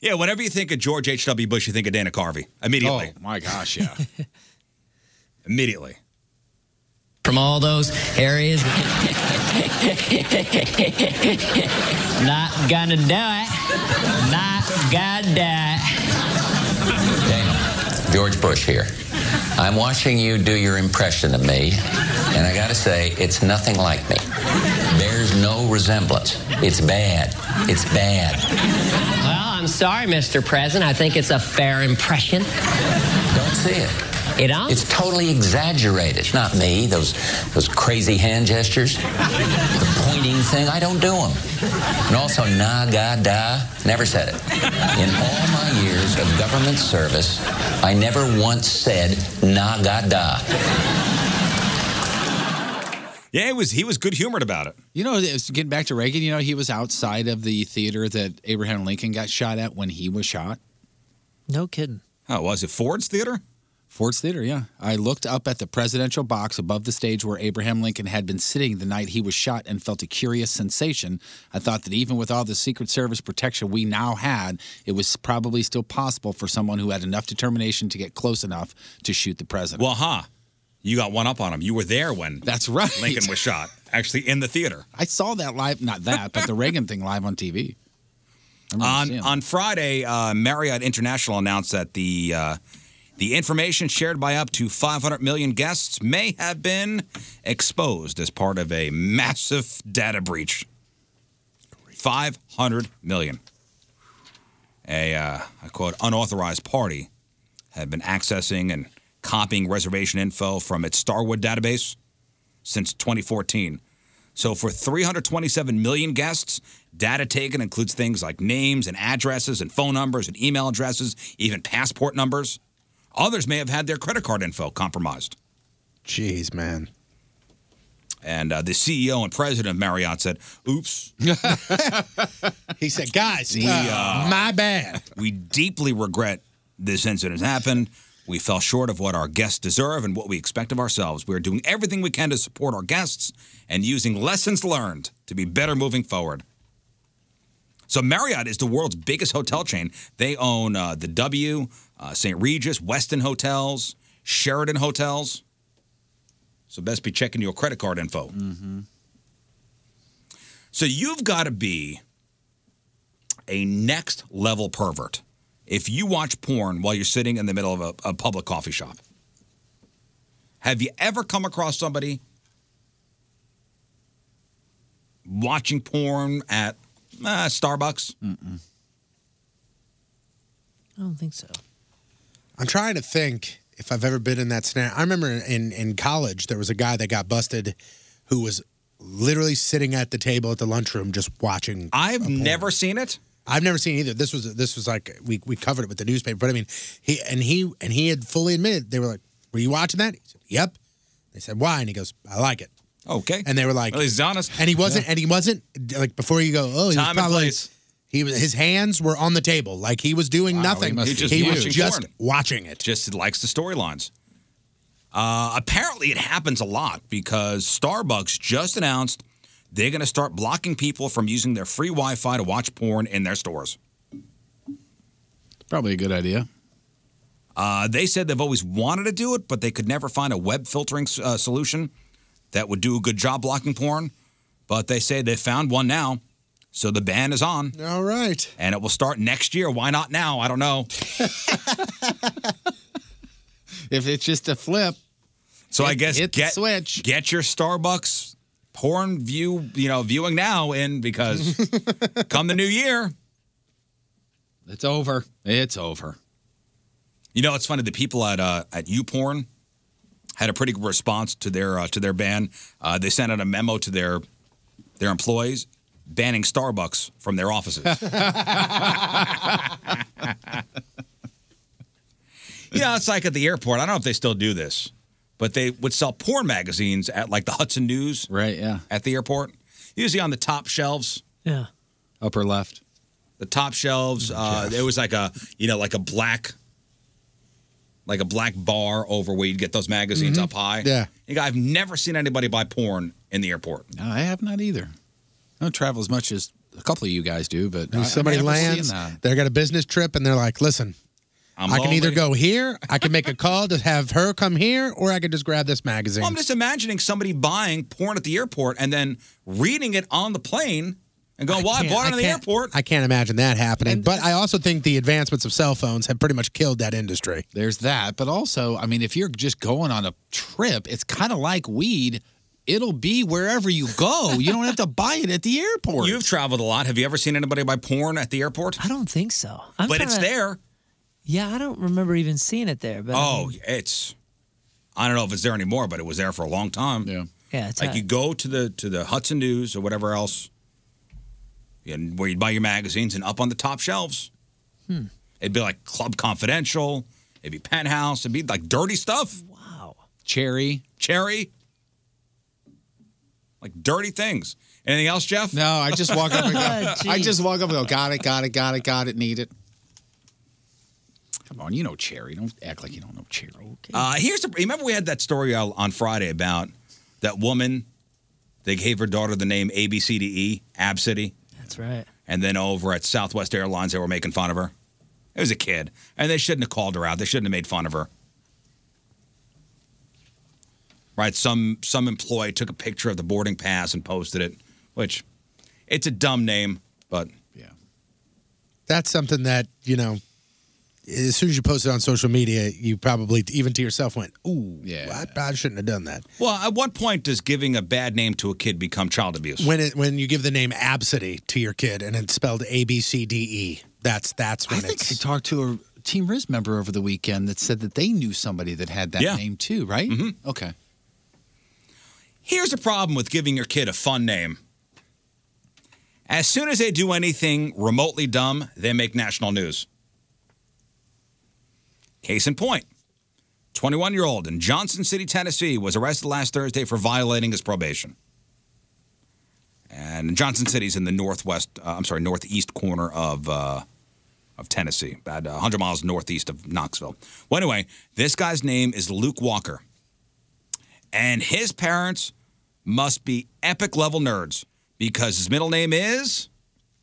S6: Yeah, whenever you think of George H.W. Bush, you think of Dana Carvey immediately.
S5: Oh, my gosh, yeah.
S6: immediately.
S12: [LAUGHS] from all those areas. Not gonna do it. Not gonna do it.
S23: George Bush here. I'm watching you do your impression of me, and I gotta say, it's nothing like me. There's no resemblance. It's bad. It's bad.
S12: Well, Oh, I'm sorry, Mr. President. I think it's a fair impression.
S23: Don't see
S12: [LAUGHS]
S23: it.
S12: It on?
S23: It's totally exaggerated. Not me. Those those crazy hand gestures, the pointing thing. I don't do them. And also, nah, ga, da. Never said it. In all my years of government service, I never once said nah, ga, da.
S6: Yeah, it was he was good humored about it.
S5: You know, it's- getting back to Reagan, you know, he was outside of the theater that Abraham Lincoln got shot at when he was shot.
S9: No kidding.
S6: Oh, was it Ford's Theater?
S5: Ford's Theater, yeah. I looked up at the presidential box above the stage where Abraham Lincoln had been sitting the night he was shot and felt a curious sensation. I thought that even with all the Secret Service protection we now had, it was probably still possible for someone who had enough determination to get close enough to shoot the president.
S6: Well, ha. You got one up on him. You were there when
S5: That's right.
S6: Lincoln was shot, actually in the theater.
S5: I saw that live, not that, but the Reagan thing live on TV.
S6: On on Friday, uh, Marriott International announced that the uh, the information shared by up to 500 million guests may have been exposed as part of a massive data breach. 500 million. A, uh, I quote, unauthorized party had been accessing and copying reservation info from its Starwood database since 2014. So for 327 million guests, data taken includes things like names and addresses and phone numbers and email addresses, even passport numbers. Others may have had their credit card info compromised.
S10: Jeez, man.
S6: And uh, the CEO and president of Marriott said, "Oops."
S10: [LAUGHS] he said, "Guys,
S6: We,
S10: uh,
S6: uh,
S10: my bad."
S6: We deeply regret this incident has happened. We fell short of what our guests deserve and what we expect of ourselves. We are doing everything we can to support our guests and using lessons learned to be better moving forward. So Marriott is the world's biggest hotel chain. They own uh, the W, uh, St. Regis, Weston Hotels, Sheridan Hotels. So best be checking your credit card info. Mm-hmm. So you've got to be a next level pervert if you watch porn while you're sitting in the middle of a, a public coffee shop. Have you ever come across somebody watching porn at uh, Starbucks? Mm-mm.
S9: I don't think so.
S10: I'm trying to think if I've ever been in that scenario. I remember in, in college, there was a guy that got busted who was literally sitting at the table at the lunchroom just watching.
S6: I've never seen it.
S10: I've never seen it either. This was this was like we, we covered it with the newspaper, but I mean, he and he and he had fully admitted. They were like, "Were you watching that?" He said, "Yep." They said, "Why?" And he goes, "I like it."
S6: Okay.
S10: And they were like,
S6: Well, he's honest.
S10: And he wasn't. And he wasn't like before you go. Oh, he
S6: Time and
S10: was probably,
S6: place.
S10: He was. His hands were on the table, like he was doing nothing.
S6: He just
S10: was
S6: watching
S10: just
S6: porn.
S10: watching it.
S6: Just likes the storylines. Uh, apparently, it happens a lot because Starbucks just announced they're going to start blocking people from using their free Wi-Fi to watch porn in their stores.
S5: Probably a good idea.
S6: Uh, they said they've always wanted to do it, but they could never find a web filtering s- uh, solution that would do a good job blocking porn. But they say they found one now, so the ban is on.
S10: All right.
S6: And it will start next year. Why not now? I don't know.
S5: [LAUGHS] if it's just a flip.
S6: So I
S5: hit-
S6: guess
S5: hit the
S6: get switch. get your Starbucks porn view, you know, viewing now
S5: [LAUGHS]
S6: in because come the new year,
S5: it's over. It's over.
S6: You know, it's funny. The people at uh, at YouPorn had a pretty good response to their uh, to their ban. Uh, they sent out a memo to their their employees banning Starbucks from
S5: [LAUGHS]
S6: their offices. you know, it's like at the airport. I don't know if they still do this, but they would sell porn magazines at like the Hudson News,
S5: right? Yeah,
S6: at the airport, usually on the top shelves
S9: Yeah.
S5: Upper left.
S6: the top shelves. Uh, there was like a you know like a black, like a black bar over where you'd get those magazines
S5: Mhm.
S6: up high.
S5: Yeah.
S6: You know, I've never seen anybody buy porn in the airport.
S5: No, I have not either. I don't travel as much as a couple of you guys do, but I,
S10: If somebody
S5: I've never seen
S10: lands,
S5: that.
S10: they got a business trip, and they're like, "Listen,
S6: I'm
S10: I can either
S6: lonely."
S10: go here, I can make a call to have her come here, or I can just grab this magazine."
S6: Well, I'm just imagining somebody buying porn at the airport and then reading it on the plane and going, "Well, I,
S10: can't-
S6: bought it on the
S10: can't-
S6: airport."
S10: I can't imagine that happening. but I also think the advancements of cell phones have pretty much killed that industry.
S5: There's that, but also, I mean, if you're just going on a trip, it's kind of like weed. It'll be wherever you go. You don't have to buy it at the airport.
S6: You've traveled a lot. Have you ever seen anybody buy porn at the airport?
S9: I don't think so. I'm
S6: but it's
S9: tryna-
S6: there.
S9: Yeah, I don't remember even seeing it there. But I
S6: Oh,
S9: mean,
S6: it's. I don't know if it's there anymore, but it was there for a long time. Yeah.
S9: yeah, it's
S6: like
S9: uh,
S6: you go to the to the Hudson News or whatever else, and where you buy your magazines, and up on the top shelves,
S9: Hmm.
S6: it'd be like Club Confidential, it'd be Penthouse, it'd be like dirty stuff. Wow.
S5: Cherry.
S6: Cherry. Like dirty things. Anything else, Jeff?
S5: No, Oh, I just walk up and [LAUGHS]
S6: [LAUGHS]
S9: Oh,
S5: go. I just walk up and go. Got it. Got it. Got it. Got it. Need it. Come on, you know Cherry. Don't act like you don't know Cherry.
S6: Uh, here's the, remember we had that story on on Friday about that woman. They gave her daughter the name ABCDE, Absidy.
S9: that's right.
S6: and then over at Southwest Airlines, they were making fun of her. It was a kid, and they shouldn't have called her out. They shouldn't have made fun of her. Right? Some some employee took a picture of the boarding pass and posted it, which it's a dumb name, but yeah,
S10: that's something that you know. As soon as you post it on social media, you probably even to yourself went, "Ooh, yeah, I, I shouldn't have done that."
S6: Well, at what point does giving a bad name to a kid become child abuse?
S10: When it when you give the name Absidy to your kid and it's spelled A B C D E, that's that's when
S5: I think I talked to a Team Riz member over the weekend that said that they knew somebody that had that
S6: Yeah.
S5: name too, right? Okay.
S6: Here's the problem with giving your kid a fun name. As soon as they do anything remotely dumb, they make national news. Case in point 21 year old in Johnson City, Tennessee, was arrested last Thursday for violating his probation. And Johnson City's in the northwest, uh, I'm sorry, northeast corner of. Uh, of Tennessee, about 100 miles northeast of Knoxville. Well, anyway, this guy's name is Luke Walker and his parents must be epic level nerds because his middle name is.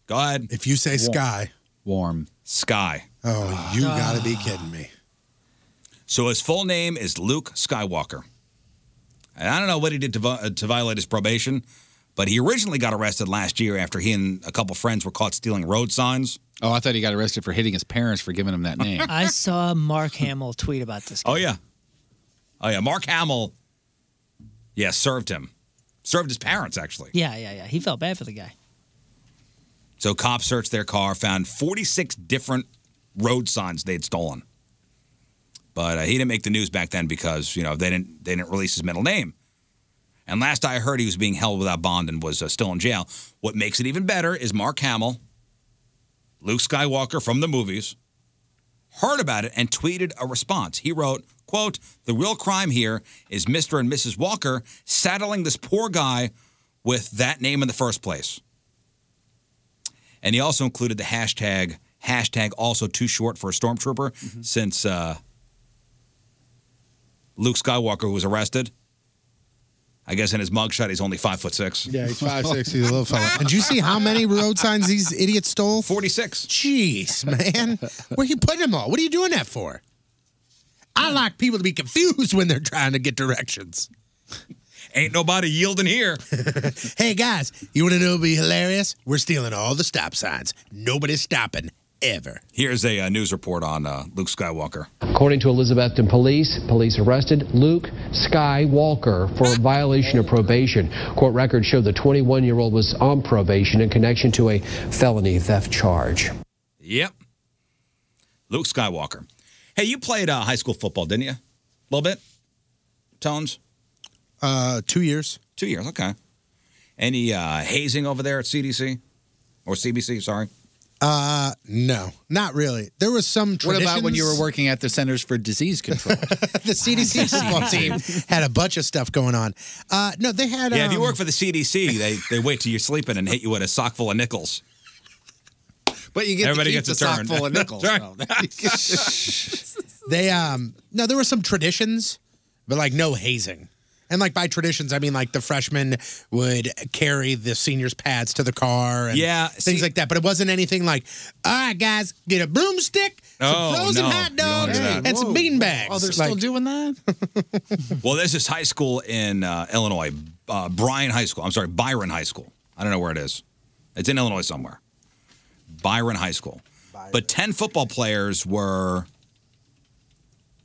S6: Go ahead.
S10: If you say Sky,
S5: warm
S6: Sky.
S10: oh, you gotta be kidding me.
S6: So his full name is Luke Skywalker. And I don't know what he did to, vi- uh, to violate his probation, but he originally got arrested last year after he and a couple friends were caught stealing road signs.
S5: Oh, I thought he got arrested for hitting his parents for giving him that name.
S13: I saw Mark Hamill tweet about this.
S6: [LAUGHS] Oh yeah, oh yeah. Mark Hamill, yeah, served him, served his parents actually.
S13: Yeah, yeah, yeah. He felt bad for the
S10: [LAUGHS]
S13: guy.
S6: So cops searched their car, found 46 different road signs they'd stolen. But uh, he didn't make the news back then because you know they didn't they didn't release his middle name. And last I heard, he was being held without bond and was uh, still in jail. What makes it even better is Mark Hamill, Luke Skywalker from the movies, heard about it and tweeted a response. He wrote, "Quote: The real crime here is Mr. and Mrs. Walker saddling this poor guy with that name in the first place." And he also included the hashtag hashtag also too short for a stormtrooper since uh, Luke Skywalker was arrested. I guess in his mugshot he's only five foot six.
S10: Yeah, he's five six. He's
S6: [LAUGHS]
S10: a little fella. And did you see how many road signs these idiots stole?
S6: Forty six.
S10: Jeez, man, where you putting them all? What are you doing that for? I like people to be confused when they're trying to get directions.
S6: Ain't nobody yielding here.
S10: [LAUGHS] hey guys, you want to know? It'll be hilarious. We're stealing all the stop signs. Nobody's stopping ever.
S6: Here's a uh, news report on uh, Luke Skywalker.
S24: According to Elizabethton police, police arrested Luke Sky Walker for a violation of probation. Court records show the 21 year old was on probation in connection to a felony theft charge.
S6: Yep. Luke Skywalker. Hey, you played uh, high school football, didn't you? A little bit? Tones?
S10: Uh, two years.
S6: Two years, okay. Any uh, hazing over there at CDC? Or CBC, sorry.
S10: Uh, no, not really. There was some
S5: What
S10: traditions.
S5: about when you were working at the Centers for Disease Control?
S10: the
S6: [LAUGHS]
S10: CDC football team had a bunch of stuff going on. Uh, no, they had.
S6: Yeah, if you
S10: um,
S6: work for the CDC, they, they wait till you're sleeping and hit you with a sock full of nickels.
S5: But you
S10: get to
S6: Everybody
S10: keep
S6: gets a
S10: the sock
S6: turn.
S10: full of nickels,
S6: [LAUGHS] That's
S5: right.
S10: [LAUGHS]
S5: [LAUGHS]
S10: they um no there were some traditions but like no hazing and like by traditions i mean like the freshmen would carry the seniors pads to the car and
S6: Yeah,
S10: things like that but it wasn't anything like all right guys get a broomstick some
S6: Oh,
S10: frozen
S6: no,
S10: hot
S6: you don't
S10: dogs
S6: do that.
S10: and some bean bags
S5: Oh, they're still doing that?
S6: well, this is high school in uh, Illinois, uh, Bryan High School. I'm sorry, Byron High School. I don't know where it is. It's in Illinois somewhere. Byron High School. But 10 football players were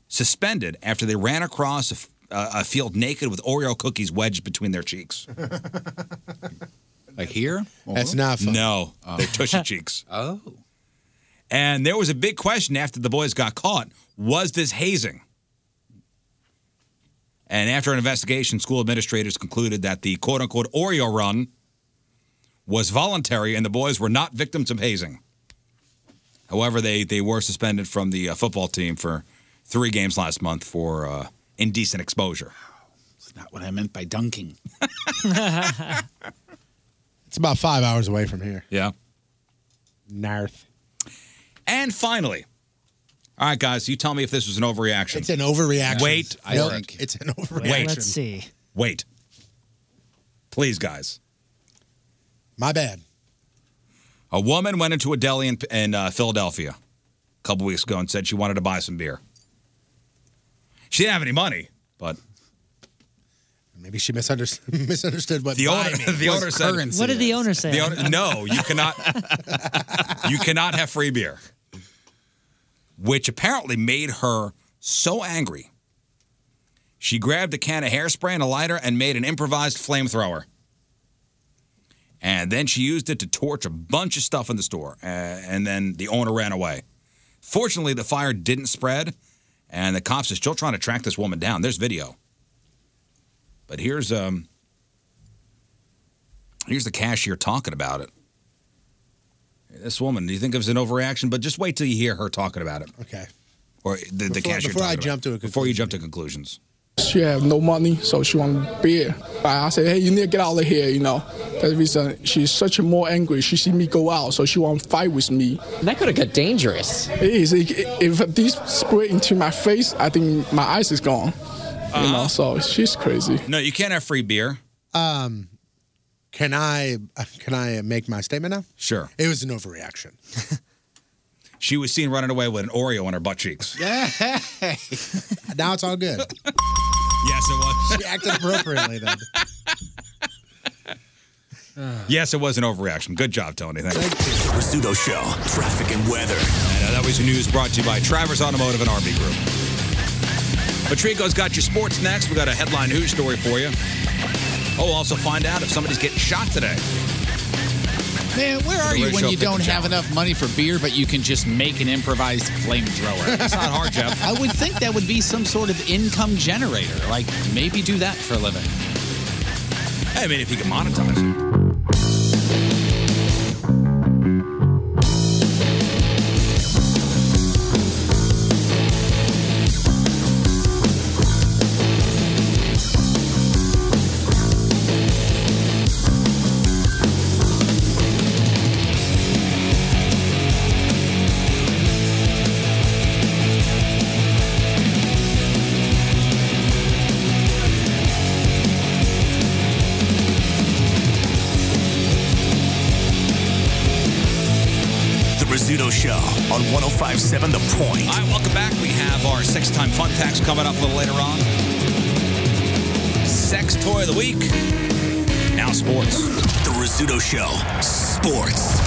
S6: suspended after they ran across a, f- uh, a field naked with Oreo cookies wedged between their cheeks.
S5: like here?
S10: That's not fun.
S6: No, they're
S5: [LAUGHS]
S6: tushy cheeks. Oh. And there was a big question after the boys got caught was this hazing? And after an investigation, school administrators concluded that the quote unquote Oreo run was voluntary and the boys were not victims of hazing. However, they, they were suspended from the uh, football team for three games last month for uh, indecent exposure.
S5: Not what I meant by dunking.
S10: it's about five hours away from here
S6: Yeah.
S10: narth
S6: And finally, all right, guys, you tell me if this was an overreaction.
S10: it's an overreaction
S6: Wait,
S10: I
S6: for
S10: think
S6: it.
S10: it's an overreaction
S6: Wait. Let's see. Wait. Please, guys.
S10: My bad.
S6: A woman went into a deli in, in uh, Philadelphia a couple weeks ago and said she wanted to buy some beer. She didn't have any money, but
S10: Maybe she misunderstood, [LAUGHS] misunderstood what
S6: The
S10: buy
S6: owner- [LAUGHS]
S10: means,
S6: the
S10: what
S6: owner said-
S10: currency
S6: What did the
S10: is.
S9: owner say?
S6: The owner- no, you cannot.
S10: [LAUGHS]
S6: you cannot have free beer, which apparently made her so angry. She grabbed a can of hairspray and a lighter and made an improvised flamethrower. And then she used it to torch a bunch of stuff in the store. Uh, and then the owner ran away. Fortunately, the fire didn't spread, and the cops are still trying to track this woman down. There's video. But here's um, here's the cashier talking about it. This woman, do you think it was an overreaction? But just wait till you hear her talking about it,
S10: Okay.
S6: or the, the
S10: Before-
S6: cashier.
S10: before I
S6: talking about
S10: jump
S6: it. before you jump to conclusions.
S25: She have no money, so she want beer. I I said, hey, you need to get out of here, you know. That's the reason she's such more angry. She see me go out, so she want fight with me. That could have got dangerous. It is. It- If this spray into my face, I think my eyes is gone. You know, so she's crazy.
S6: No, you can't have free beer.
S10: Um, can I can I make my statement now?
S6: Sure.
S10: It was
S6: [LAUGHS]
S10: an overreaction.
S6: She was seen running away with an Oreo on her butt cheeks.
S10: Yeah. now it's all good.
S6: Yes, it was.
S10: She acted appropriately then.
S6: Yes, it was an overreaction. Good job, Tony. Thank you.
S11: Rizzuto Show, traffic and weather.
S6: And, uh, that was your news brought to you by Travers Automotive and RV Group. Patrico's got your sports next. We got a headline news story for you. Oh, also find out if somebody's getting shot
S5: [LAUGHS]
S6: today.
S5: Man, where are
S6: The
S5: you
S6: Red
S5: when
S6: Show
S5: you don't
S6: Pickles
S5: have enough money for beer, but you can just make an improvised flamethrower?
S6: It's not hard, Jeff.
S5: I would think that would be some sort of income generator. Like maybe do that for a living.
S6: I mean, if you can monetize it.
S11: The Rizzuto Show Uh, on 1057 The Point.
S6: All right, welcome back. We have our six time fun tax coming up a little later on. Sex toy of the week. Now sports.
S11: The Rizzuto Show, sports.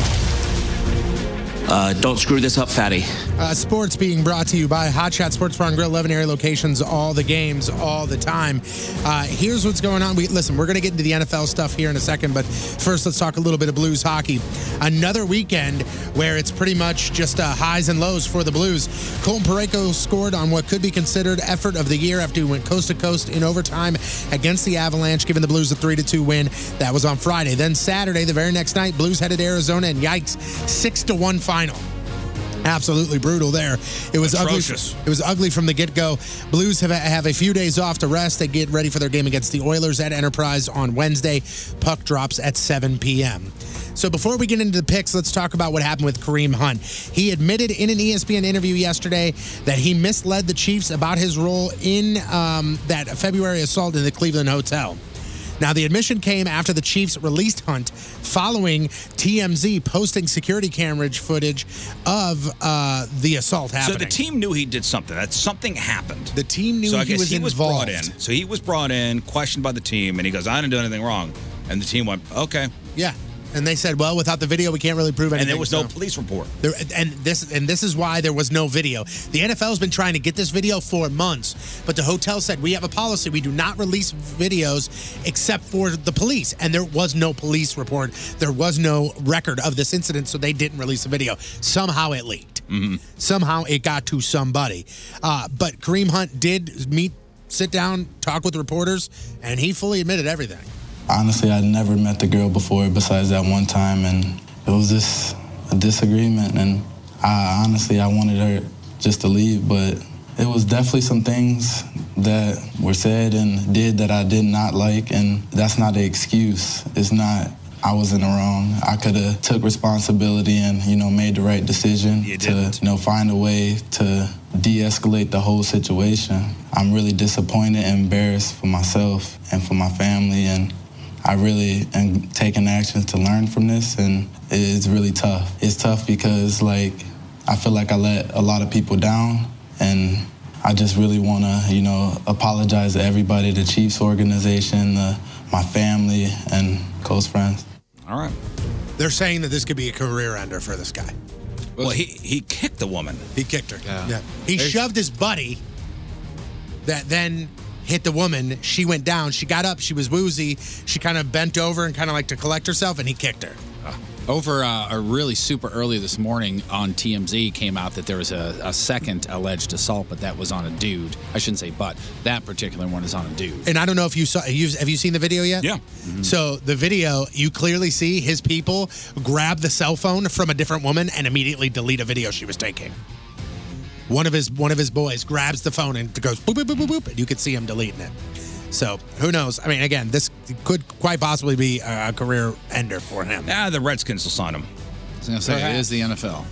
S1: Uh, don't screw this up, fatty.
S10: Uh, sports being brought to you by Hot Shot Sports Bar and Grill, 11 area locations, all the games, all the time. Uh, here's what's going on. We Listen, we're going to get into the NFL stuff here in a second, but first let's talk a little bit of Blues hockey. Another weekend where it's pretty much just uh, highs and lows for the Blues. Colton Pareko scored on what could be considered effort of the year after he went coast to coast in overtime against the Avalanche, giving the Blues a 3 2 win. That was on Friday. Then Saturday, the very next night, Blues headed to Arizona, and yikes, 6 to 1 final absolutely brutal there. It was
S6: Atrocious.
S10: ugly. It was ugly from the get go. Blues have have a few days off to rest. They get ready for their game against the Oilers at Enterprise on Wednesday. Puck drops at 7 p.m. So before we get into the picks, let's talk about what happened with Kareem Hunt. He admitted in an E ESPN interview yesterday that he misled the Chiefs about his role in um, that February assault in the Cleveland hotel. Now, the admission came after the Chiefs released Hunt following TMZ posting security camera footage of uh, the assault
S6: So the
S10: happening.
S6: team knew he did something. That something happened. The
S10: team knew
S6: so I
S10: he
S6: guess
S10: was
S6: he
S10: involved.
S6: was brought in. So he was brought in, questioned by the team, and he goes, "I didn't do anything wrong." And the team went, "Okay."
S10: yeah. And they said, well, without the video, we can't really prove anything.
S6: And there was no
S10: so-
S6: police report.
S10: There, and this and this is why there was no video. The NFL's been trying to get this video for months, but the hotel said we have a policy: we do not release videos except for the police. And there was no police report. There was no record of this incident, so they didn't release the video. Somehow it leaked. Mm-hmm. Somehow it got to somebody. Uh, but Kareem Hunt did meet, sit down, talk with reporters, and he fully admitted everything.
S15: Honestly, I never met the girl before besides that one time, and it was just a disagreement. And I honestly, I wanted her just to leave, but it was definitely some things that were said and did that I did not like, and that's not an excuse. It's not. I was in the wrong. I could have took responsibility and you know made the right decision to you know find a way to de-escalate the whole situation. I'm really disappointed and embarrassed for myself and for my family and I really am taking actions to learn from this, and it's really tough. It's tough because, like, I feel like I let a lot of people down, and I just really want to, you know, apologize to everybody, the Chiefs organization, the, my family, and close friends.
S6: All right.
S10: They're saying that this could be a career ender for this guy.
S6: Well, he uh, he kicked the woman.
S10: He kicked her. Yeah. He shoved his buddy that then hit the woman. She went down. She got up. She was woozy. She kind of bent over and kind of like to collect herself, and he kicked her.
S5: Over uh, or really super early this morning on TMZ came out that there was a, a second alleged assault, but that was on a dude. I shouldn't say but. That particular one is on a dude.
S10: And I don't know if you saw. You've, have you seen the video yet? Yeah. So the video, you clearly see his people grab the cell phone from a different woman and immediately delete a video she was taking. One of his one of his boys grabs the phone and goes boop boop boop boop boop, and you can see him deleting it. So who knows? I mean, again, this could quite possibly be a a career ender for him.
S6: Ah, the Redskins will sign him. I was
S5: gonna
S10: say, it Perhaps. is
S5: the NFL.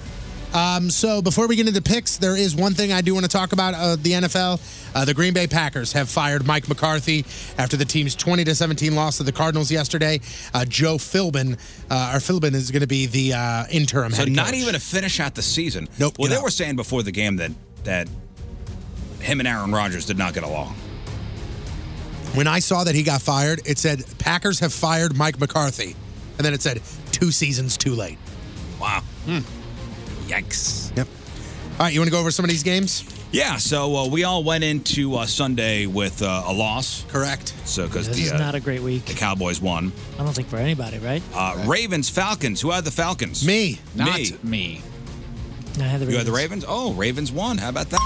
S10: Um, so before we get into picks, there is one thing I do want to talk about uh, the NFL. Uh, the Green Bay Packers have fired Mike McCarthy after the team's 20 to 17 loss to the Cardinals yesterday. Uh, Joe Philbin, uh, or Philbin is going to be the uh, interim
S6: So
S10: head
S6: not
S10: coach.
S6: even to finish out the season.
S10: Nope,
S6: Well,
S10: get
S6: they
S10: out.
S6: were saying before the game that that him and Aaron Rodgers did not get along. e-
S10: When I saw that he got fired, it said Packers have fired Mike McCarthy, and then it said two seasons too late.
S6: Wow. Hmm. Yikes.
S10: Yep. All right, you want to go over some of these games?
S6: Yeah. So uh, we all went into uh, Sunday with uh, a loss.
S10: Correct.
S6: So because
S9: This
S6: the
S9: is
S6: uh,
S9: not a great week.
S6: the Cowboys won.
S9: I don't think for anybody, right?
S6: Uh, Ravens Falcons. Who had the Falcons?
S10: Me.
S9: Not
S6: me. me.
S9: I had the
S6: You had the
S9: Ravens.
S6: Ravens. Oh, Ravens won. How about that?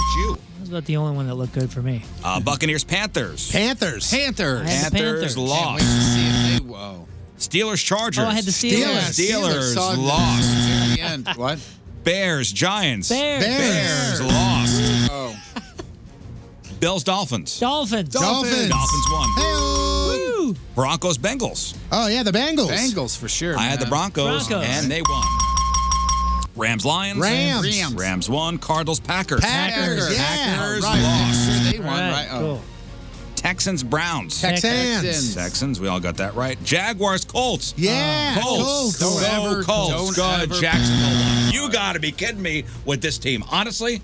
S6: It's you.
S9: That was about the only one that looked good for me.
S6: Uh, Buccaneers Panthers.
S10: Panthers.
S9: Panthers. Mm-hmm. I had the Panthers.
S6: Panthers lost. Steelers Chargers.
S9: Oh, I had the Steelers.
S6: Steelers,
S9: Steelers, saw it.
S6: lost.
S9: At
S5: the end. What?
S6: Bears Giants.
S9: Bears.
S6: Bears, lost. Bills Dolphins.
S9: Dolphins.
S6: Dolphins. Dolphins won.
S10: Woo.
S6: Broncos Bengals.
S10: Oh yeah, the Bengals.
S5: Bengals for sure.
S6: I had the Broncos, and they won. Rams Lions.
S5: Rams.
S6: Rams.
S5: Rams.
S6: won. Cardinals Packers.
S5: Packers, Packers, yeah.
S6: Packers
S5: Right.
S6: lost.
S5: Sure they won, All right, right? Oh. cool.
S6: Texans Browns.
S5: Texans. Texans.
S6: Texans. We all got that right. Jaguars Colts.
S10: Yeah,
S6: Colts.
S10: Colts. Don't
S6: Go
S10: ever-
S6: Colts.
S10: don't
S6: Go
S10: ever-
S6: Jacksonville. You got to be kidding me with this team. Honestly,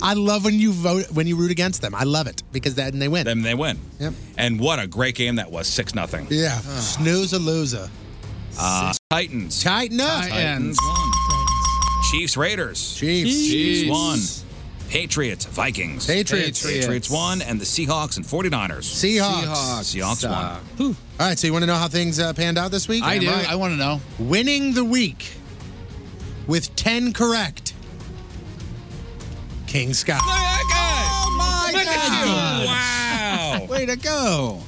S10: I love when you vote when you root against them. I love it because then they win.
S6: then they win.
S10: Yep.
S6: And what a great game that was. 6 nothing.
S10: Yeah, snooze a loser.
S6: Uh, Titans.
S10: Tighten up.
S6: Titans. won. Chiefs Raiders.
S10: Chiefs.
S6: Chiefs.
S10: Chiefs.
S6: won. Patriots Vikings.
S10: Patriots.
S6: Patriots. won. And the Seahawks and 49ers.
S10: Seahawks.
S6: Seahawks, won.
S10: All right, so you want to know how things uh, panned out this week?
S6: I do.
S5: I want to know.
S10: Winning the week with 10 correct. King Scott.
S6: Oh
S10: my
S14: Look at you.
S6: Wow.
S10: Way to go.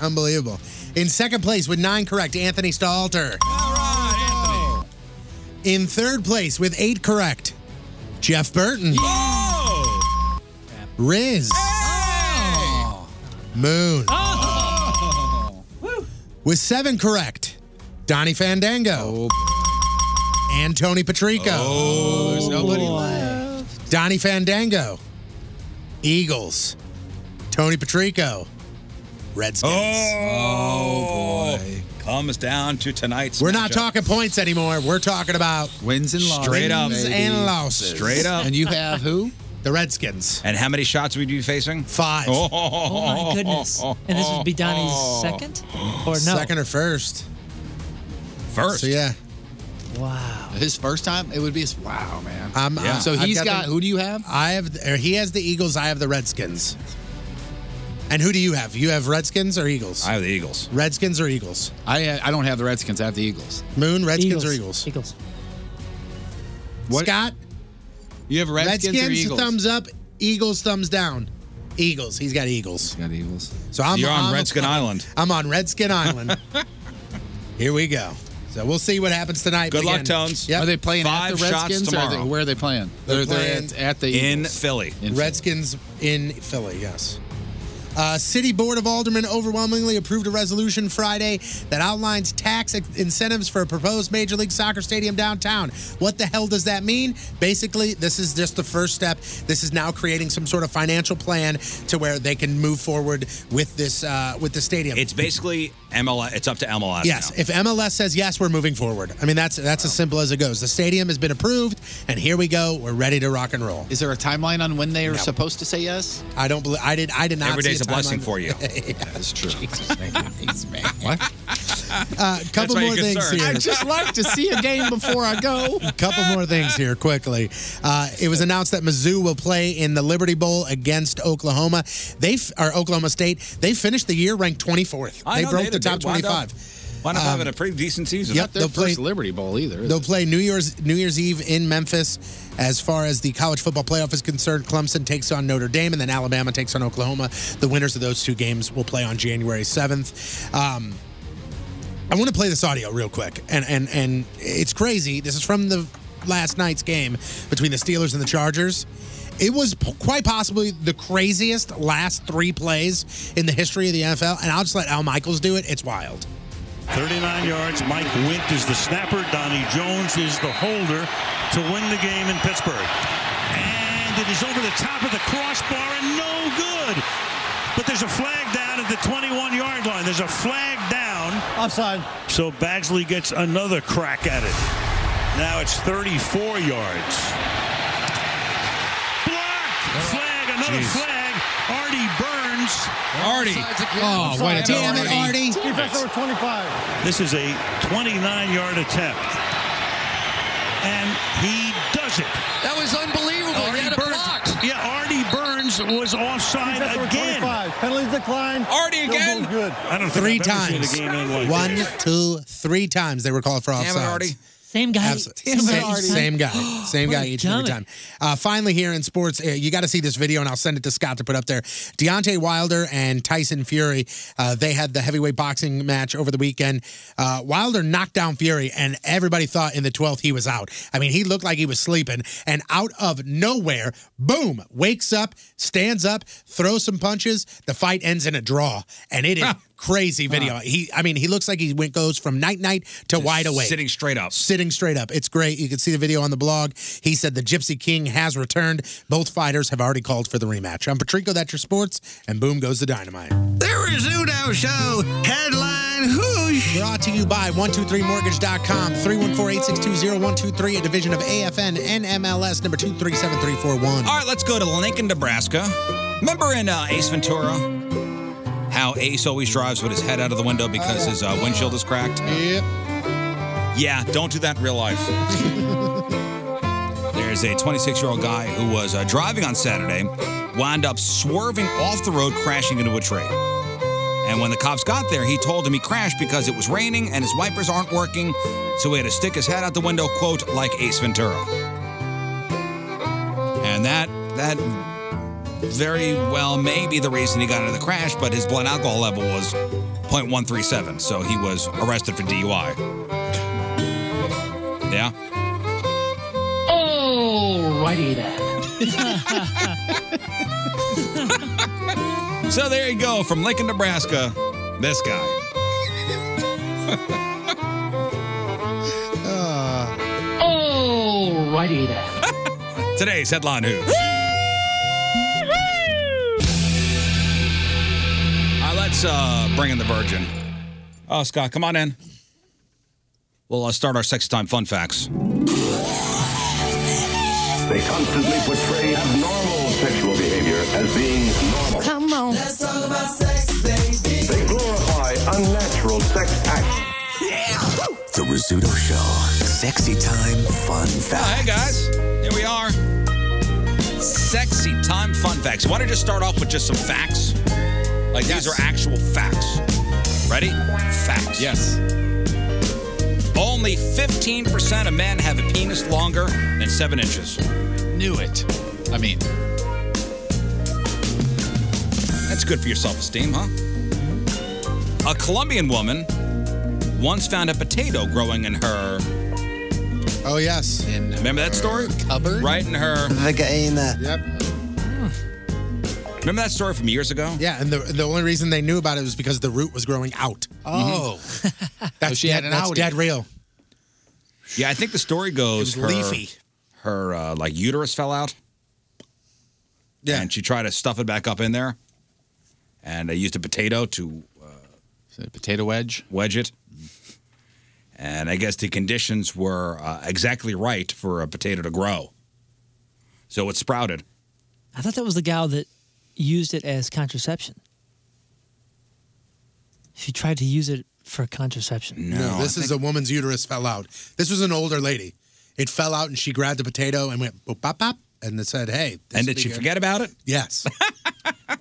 S10: Unbelievable. In second place with nine correct, Anthony Stalter. All right, Anthony. In third place with eight correct, Jeff Burton. Riz. Moon. [LAUGHS] With seven correct, Donnie Fandango. And Tony Patrico. Oh, there's nobody left. Donnie Fandango. Eagles. Tony Patrico. Redskins.
S6: Oh, boy. Comes down to tonight's.
S10: We're not
S6: matchup.
S10: talking points anymore. We're talking about
S5: wins and
S6: losses. Straight up.
S10: Wins
S6: Maybe.
S10: and losses.
S6: Straight up. And you [LAUGHS] have
S5: who?
S10: [LAUGHS] The Redskins.
S6: And how many shots would you be facing?
S10: Five.
S6: Oh,
S9: Oh, my goodness. And this would be Donnie's
S5: Oh.
S9: second? Or no?
S10: Second or first?
S6: First.
S10: So, yeah.
S9: Wow.
S5: His first time, it would be his. Wow, man.
S10: I'm, I'm-
S5: so
S10: I've
S5: he's got,
S10: the-
S5: who do you have?
S10: I have. Or he has the Eagles. I have the Redskins. And who do you have? You have Redskins or Eagles?
S6: have the Eagles.
S10: Redskins or Eagles?
S5: I I don't have the Redskins. I have the Eagles.
S10: Moon, Redskins or Eagles?
S9: Eagles.
S5: What?
S10: Scott,
S5: You have Redskins, or Eagles?
S10: thumbs up, Eagles thumbs down. Eagles. He's got Eagles.
S5: got Eagles.
S10: So I'm
S6: You're on
S10: I'm-
S6: Redskin Island.
S10: I'm on
S6: [LAUGHS]
S10: Redskin Island. Here we go. So we'll see what happens tonight.
S6: Good luck,
S10: Again,
S6: Tones.
S10: Yep.
S5: Are they playing
S6: Five
S5: at the
S6: shots
S5: Redskins? or are they-
S6: tomorrow.
S5: where are they playing?
S10: They're
S5: at- at the
S6: in
S5: Eagles.
S6: Philly.
S10: Redskins in Philly, yes. Uh, City Board of Aldermen overwhelmingly approved a resolution Friday that outlines tax ex- incentives for a proposed Major League Soccer stadium downtown. What the hell does that mean? Basically, this is just the first step. This is now creating some sort of financial plan to where they can move forward with this uh, with the stadium.
S6: It's basically MLS. It's up to MLS.
S10: Yes, if MLS says yes, we're moving forward. I mean, that's that's as simple as it goes. The stadium has been approved. and here we go. We're ready to rock and roll. Is there a timeline on when they are supposed to say yes? I don't believe. I did. I did not.
S6: Every
S10: see
S6: day's a blessing
S10: [LAUGHS] timeline.
S6: for [LAUGHS] you.
S10: yeah, that's true.
S6: [LAUGHS] What?
S10: Uh, couple
S6: why you're
S10: more things
S6: concerned.
S10: here.
S6: I'd just like to see a game
S5: [LAUGHS]
S10: before I go. couple more things here quickly. Uh, it was announced that Mizzou will play in the Liberty Bowl against Oklahoma. They f- or Oklahoma State. They finished the year ranked 24th.
S6: I
S10: they
S6: know
S10: broke the top
S6: they wound up-
S10: 25.
S6: Wound up
S10: Um,
S6: having a pretty decent season.
S10: Yep, they'll play Liberty Bowl either. They'll play New Year's New Year's Eve in Memphis. As far as the college football playoff is concerned, Clemson takes on Notre Dame, and then Alabama takes on Oklahoma. The winners of those two games will play on January seventh. Um, I want to play this audio real quick, and and and it's crazy. This is from the last night's game between the Steelers and the Chargers. It was p- quite possibly the craziest last three plays in the history of the NFL, and I'll just let Al Michaels do it. It's wild.
S26: 39 yards. Mike Wint is the snapper. Donnie Jones is the holder to win the game in Pittsburgh. And it is over the top of the crossbar and no good. But there's a flag down at the 21 yard line. There's a flag down. Offside. So Badgley gets another crack at it. Now it's 34 yards. Blocked. Flag. Another
S14: Jeez.
S26: flag. Artie Burns.
S14: Artie. Oh, way to go, Damn it, Artie. Artie.
S26: Defense over 25. This is a 29-yard attempt. And he does it. That was unbelievable. Artie Burns, Yeah, Artie Burns was offside
S14: Defense over
S26: again.
S14: 25.
S26: Penalties declined. Artie again. Good. I don't think
S10: three
S26: I've ever seen
S10: times.
S26: a game end like
S10: One,
S26: this.
S10: two, three times they were called for
S26: Damn it,
S10: offside.
S26: Artie.
S13: Same guy.
S10: Same,
S13: Same guy.
S9: [GASPS]
S10: same guy.
S13: [GASPS]
S10: Same
S13: What
S10: guy
S13: a
S10: each and every
S13: dummy.
S10: time. Uh, finally, here in sports, uh, you got to see this video, and I'll send it to Scott to put up there. Deontay Wilder and Tyson Fury, uh, they had the heavyweight boxing match over the weekend. Uh, Wilder knocked down Fury, and everybody thought in the 12th he was out. I mean, he looked like he was sleeping, and out of nowhere, boom, wakes up, stands up, throws some punches. The fight ends in a draw, and it is. Crazy video. He, I mean, he looks like he went goes from night night to wide awake,
S6: Sitting straight up.
S10: sitting straight up. It's great. You can see the video on the blog. He said the Gypsy King has returned. Both fighters have already called for the rematch. I'm Patrico. That's your sports, and boom goes the dynamite.
S7: The Rizzuto Show headline whoosh.
S10: Brought to you by 123mortgage.com, 314-862-0123, a division of AFN NMLS number 2373341.
S6: All right, let's go to Lincoln, Nebraska. Remember in uh, Ace Ventura how Ace always drives with his head out of the window because his uh, windshield is cracked?
S10: Yep.
S6: Yeah, don't do that in real life. There's a 26 year old guy who was uh, driving on Saturday, wound up swerving off the road, crashing into a tree. And when the cops got there, he told him he crashed because it was raining and his wipers aren't working, so he had to stick his head out the window, quote, like Ace Ventura. And that that very well may be the reason he got into the crash, but his blood alcohol level was 0.137, so he was arrested for DUI. Yeah.
S14: Alrighty
S6: So there you go, from Lincoln, Nebraska, this guy.
S14: Alrighty then.
S6: Today's headline news. Uh, let's uh, bring in the Virgin. Oh, Scott, come on in. We'll uh, start our sexy time fun facts.
S16: They constantly portray abnormal sexual behavior as being normal.
S14: Come on. Let's talk about sex, baby.
S16: They glorify unnatural sex acts.
S11: [LAUGHS] The Rizzuto Show. Sexy time fun
S6: Oh, hey
S11: fact.
S6: guys, here we are. Sexy time fun facts. Why don't you just start off with just some facts? Like these are actual facts. Ready? Facts. Yes. Only 15% of men have a penis longer than seven inches. Knew it. I mean, that's good for your self esteem, huh? A Colombian woman once found a potato growing in her
S10: Oh yes.
S6: Remember that story? Cupboard. Right in her.
S10: Vagina. Yep.
S6: Remember that story from years ago?
S10: Yeah, and the the only reason they knew about it was because the root was growing out. Mm-hmm.
S6: Oh. [LAUGHS]
S10: that's
S6: she
S10: dead,
S6: had an
S10: that's
S6: outie.
S10: dead real.
S6: Yeah, I think the story goes
S10: It was
S6: her,
S10: leafy.
S6: her uh, like uterus fell out. Yeah, and she tried to stuff it back up in there, and they used a potato to uh, potato wedge wedge it, And I guess the conditions were uh, exactly right for a potato to grow. So it sprouted.
S9: I thought that was the gal that used it as contraception. She tried to use it for contraception.
S10: No, this is a woman's uterus fell out. This was an older lady. It fell out, and she grabbed the potato and went boop, bop, bop, and it said, "Hey." This
S6: And
S10: will
S6: did
S10: be
S6: she
S10: good."
S6: forget about it? [LAUGHS]
S10: Yes.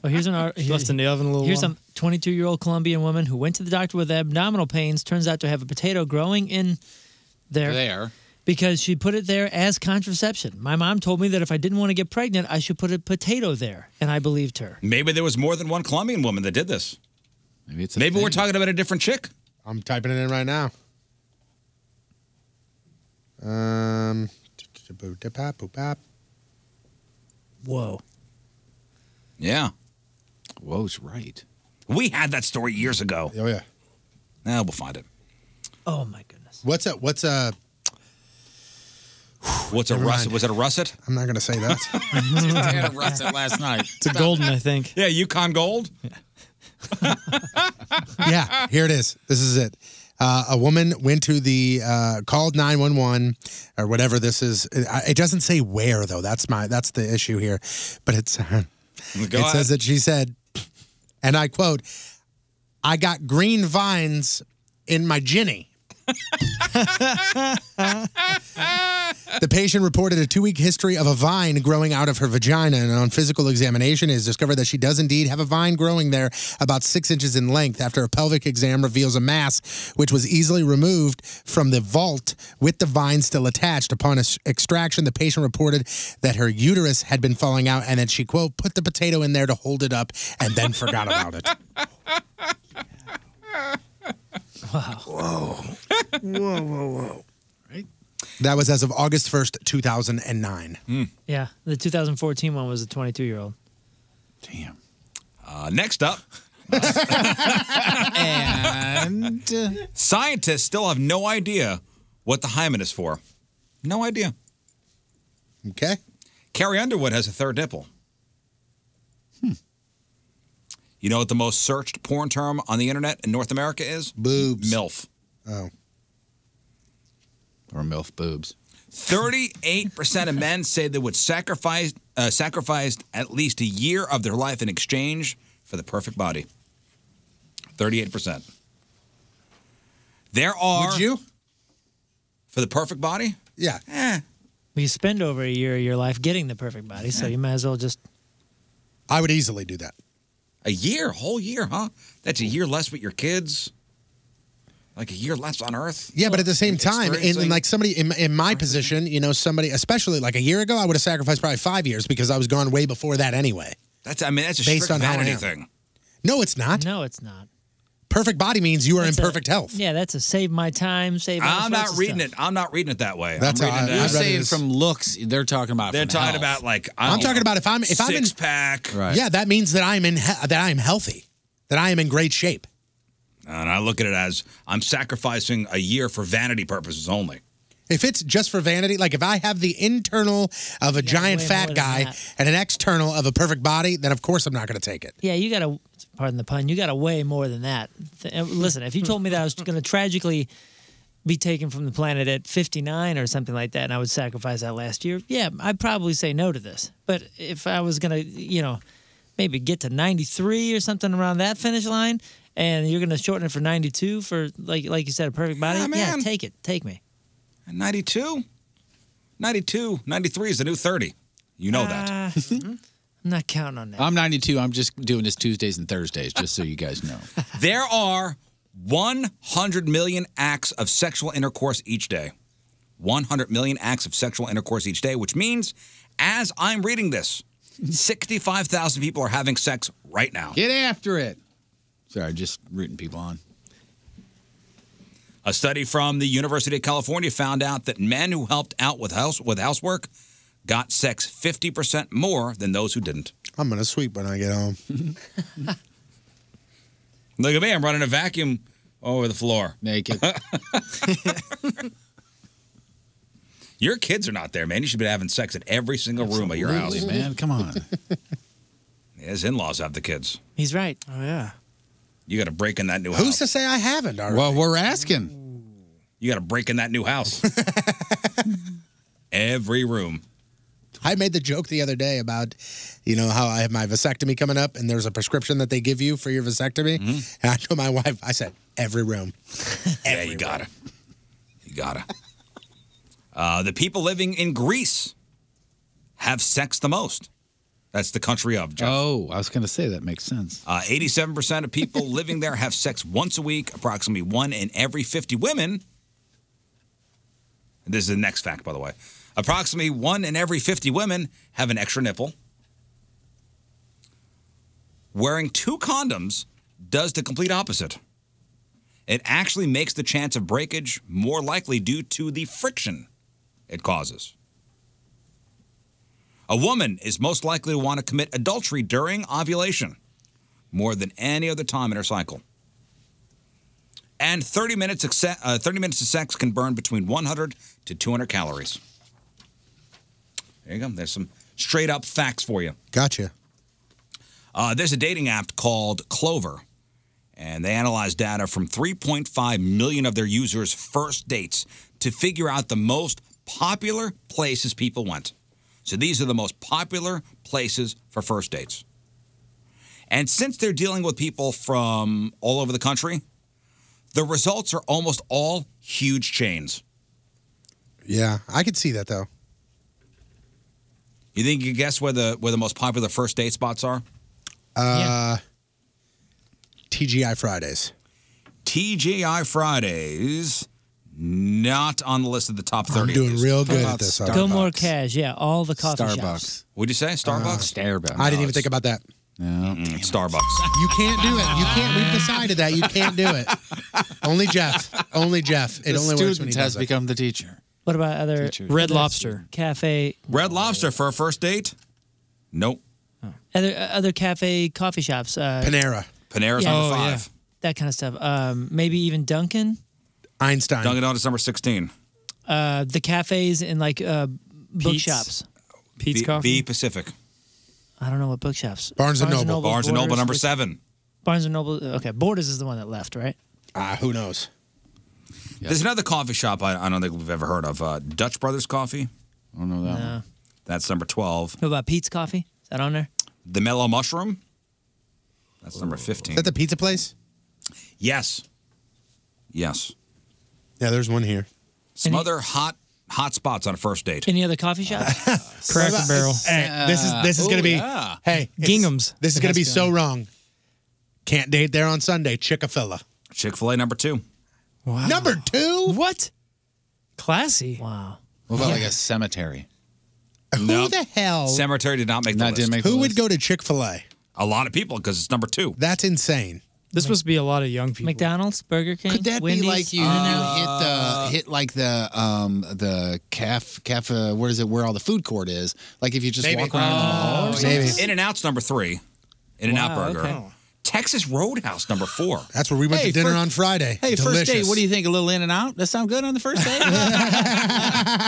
S9: Well, here's an ar-
S10: left in the oven a little
S9: Here's
S10: while.
S9: some 22 year old Colombian woman who went to the doctor with abdominal pains. Turns out to have a potato growing in there.
S5: There.
S9: Because she put it there as contraception. My mom told me that if I didn't want to get pregnant, I should put a potato there, and I believed her.
S6: Maybe there was more than one Colombian woman that did this.
S5: Maybe it's
S6: Maybe we're talking about a different chick.
S10: I'm typing it in right now. Um.
S9: Whoa.
S6: Yeah.
S5: Whoa's right.
S6: We had that story years ago.
S10: Oh yeah.
S6: Now Eh, we'll
S5: [LAUGHS]
S6: find it.
S9: Oh my
S10: goodness. What's a what's a [SIGHS]
S6: What's a
S10: Never
S6: russet?
S10: mind.
S6: Was it a russet?
S10: I'm not gonna say that.
S9: [LAUGHS]
S5: I had a russet last night. It's
S9: a golden, I think.
S6: Yeah, Yukon Gold.
S10: [LAUGHS] yeah, here it is. This is it. Uh, a woman went to the uh, called 911 or whatever this is. It, I- it doesn't say where though. That's my that's the issue here. But it's [LAUGHS] it
S22: Go ahead.
S10: says that she said, [CLEARS THROAT] and I quote, "I got green vines in
S9: [LAUGHS]
S10: my Ginny." [LAUGHS] The patient reported a two week history of a vine growing out of her vagina, and on physical examination, it is discovered that she does indeed have a vine growing there about six inches in length. After a pelvic exam reveals a mass, which was easily removed from the vault with the vine still attached. Upon ex- extraction, the patient reported that her uterus had been falling out and that she, quote, put the potato in there to hold it up and then forgot about it.
S22: Whoa.
S10: [LAUGHS]
S22: whoa, whoa, whoa.
S10: That was as of August 1st, 2009.
S9: Yeah, the 2014 one was a 22 year old.
S6: Uh, next up.
S5: and
S6: scientists still have no idea what the hymen is for. No idea.
S10: Okay.
S6: Carrie Underwood has a third nipple.
S10: Hmm.
S6: You know what the most searched porn term on the internet in North America is?
S10: Boobs.
S6: MILF.
S10: Oh.
S5: Or MILF boobs.
S6: 38% of men say they would sacrifice uh, sacrificed at least a year of their life in exchange for the perfect body. 38%. There are Would
S10: you?
S6: For the perfect body?
S10: Yeah.
S9: Well, Eh. you spend over a year of your life getting the perfect body, so you might as well just.
S10: I would easily do that.
S6: A year, whole year, huh? That's a year less with your kids. Like a year less on Earth.
S10: Yeah, but at the same time, in, in
S6: experiencing-
S10: like somebody in, in my position, you know, somebody, especially like a year ago, I would have sacrificed probably five years because I was gone way before that anyway.
S6: That's I mean that's a
S10: based
S6: strict
S10: on how I
S6: vanity
S10: am.
S6: thing.
S10: No, it's not.
S9: No, it's not.
S10: Perfect body means you are
S9: That's
S10: in
S9: a-
S10: perfect health.
S9: Yeah, that's a save my time, save.
S6: I'm not reading it. I'm not reading it that way.
S5: That's
S6: I'm
S5: how
S6: reading
S5: I-
S6: it
S5: You're
S6: as-
S5: saying from looks. They're talking about.
S6: They're
S5: from
S6: talking
S5: health.
S6: about like I
S10: I'm
S6: don't
S10: talking
S6: know,
S10: about if I'm if I'm in
S6: six pack.
S10: Yeah, that means that I'm in he- that I'm healthy, that I am in great shape.
S6: And I look at it as I'm sacrificing a year for vanity purposes only.
S10: If it's just for vanity, like if I have the internal of a giant
S9: way more
S10: fat
S9: than
S10: guy
S9: that.
S10: and an external of a perfect body, then of course I'm not going to take it.
S9: Yeah, you got to. Pardon the pun. You got to weigh more than that. Th- uh, Listen, if you told me that I was going to tragically be taken from the planet at 59 or something like that, and I would sacrifice that last year, yeah, I'd probably say no to this. But if I was going to, you know, maybe get to 93 or something around that finish line, and you're going to shorten it for 92 for like like you said, a perfect body,
S6: Yeah,
S9: yeah,
S6: man.
S9: take it, take me.
S6: And 92, 92, 93 is the new 30. You
S5: know
S9: that. I'm not counting on that.
S5: Ah. I'm 92. I'm just doing this Tuesdays and Thursdays, just so you guys
S6: [LAUGHS]
S5: know.
S6: There are 100 million acts of sexual intercourse each day. 100 million acts of sexual intercourse each day, which means as I'm reading this, 65,000 people are having sex right now.
S5: Get after it. Sorry, just rooting people on.
S6: A study from the University of California found out that men who helped out with house with housework got sex 50% more than those who didn't.
S10: I'm going to sweep when I get home.
S6: Look at me, I'm running a vacuum over the floor.
S5: Naked.
S6: [LAUGHS] your kids are not there, man. You should be having sex at every single room of your house.
S5: Absolutely, man. Come on.
S6: His in laws have the kids.
S9: [LAUGHS] He's right. Oh yeah.
S6: You got to break in that new
S10: Who's
S6: house.
S10: to say I haven't already?
S5: Well, we're asking.
S6: You got to break in that new house.
S10: [LAUGHS]
S6: Every room.
S10: I made the joke the other day about, you know, how I have my vasectomy coming up and there's a prescription that they give you for your vasectomy. And I told my wife, I said, every room.
S6: yeah, you gotta. You gotta. Uh, the people living in Greece have sex the most. That's the country of [LAUGHS] Jeff.
S5: Oh, I was going to say that makes sense.
S6: Uh, 87% of people [LAUGHS] living there have sex once a week. Approximately one in every 50 women. This is the next fact, by the way. Approximately one in every 50 women have an extra nipple. Wearing two condoms does the complete opposite. It actually makes the chance of breakage more likely due to the friction it causes. A woman is most likely to want to commit adultery during ovulation more than any other time in her cycle. And 30 minutes, of se- uh, 30 minutes of sex can burn between 100 to 200 calories. There you go. There's some straight up facts for you.
S10: Gotcha.
S6: Uh, there's a dating app called Clover, and they analyze data from 3.5 million of their users' first dates to figure out the most popular places people went. So these are the most popular places for first dates. And since they're dealing with people from all over the country, the results are almost all huge chains.
S10: Yeah, I could see that though.
S6: You think you can guess where the where the most popular first date spots are?
S10: Uh, TGI Fridays.
S6: TGI Fridays, not on the list of the top 30.
S10: doing
S6: at least.
S10: real good at this,
S13: Go more cash. Yeah, all the coffee shops.
S6: What'd you say?
S10: Uh,
S6: Starbucks?
S5: Starbucks.
S10: I didn't even think about that.
S6: Mm-mm, Mm-hmm.
S13: Uh,
S6: Starbucks.
S10: You can't do it. You can't. We've decided that you can't do it. Only Jeff. Only Jeff. It
S5: the
S10: only
S5: student
S10: works when he
S5: has
S10: does it.
S5: become the teacher.
S13: What about other
S5: Red
S13: Lobster cafe?
S6: Red Lobster for a first date? Nope.
S13: Other other cafe coffee shops. Uh,
S6: Panera's
S13: Yeah.
S6: number five.
S13: That kind of stuff. Um, maybe even Dunkin'.
S10: Einstein.
S6: Dunkin' Donuts number 16.
S13: Uh, the cafes and like uh, bookshops. Pete's
S6: B,
S13: Coffee?
S6: B Pacific.
S13: I don't know what bookshops.
S6: Barnes and Noble
S13: Borders,
S6: number
S13: which-
S6: seven.
S13: Barnes and Noble. Okay, Borders is the one that left, right?
S10: Ah, who knows?
S6: There's another coffee shop I, I don't think we've ever heard of. Uh, Dutch Brothers Coffee. I don't know
S13: that No. one.
S6: That's number 12.
S13: What about Pete's Coffee? Is that on there?
S6: The Mellow Mushroom. That's number 15.
S10: Is that the pizza place?
S6: Yes. Yes.
S10: Yeah, there's one here.
S6: Some other hot hot spots on a first date.
S13: Any other coffee
S10: [LAUGHS]
S13: shops?
S10: What about- Hey, this is this is
S6: Ooh,
S10: gonna be.
S6: yeah.
S10: Hey, it's-
S6: Gingham's.
S10: This is
S6: It
S10: gonna
S6: has
S10: be
S6: to.
S10: so wrong. Can't date there on Sunday. Chick a fil
S6: Chick fil A number two.
S10: Number two.
S13: What? Classy. Wow.
S5: What about
S10: Yeah.
S5: like a cemetery?
S10: Who the hell?
S6: Cemetery did not make the list.
S10: Who would go to Chick fil A?
S6: A lot of people because it's number two.
S10: That's insane.
S13: This must be a lot of young people. McDonald's, Burger King.
S5: Could that
S13: Wendy's?
S5: be like you,
S10: uh,
S5: you hit the hit like the um the caf caf uh, where is it where all the food court is? Like if you just
S6: Maybe.
S5: walk around
S10: Oh,
S5: the mall or something.
S6: In and Out's number three. In and Out
S5: Wow,
S6: Burger.
S5: okay.
S6: Texas Roadhouse number four.
S10: That's where we went
S5: Hey,
S10: to dinner
S5: first-
S10: on Friday.
S5: Hey,
S10: Delicious.
S5: first date, what do you think? A little in and out? That sound good on the first
S10: [LAUGHS]
S5: date?
S10: Oh,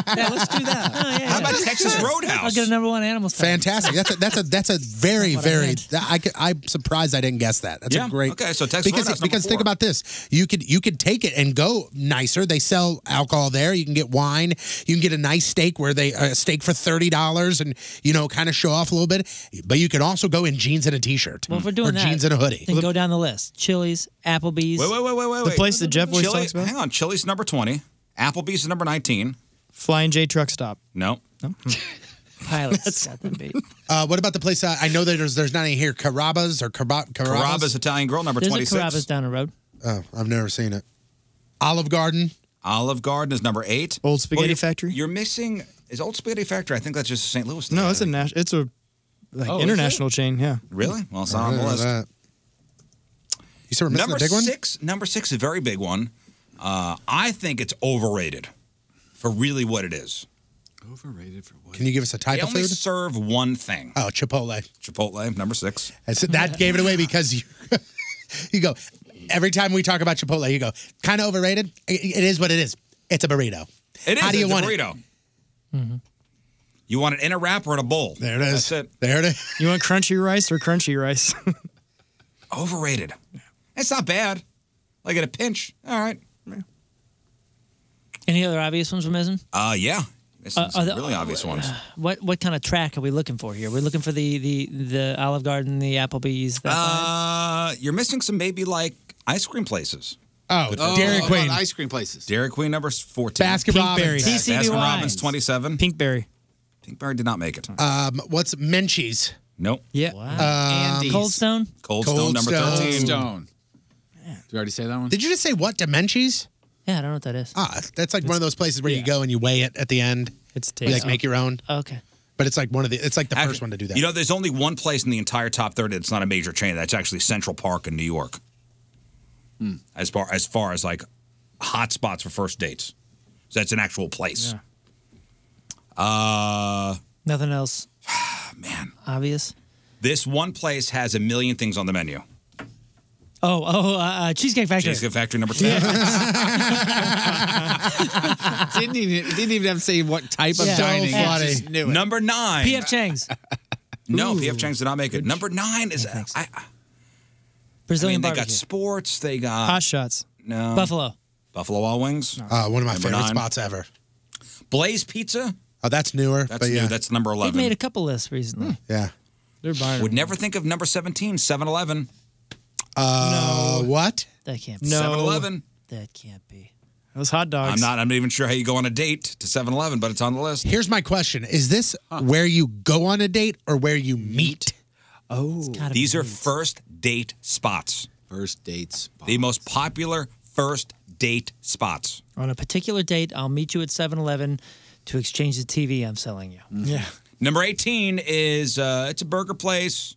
S6: How about
S10: [LAUGHS]
S6: Texas Roadhouse?
S13: I'll get a number one animal. Style.
S10: Fantastic. That's a that's a
S13: [LAUGHS]
S10: that's a very
S13: That's what I
S10: very.
S13: meant.
S10: I, could- I'm surprised I didn't guess that. That's
S6: Yeah.
S10: a great.
S6: Okay, so Texas
S10: because
S6: Roadhouse number
S10: because think
S6: four.
S10: about this. You could you could take it and go nicer. They sell alcohol there. You can get wine. You can get a nice steak where they a steak for thirty dollars and you know kind of show off a little bit. But you could also go in jeans and a t-shirt.
S13: Well, if we're doing
S10: or
S13: that,
S10: jeans and a hoodie.
S13: Then go down the list: Chili's, Applebee's.
S6: Wait, wait, wait, wait, wait. wait. Chili- Hang on. Chili's number 20. Applebee's is number 19.
S17: Flying J truck stop.
S6: No. [LAUGHS]
S13: Pilots got them beat.
S10: [LAUGHS] Uh, what about the place I, I know that there's there's not any here? Carabas or Carab- Carabas?
S6: Carrabba's Italian Grill number 26.
S13: down the road.
S10: Oh, I've never seen it. Olive Garden.
S6: Olive Garden is number eight.
S17: Old Spaghetti
S6: you're-
S17: Factory?
S6: You're missing is Old Spaghetti Factory. I think that's just St. Louis.
S17: [LAUGHS] No, it's a national. It's a like
S6: Oh, is
S17: international chain. Yeah.
S6: Really? Well, it's not on the list.
S10: You said
S17: we're missing
S6: number
S17: a big one?
S6: six. Number six, is a very big one. Uh, I think it's overrated for really what it is.
S5: Overrated for
S10: Can you give us a type
S6: they
S10: of
S6: only
S10: food?
S6: serve one thing.
S10: Oh, Chipotle.
S6: Chipotle, number six.
S10: That's, that gave it away because you [LAUGHS] you go every time we talk about Chipotle, you go kind of overrated. I- It is what it is. It's a burrito.
S6: [LAUGHS] It is
S10: How do you
S6: it's
S10: want
S6: a
S10: it?
S6: burrito. You want it in a wrap or in a bowl?
S17: There it is.
S6: That's it.
S10: There it is.
S17: [LAUGHS] You want crunchy rice or crunchy rice? [LAUGHS]
S6: Overrated. It's not bad. Like at a pinch. All right.
S9: Any other obvious ones we're missing?
S6: Uh, yeah. This
S9: Uh,
S6: is
S9: are the-
S6: really obvious ones.
S9: What what kind of track are we looking for here? We're looking for the the the Olive Garden, the Applebee's. That
S6: Uh, you're missing some maybe like ice cream places.
S10: Oh,
S6: Good for
S10: Dairy
S6: you.
S10: Queen.
S5: Ice cream places.
S6: Dairy Queen number 14.
S10: Baskin Pinkberry. Robbins.
S6: Baskin
S10: TCBY.
S6: Robbins 27.
S17: Pinkberry.
S6: Pinkberry did not make it.
S10: Um, what's Menchie's?
S6: Nope.
S9: Yeah.
S10: Wow. Um, Cold
S9: Stone?
S6: Cold Stone number 13.
S5: Stone. Did you already say that one?
S10: Did you just say what? Demenchie's?
S9: Yeah, I don't know what that is.
S10: Ah, that's like one of those places where you go and you weigh it at the end.
S9: It's Oh,
S10: you like
S6: tasty.
S10: make your own.
S9: Okay.
S10: But it's like one of the. It's like the first one to do that.
S6: You know, there's only one place in the entire top 30 that's not a major chain. That's actually Central Park in New York.
S5: Hmm.
S6: As far as far as like hot spots for first dates. So that's an actual place. Uh
S9: Nothing else. Man. Obvious.
S6: this one place has a million things on the menu.
S9: Oh, oh, uh, uh, Cheesecake Factory. [LAUGHS]
S6: Cheesecake Factory
S5: [LAUGHS]
S6: number 10.
S5: didn't, even, didn't even have to say what type of
S6: Yeah.
S5: dining.
S6: So
S5: I
S6: funny.
S5: just knew it.
S6: Number nine.
S9: P.F. Chang's.
S6: No, PF Chang's did not make it. Number nine is I, I,
S9: Brazilian
S6: I mean, they got
S9: barbecue.
S6: sports. They got
S9: Hot shots.
S6: No
S9: Buffalo.
S6: Buffalo Wild Wings.
S10: Uh, one of my favorite spots ever.
S6: Blaze Pizza.
S10: [LAUGHS] Oh, that's newer.
S6: That's
S10: but
S6: new.
S10: yeah.
S6: That's number
S9: They've
S6: eleven.
S9: made a couple lists recently.
S13: Hmm.
S10: Yeah.
S9: They're buying.
S6: Would never think of number 17, 7-Eleven.
S10: Uh, what?
S9: That can't
S6: be. 7-Eleven.
S9: That can't be.
S17: It was hot dogs.
S6: I'm not. I'm not even sure how you go on a date to 7-Eleven, but it's on the list.
S10: Here's my question: Is this where you go on a date or where you meet?
S6: Oh, these are first date spots. First date spots. The most popular first date spots.
S9: On a particular date, I'll meet you at 7 Eleven to exchange the TV I'm selling you.
S6: Yeah. Number 18 is uh, it's a burger place.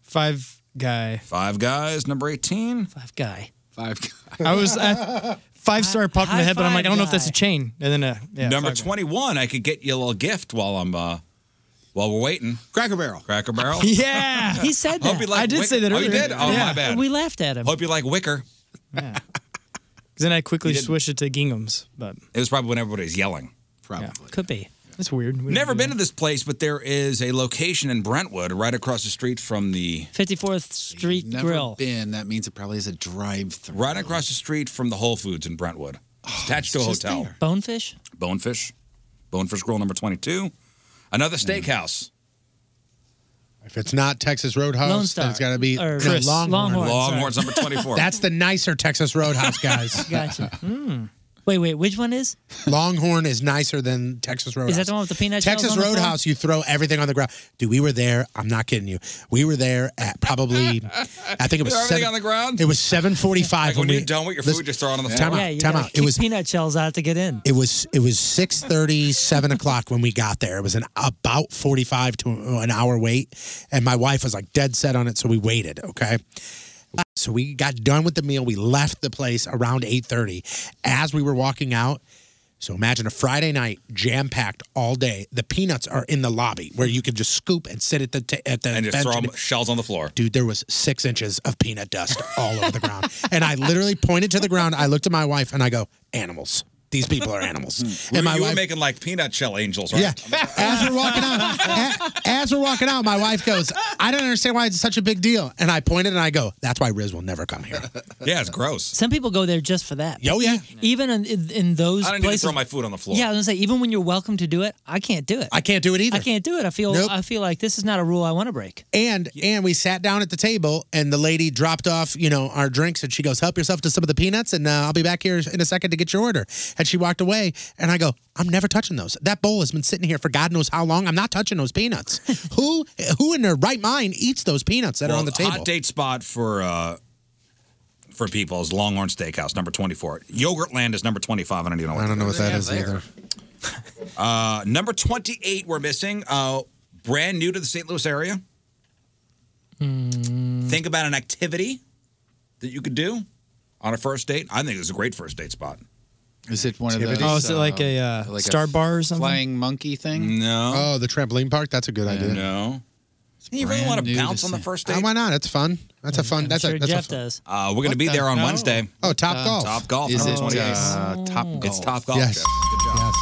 S17: Five guy.
S6: Five guys. Number 18.
S9: Five guy.
S6: Five.
S17: I was at five star popped in my head, but I'm like, I don't know if that's a chain. And then uh, yeah,
S6: Number
S17: five guy.
S6: 21. I could get you a little gift while I'm uh, while we're waiting. Cracker Barrel.
S7: [LAUGHS]
S6: Cracker Barrel.
S17: [LAUGHS] Yeah.
S9: he said that.
S6: Hope you like Wicker. Oh, you did? Oh, my bad.
S9: We laughed at him.
S6: Hope you like Wicker.
S17: Then I quickly
S6: You didn't-
S17: switched it to Gingham's, but
S6: It was probably when everybody's yelling. Probably.
S9: could be.
S17: That's weird. We-
S6: Never been to this place, but there is a location in Brentwood right across the street from the
S9: 54th Street
S6: never
S9: Grill.
S6: been. That means it probably is a drive-through. Right across the street from the Whole Foods in Brentwood. It's attached to a
S9: just
S6: hotel.
S9: Bonefish?
S6: Bonefish. Bonefish Grill number 22. Another steakhouse.
S10: If it's not Texas Roadhouse, then it's got to be
S6: Or
S10: no,
S6: Chris.
S10: Longhorn.
S6: Longhorn, Longhorn's sorry. number 24.
S10: That's the nicer Texas Roadhouse, guys.
S9: [LAUGHS] gotcha. Mm. Wait, wait, which one is?
S10: Longhorn is nicer than Texas Roadhouse.
S9: the one with the peanut shells
S10: Texas
S9: on the floor?
S10: Roadhouse, you throw everything on the ground. Dude, we were there. I'm not kidding you. We were there
S6: [LAUGHS]
S10: at probably, I think it was
S6: Throw everything
S10: seven,
S6: on the ground?
S10: It was 7:45
S6: Like when
S10: we,
S6: you're done with your food, just throw it on the
S10: Time
S6: floor?
S10: out.
S6: Yeah, you
S10: time
S6: gotta
S10: out. It was
S9: peanut shells out to get in.
S10: It was it was 6:30, 7 o'clock when we got there. It was an about 45 to an hour wait, and my wife was like dead set on it, so we waited. Okay. So we got done with the meal. We left the place around 8:30. As we were walking out, so imagine a Friday night jam packed all day. The peanuts are in the lobby where you can just scoop and sit at the ta- at the
S6: And just
S10: bench
S6: throw
S10: and-
S6: them shells on the floor.
S10: Dude, there was six inches of peanut dust all over the ground. And I literally pointed to the ground. I looked at my wife and I go, animals. These people are animals.
S6: You-
S10: And my
S6: you Hmm. were
S10: wife,
S6: making like peanut shell angels, right? [LAUGHS]
S10: Yeah. as we're walking out, a- as we're walking out, my wife goes, I don't understand why it's such a big deal. And I pointed and I go, that's why Riz will never come here.
S6: Yeah, it's gross.
S9: Some people go there just for that.
S10: Yo, yeah.
S9: Even in, in, in those
S6: Oh, I don't need to
S9: places.
S6: throw my food on the floor.
S9: Yeah, I was gonna say even when you're welcome to do it, I can't do it.
S10: I can't do it either.
S9: I can't do it. I feel
S10: Nope.
S9: I feel like this is not a rule I want to break.
S10: And and we sat down at the table, and the lady dropped off, you know, our drinks, and she goes, "Help yourself to some of the peanuts, and uh, I'll be back here in a second to get your order." And she walked away, and I go, "I'm never touching those. That bowl has been sitting here for God knows how long. I'm not touching
S6: [LAUGHS]
S10: those peanuts. who who in their right mind eats those peanuts that are
S6: Well,
S10: on the table?"
S6: Hot date spot for uh, for people is Longhorn Steakhouse, number 24. Yogurtland is number 25. I don't even know what
S10: I don't know what that
S6: that
S10: is
S6: is
S10: either.
S6: [LAUGHS] Uh, number 28 we're missing. Uh, brand new to the St. Louis area.
S10: Hmm.
S6: Think about an activity that you could do on a first date. I think it's a great first date spot.
S5: Is it one of
S6: Activities?
S5: those?
S6: Oh, is it like
S17: a, uh,
S5: like
S17: Star Bar or something?
S5: Flying monkey thing?
S6: No.
S10: Oh, the trampoline park. That's a good idea.
S6: No. You really
S10: brand
S6: want
S10: new
S6: to
S10: to
S6: bounce on the first date?
S10: Uh, why not? It's fun. That's a fun. that's a that's a fun.
S6: Uh, we're going to
S10: What
S6: be
S10: the
S6: there on
S10: hell?
S6: Wednesday. Uh,
S10: Oh, Top Golf.
S6: Top Golf.
S10: Is
S6: number
S10: it,
S6: 28.
S10: uh, Top
S6: It's
S10: Golf?
S6: Top Golf.
S10: Yes.
S6: Jeff. Good job.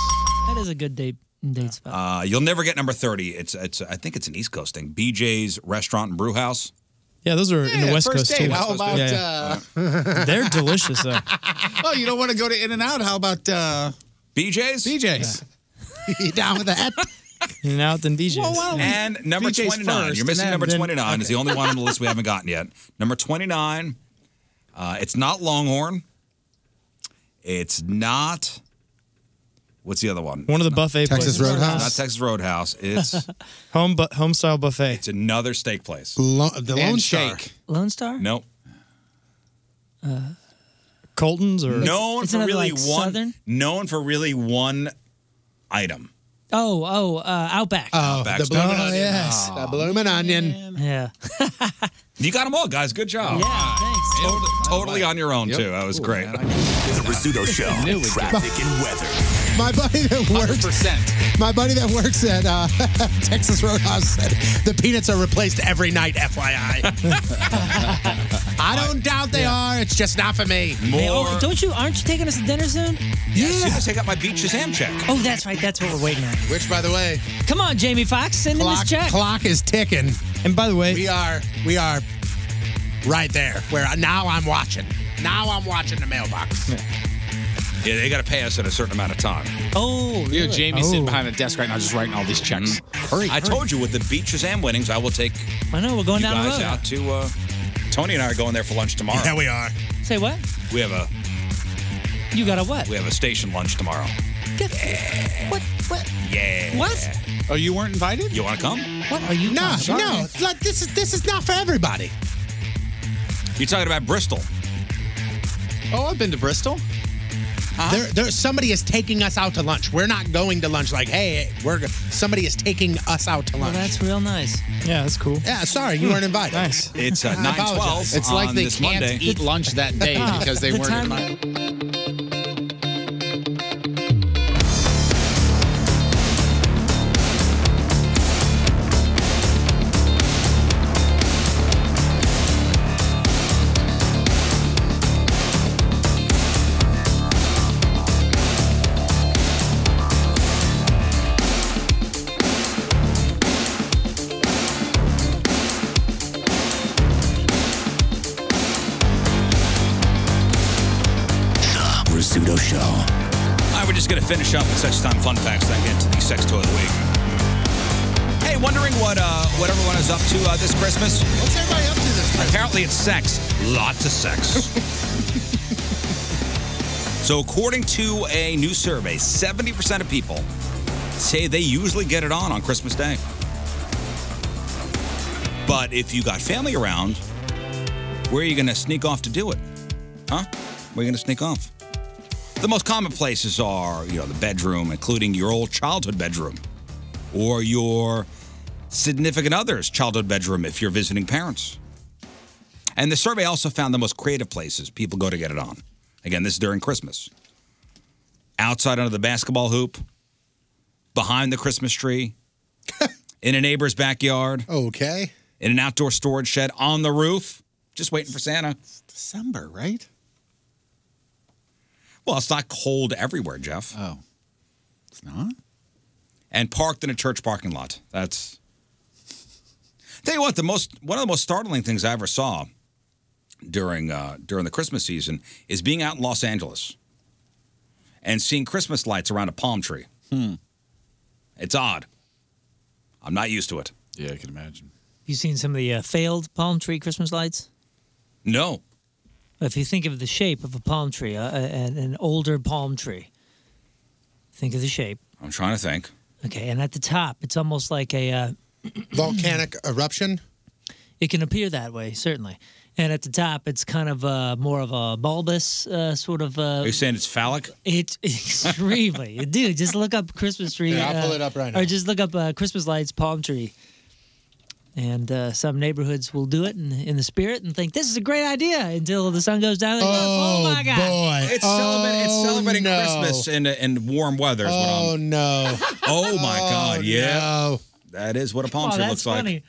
S9: That is a good date date spot.
S6: Uh, you'll never get number 30. It's it's I think it's an East Coast thing. BJ's Restaurant and Brew House.
S17: yeah, those are in the West Coast too. Yeah, yeah.
S5: Uh,
S17: They're delicious though.
S10: [LAUGHS]
S5: oh, you don't want to go to In and Out? How about uh,
S6: BJ's?
S5: BJ's.
S10: [LAUGHS]
S7: you down with that? and out then DJs.
S6: And number 29. You're missing number 29. It's the only one on the list we haven't gotten yet. Number 29. Uh, it's not Longhorn. It's not. What's the other one?
S7: One of the buffet
S6: Texas
S7: places.
S6: Roadhouse. Not Texas Roadhouse.
S17: [LAUGHS]
S6: It's
S7: home bu- home style buffet.
S6: It's another steak place.
S7: the
S6: And Lone Star. shake.
S9: Lone Star?
S6: Nope.
S9: Uh,
S7: Colton's or
S6: known
S9: it's
S6: for
S9: another,
S6: really
S9: like,
S6: one.
S9: Southern?
S6: Known for really one item.
S9: oh, oh, uh, Outback.
S6: Outback steak.
S10: Oh, yes. The blooming onion.
S9: Yeah.
S6: You got them all, guys. Good job. Yeah, thanks. Totally, totally on your own too. That was great.
S23: The
S5: [LAUGHS]
S23: Rizzuto Show. Traffic and weather.
S27: My buddy that works.
S10: My buddy that works at uh, [LAUGHS] Texas Roadhouse said the peanuts are replaced every night.
S6: [LAUGHS]
S10: FYI. I don't doubt they are. It's just not for me.
S9: Hey, oh, don't you? Aren't you taking us to dinner soon?
S6: Yeah. As soon as I got my Beach Shazam check.
S9: Oh, that's right. That's what we're waiting on.
S10: Which, by the way,
S9: come on, Jamie Foxx, send him
S10: clock,
S9: his check.
S10: clock is ticking.
S7: And by the way,
S10: we are we are right there. Where now I'm watching. Now I'm watching the mailbox.
S6: Yeah, they got to pay us at a certain amount of time.
S9: Oh,
S5: you know, Jamie's sitting behind a desk right now, just writing all these checks.
S6: Mm-hmm. I told you with the Beach Shazam winnings, I will take
S9: I know we're going
S6: you
S9: down the
S6: guys
S9: road.
S6: out to. Uh, Tony and I are going there for lunch tomorrow.
S10: Yeah, we are.
S9: Say what?
S6: We have a
S9: You got a what?
S6: we have a station lunch tomorrow.
S9: What? What?
S6: Yeah.
S9: What?
S6: Oh, you weren't invited? You want to come?
S9: What are you?
S10: No,
S6: talking about?
S10: no. Look, this is this is not for everybody.
S6: You're talking about Bristol.
S10: Oh, I've been to Bristol. There, there, somebody is taking us out to lunch. We're not going to lunch. Like, hey, we're go- somebody is taking us out to lunch.
S9: that's real nice.
S7: Yeah, that's cool.
S10: Yeah, sorry, you weren't invited.
S7: Nice.
S6: It's uh,
S10: [LAUGHS] I
S6: nine twelve.
S10: apologize. It's like they
S6: this
S10: can't
S6: Monday.
S10: eat lunch
S17: [LAUGHS]
S10: that day because they The weren't time-
S23: The Rizzuto Show.
S6: All right, we're just going to finish up with Sex Time Fun Facts, then get to the Sex Toy of the Week. Hey, wondering what uh, what everyone is up to uh, this Christmas? What's everybody up to this Christmas? Apparently it's sex. Lots of [LAUGHS] sex. so according to a new survey, 70% of people say they usually get it on on Christmas Day. But if you got family around, where are you going to sneak off to do it? Huh? Where are you going to sneak off? The most common places are, you know, the bedroom, including your old childhood bedroom or your significant other's childhood bedroom if you're visiting parents. And the survey also found the most creative places people go to get it on. Again, this is during Christmas. Outside under the basketball hoop, behind the
S5: [LAUGHS]
S6: Christmas tree, in a neighbor's backyard.
S10: Okay.
S6: In an outdoor storage shed, on the roof, just waiting for Santa.
S5: December, right?
S6: Well, it's not cold everywhere, Jeff.
S5: Oh. It's not?
S6: And parked in a church parking lot. That's [LAUGHS] Tell you what, the most one of the most startling things I ever saw during uh, during the Christmas season is being out in Los Angeles and seeing Christmas lights around a palm tree.
S5: Hmm.
S6: It's odd. I'm not used to it.
S5: Yeah, I can imagine.
S9: You seen some of the uh, failed palm tree Christmas lights?
S6: No.
S9: If you think of the shape of a palm tree, uh, an, an older palm tree, think of the shape.
S6: I'm trying to think.
S9: Okay, and at the top, it's almost like a uh, [CLEARS THROAT]
S10: volcanic eruption.
S9: It can appear that way, certainly. And at the top, it's kind of uh, more of a bulbous uh, sort of. Uh,
S6: Are you saying it's phallic?
S9: It's [LAUGHS] extremely, dude. Just look up Christmas tree.
S10: Yeah, I'll pull it up right now.
S9: Or just look up uh, Christmas lights, palm tree. And uh, some neighborhoods will do it in, in the spirit and think this is a great idea until the sun goes down. They go, Oh, my God!
S6: It's, celebra- it's celebrating Christmas in, in warm weather. Is what
S10: Oh
S6: I'm,
S10: no!
S6: [LAUGHS] oh my God! Yeah, that is what a palm tree looks like.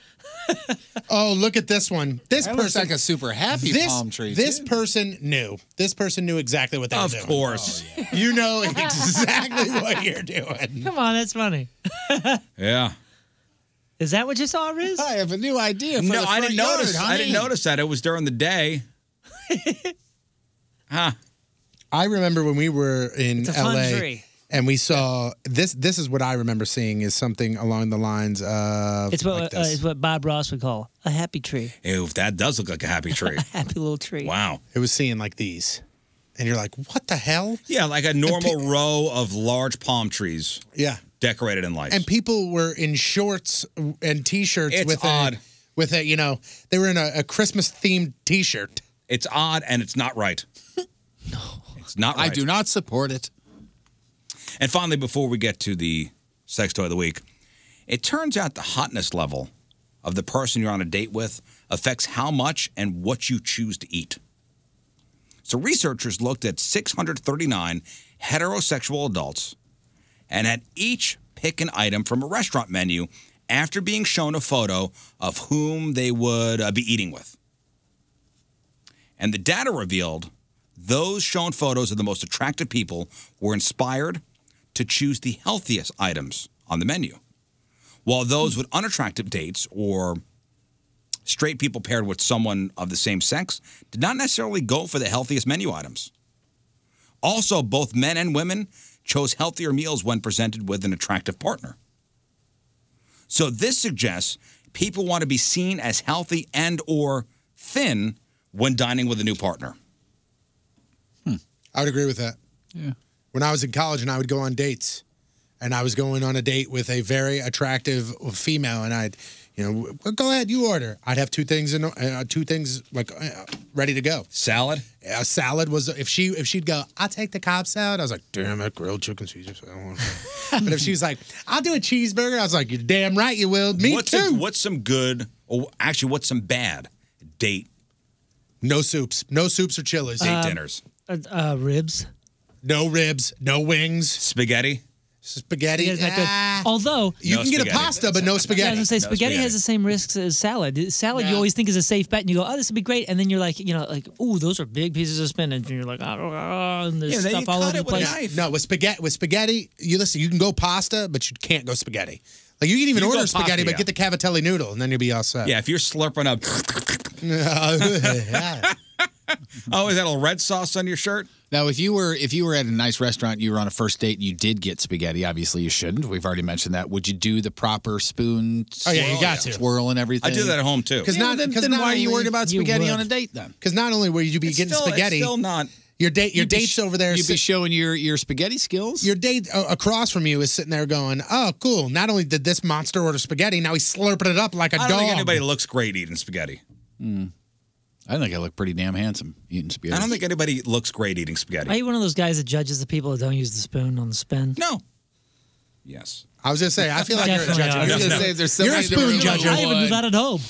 S10: [LAUGHS] oh, look at this one. This
S5: That
S10: person
S5: looks like a super happy
S10: this,
S5: palm tree,
S10: This
S5: too.
S10: person knew. This person knew exactly what they
S6: Of
S10: were doing. Oh,
S6: course.
S10: You know [LAUGHS] exactly what you're doing.
S9: Come on, that's funny.
S6: Yeah.
S9: Is that what you saw, Riz? I
S10: have a new idea.
S6: No, I didn't notice. I didn't notice that it was during the
S10: [LAUGHS]
S6: day. huh?
S10: I remember when we were in
S6: It's a fun
S10: LA
S6: tree.
S10: And we saw this. This is what I remember seeing is something along the lines of
S13: It's what
S10: like
S13: uh,
S10: this.
S13: it's what Bob Ross would call a happy tree,
S6: Ew, that does look like a happy
S10: [LAUGHS]
S6: tree.
S13: happy little tree.
S6: Wow.
S10: It was seeing like these. And you're like, what the hell?
S6: Yeah, like a normal row of large palm trees
S10: Yeah.
S6: decorated in lights.
S10: And people were in shorts and t-shirts
S6: It's
S10: with
S6: odd.
S10: a with a you know they were in a, a Christmas themed t-shirt.
S6: It's odd and it's
S5: [LAUGHS]
S6: not right. It's not right.
S5: I do not support it.
S6: And finally, before we get to the sex toy of the week, it turns out the hotness level of the person you're on a date with affects how much and what you choose to eat. So, researchers looked at 639 heterosexual adults and had each pick an item from a restaurant menu after being shown a photo of whom they would uh, be eating with. And the data revealed those shown photos of the most attractive people were inspired to choose the healthiest items on the menu. While those with unattractive dates or straight people paired with someone of the same sex did not necessarily go for the healthiest menu items. Also, both men and women chose healthier meals when presented with an attractive partner. So this suggests people want to be seen as healthy and or thin when dining with a new partner.
S10: I would agree with that.
S6: Yeah.
S10: When I was in college and I would go on dates, and I was going on a date with a very attractive female, and I'd, you know, "W- well, go ahead, you order. I'd have two things in uh, two things like uh, ready to go.
S6: Salad.
S10: A salad was if she if she'd go, I'll take the Cobb salad. I was like, damn it, grilled chicken Caesar salad. [LAUGHS] but if she was like, I'll do a cheeseburger, I was like, you're damn right you will. Me
S6: what's
S10: too.
S6: a- what's some good, or actually, what's some bad date?
S10: No soups. No soups or chilies.
S6: Date dinners.
S13: Uh, uh, ribs.
S10: No ribs. No wings.
S6: Spaghetti.
S10: Spaghetti.
S13: Spaghetti's not good.
S10: ah.
S13: Although
S10: You can get a pasta, but no
S13: Yeah, I
S10: spaghetti.
S13: was gonna say spaghetti has the same risks as salad. Salad you always think is a safe bet, and you go, "Oh, this would be great," and then you're like, you know, like, "Ooh, those are big pieces of spinach," and you're like, "Oh," and there's stuff all over the place.
S10: No, with spaghetti, with spaghetti, you listen. You can go pasta, but you can't go spaghetti. Like you can even
S6: You go
S10: order
S6: pasta,
S10: spaghetti,
S6: yeah.
S10: but get the cavatelli noodle, and then you'll be all
S5: Uh.
S10: set.
S6: Yeah, if you're
S5: [LAUGHS]
S6: slurping up, [LAUGHS]
S10: Yeah.
S6: oh, is that a red sauce on your shirt?
S5: Now, if you were if you were at a nice restaurant, you were on a first date, and you did get spaghetti. Obviously, you shouldn't. We've already mentioned that. Would you do the proper spoon?
S10: Oh, yeah, you
S5: swirl-
S10: got to.
S5: swirl and everything.
S6: I do that at home too.
S5: Because
S10: Because not,
S5: then,
S10: [LAUGHS] 'cause
S5: then
S10: not
S5: why are
S10: only-
S5: you worried about spaghetti on a date then?
S10: Because not only will you be getting
S5: still- it's
S10: spaghetti,
S5: still not-
S10: your date. Your
S5: You'd be
S10: date's
S5: sh-
S10: over there.
S5: you'd be showing your your spaghetti skills.
S10: Your date uh, across from you is sitting there going, "Oh, cool! Not only did this monster order spaghetti, now he's slurping it up like a
S6: I don't
S10: dog."
S6: think anybody looks great eating spaghetti.
S5: Hmm. I think I look pretty damn handsome eating spaghetti.
S6: I don't think anybody looks great eating spaghetti.
S13: Are you one of those guys that judges the people that don't use the spoon on the spin?
S6: No. Yes.
S10: I was gonna say, I feel like you're a
S13: Definitely
S10: judge.
S13: are.
S10: I was gonna
S6: No.
S10: say, there's
S13: You're a
S10: somebody that
S13: spoon
S10: really
S13: judge. I
S10: would.
S13: even do that at home.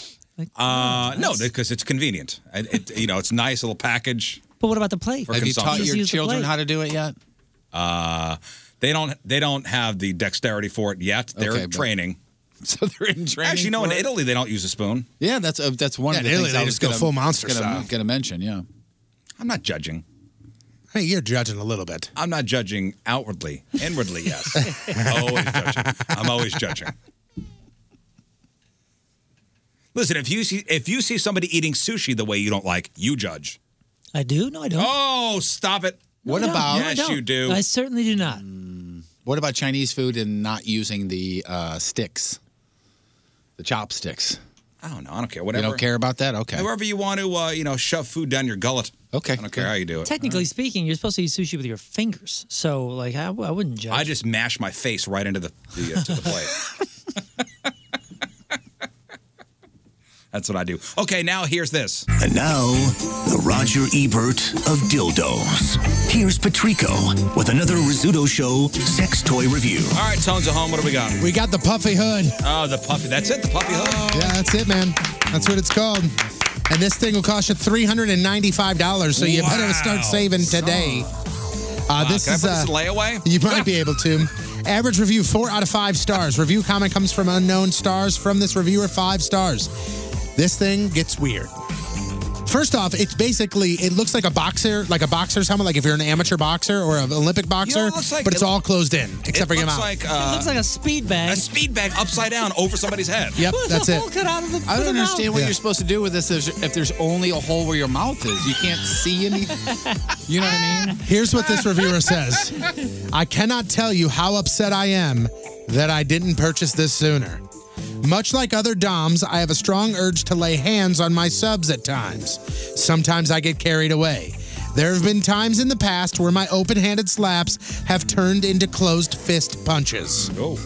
S6: Uh, no, because it's convenient. It, it- you know, it's a nice little package.
S13: But what about the plate?
S6: For consumption.
S5: to do it yet?
S6: Uh, they don't. They don't have the dexterity for it yet. They're
S5: Okay, but-
S6: training.
S5: [LAUGHS] So they're in training.
S6: Actually, no.
S5: for
S6: In
S5: it?
S6: Italy, they don't use a spoon.
S5: Yeah, that's uh, that's one
S6: Yeah,
S5: of the
S6: in Italy,
S5: things
S6: they
S5: I was
S6: just go
S5: gonna,
S6: full monster
S5: gonna,
S6: style.
S5: gonna mention. Yeah,
S6: I'm not judging.
S10: Hey, you're judging a little bit.
S6: I'm not judging outwardly. Inwardly,
S10: [LAUGHS]
S6: yes. always judging. I'm always judging. Listen, if you see if you see somebody eating sushi the way you don't like, you judge.
S13: I do? No, I don't.
S6: Oh, stop it.
S13: No, I don't. No, I
S5: Yes,
S13: don't.
S5: you do.
S13: I certainly do not.
S5: What about Chinese food and not using the uh, sticks, the chopsticks?
S6: I don't know. Oh, I don't care. Whatever.
S5: You don't care about that? Okay.
S6: However you want to, uh, you know, shove food down your gullet.
S5: Okay. I
S6: don't care how you do it.
S13: Technically speaking, you're supposed to eat sushi with your fingers. So, like, I, I wouldn't judge.
S6: I just mash my face right into the, the uh, to the
S10: [LAUGHS]
S6: plate. That's what I do. Okay, now here's this.
S11: And now, the Roger Ebert of dildos. Here's Patrico with another Rizzuto Show sex toy review.
S6: All right, tones at home. What do we got?
S10: We got the puffy hood.
S6: Oh, the puppy. That's it. The puppy hood.
S10: Yeah, that's it, man. That's what it's called. And this thing will cost you three hundred and ninety-five dollars. So you better start saving today. Uh,
S6: Wow,
S10: this
S6: can I
S10: is
S6: put this
S10: uh,
S6: in layaway?
S10: You might be able to. Average review four out of five stars. Review comment comes from unknown stars. From this reviewer, five stars. This thing gets weird. First off, it's basically it looks like a boxer, like a boxer's helmet, like if you're an amateur boxer or an Olympic boxer,
S6: it looks like-
S10: but it's all closed in except for
S6: it
S10: your
S6: looks
S10: mouth.
S6: like uh,
S13: a speed bag.
S6: A speed bag upside down over somebody's head.
S10: Yep, that's it.
S5: I don't understand what
S10: Yeah.
S5: you're supposed to do with this. If, if there's only a hole where
S6: [LAUGHS]
S5: your mouth is, you can't see anything. you know what I mean?
S10: Here's what this reviewer says I cannot tell you how upset I am that I didn't purchase this sooner. Much like other Doms, I have a strong urge to lay hands on my subs at times. Sometimes I get carried away. There have been times in the past where my open handed slaps have turned into closed fist punches. Oh.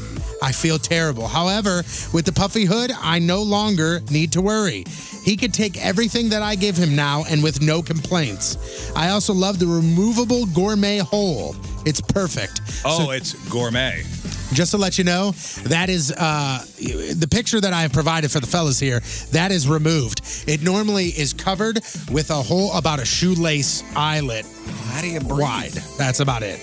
S10: I feel terrible. However, with the puffy hood, I no longer need to worry. He could take everything that I give him now and with no complaints. I also love the removable gourmet hole. It's perfect.
S6: Oh, it's gourmet.
S10: Just to let you know, that is uh, the picture that I have provided for the fellas here. That is removed. It normally is covered with a hole about a shoelace eyelet. How do you breathe? Wide. That's about it.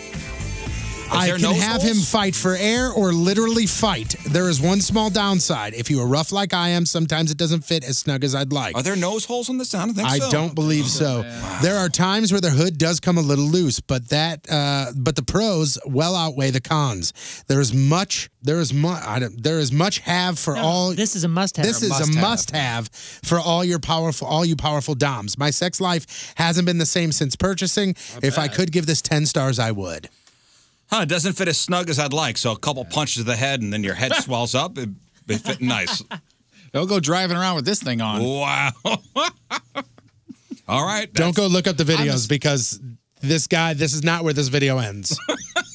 S10: I
S14: there
S10: can
S14: nose
S10: have him fight for air or literally fight. There is one small downside. If you are rough like I am, sometimes it doesn't fit as snug as I'd like.
S6: Are there nose holes in this? I don't think so.
S10: don't believe so. There are times where the hood does come a little loose, but that, uh, but the pros well outweigh the cons. There is much, there is much, there is much have for all. This
S13: is a must-have.
S10: This
S13: or
S10: is
S13: must-have.
S10: a must-have for all your powerful, all you powerful doms. My sex life hasn't been the same since purchasing. if I
S6: bad.
S10: could give this ten stars, I would.
S6: Huh, it doesn't fit as snug as I'd like, so a couple punches to the head and then your [LAUGHS] head swells up. It'd be fitting nice.
S5: Don't go driving around with this thing on.
S6: [LAUGHS] Wow. All right.
S10: Don't go look up the videos because this guy, this is not where this
S6: [LAUGHS]
S10: video ends.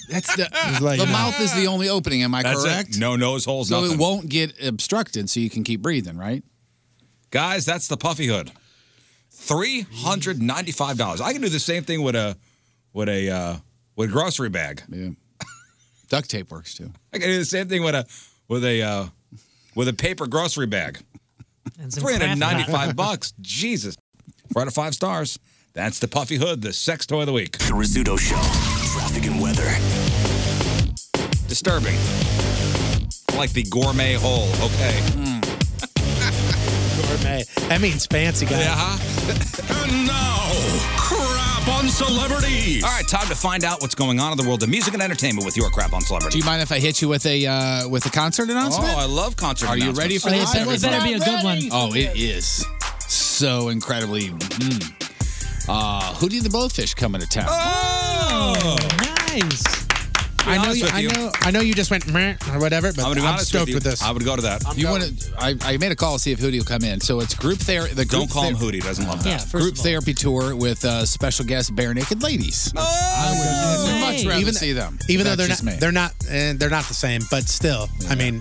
S5: That's the,
S10: like,
S5: the
S10: no.
S5: mouth is the only opening. Am I
S6: That's it.
S5: correct?
S6: No nose holes.
S5: So
S6: nothing.
S5: it won't get obstructed, so you can keep breathing, right?
S6: Guys, that's the puffy hood. Three hundred ninety-five dollars. I can do the same thing with a with a uh, with a grocery bag.
S5: Yeah. Duct tape works too.
S6: I can do the same thing with a with a uh, with a paper grocery bag.
S13: some
S6: Three hundred ninety-five
S13: craft
S6: bucks. Jesus. Four out of five stars. That's the puffy hood, the sex toy of the week.
S11: The Rizzuto Show. Traffic and weather.
S6: Disturbing. Like the gourmet hole. Okay.
S10: Gourmet. That means fancy guy.
S6: And now, crap on celebrities. All right, time to find out what's going on in the world of music and entertainment with your crap on
S5: Do
S6: celebrities.
S5: you mind if I hit you with a uh, with a concert announcement?
S6: Oh, I love concert
S5: Are you
S6: announcements.
S5: ready for
S6: Oh,
S5: this?
S6: it better- it better be a good
S5: one. Oh, it is so incredibly. Mm. Uh, Hootie and the Blowfish coming to town.
S6: Oh,
S13: nice.
S10: I know, you, I know, I know you just went meh or whatever, but I'm, stoked with, this.
S6: go to that.
S5: you want to? I, I made a call to see if Hootie will come in. So it's group therapy. The
S6: Don't
S5: group
S6: call him
S5: ther-
S6: Hootie. Doesn't love that.
S5: Yeah, group therapy tour with uh, special guest Bare Naked
S6: Oh!
S5: Ladies. I would much rather
S10: Even-
S5: see them.
S10: even
S5: That's
S10: though they're not,
S5: just me.
S10: they're not, eh, they're not the same. But still, I mean,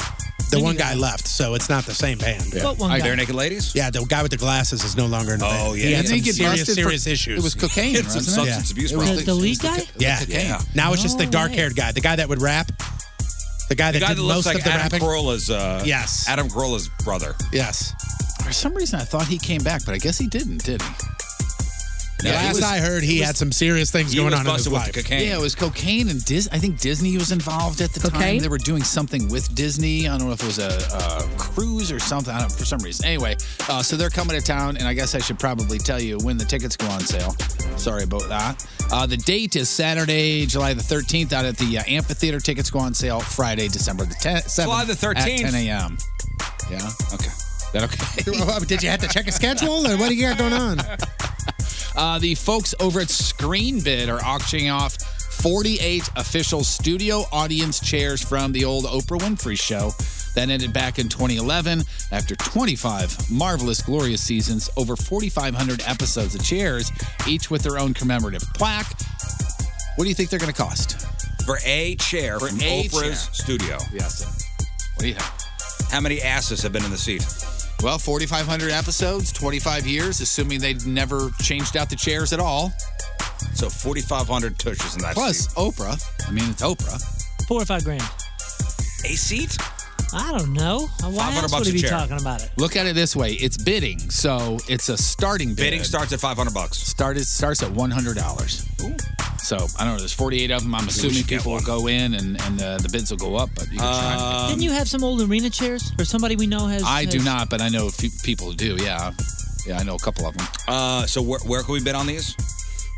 S10: the one guy left, so it's not the same band.
S5: What one Like guy? Bare
S6: Naked Ladies.
S10: Yeah, the guy with the glasses is no longer in the band.
S6: Oh, yeah,
S10: he
S6: yeah.
S10: had
S6: Didn't
S10: some
S6: he get
S10: serious,
S6: busted for-
S10: serious issues.
S6: it was cocaine, It's some wasn't it? substance abuse It was the- problem. the lead
S10: it was
S6: guy?
S10: Yeah,
S6: It was cocaine.
S10: yeah. Now it's just the
S6: No
S10: dark-haired guy, the guy that would rap, the guy
S6: The
S10: that
S6: guy that
S10: did most
S6: looks like
S10: of the
S6: Adam
S10: rapping.
S6: Carolla's. Uh,
S10: Yes.
S6: Adam Carolla's brother.
S10: Yes.
S5: For some reason, I thought he came back, but I guess he didn't, did he?
S6: No, he
S10: Last
S6: was-
S10: I heard, he
S6: he was-
S10: had some serious things
S6: he
S10: going
S6: was
S10: on in his
S6: busted with the
S10: life.
S6: cocaine.
S5: Yeah, it was cocaine and Dis. I think Disney was involved at the time.
S10: Cocaine?
S5: They were doing something with Disney. I don't know if it was a, a cruise or something. I don't for some reason. Anyway, uh, so they're coming to town, and I guess I should probably tell you when the tickets go on sale. Sorry about that. Uh, the date is Saturday, July the 13th, out at the uh, amphitheater. Tickets go on sale Friday, December the 10th,
S6: July the 13th.
S5: at 10 a.m. Yeah. Okay. That okay?
S10: [LAUGHS] um, Did you have to check a schedule, or what do you got going on?
S5: Uh, the folks over at ScreenBid are auctioning off 48 official studio audience chairs from the old Oprah Winfrey show that ended back in 2011 after 25 marvelous, glorious seasons, over 4,500 episodes of chairs, each with their own commemorative plaque. What do you think they're going to cost?
S6: for a chair
S5: For
S6: from
S5: a
S6: Oprah's
S5: chair.
S6: studio.
S5: Yes. What do you think?
S6: How many asses have been in the seat?
S5: Well, 4,500 episodes, 25 years, assuming they'd never changed out the chairs at all.
S6: So 4,500 tushes in that
S5: Plus Oprah. I mean, it's Oprah.
S9: Oh.
S13: Four or five grand.
S6: A seat?
S13: I don't know. Why
S5: 500
S13: else would
S5: bucks
S13: he
S5: a
S13: be
S5: chair.
S13: talking about it?
S5: Look at it this way: it's bidding, so it's a starting bid.
S6: Bidding starts at 500 bucks.
S5: Started starts at one hundred dollars. So I don't know. There's forty eight of them. I'm
S6: we
S5: assuming
S6: should get
S5: people will go in, and and uh, the bids will go up. But you can try.
S6: Um,
S13: Didn't you have some old arena chairs or somebody we know has?
S5: Um, I do
S13: has-
S5: not, but I know a few people who do. Yeah, yeah, I know a couple of them.
S6: Uh, so where, where can we bid on these?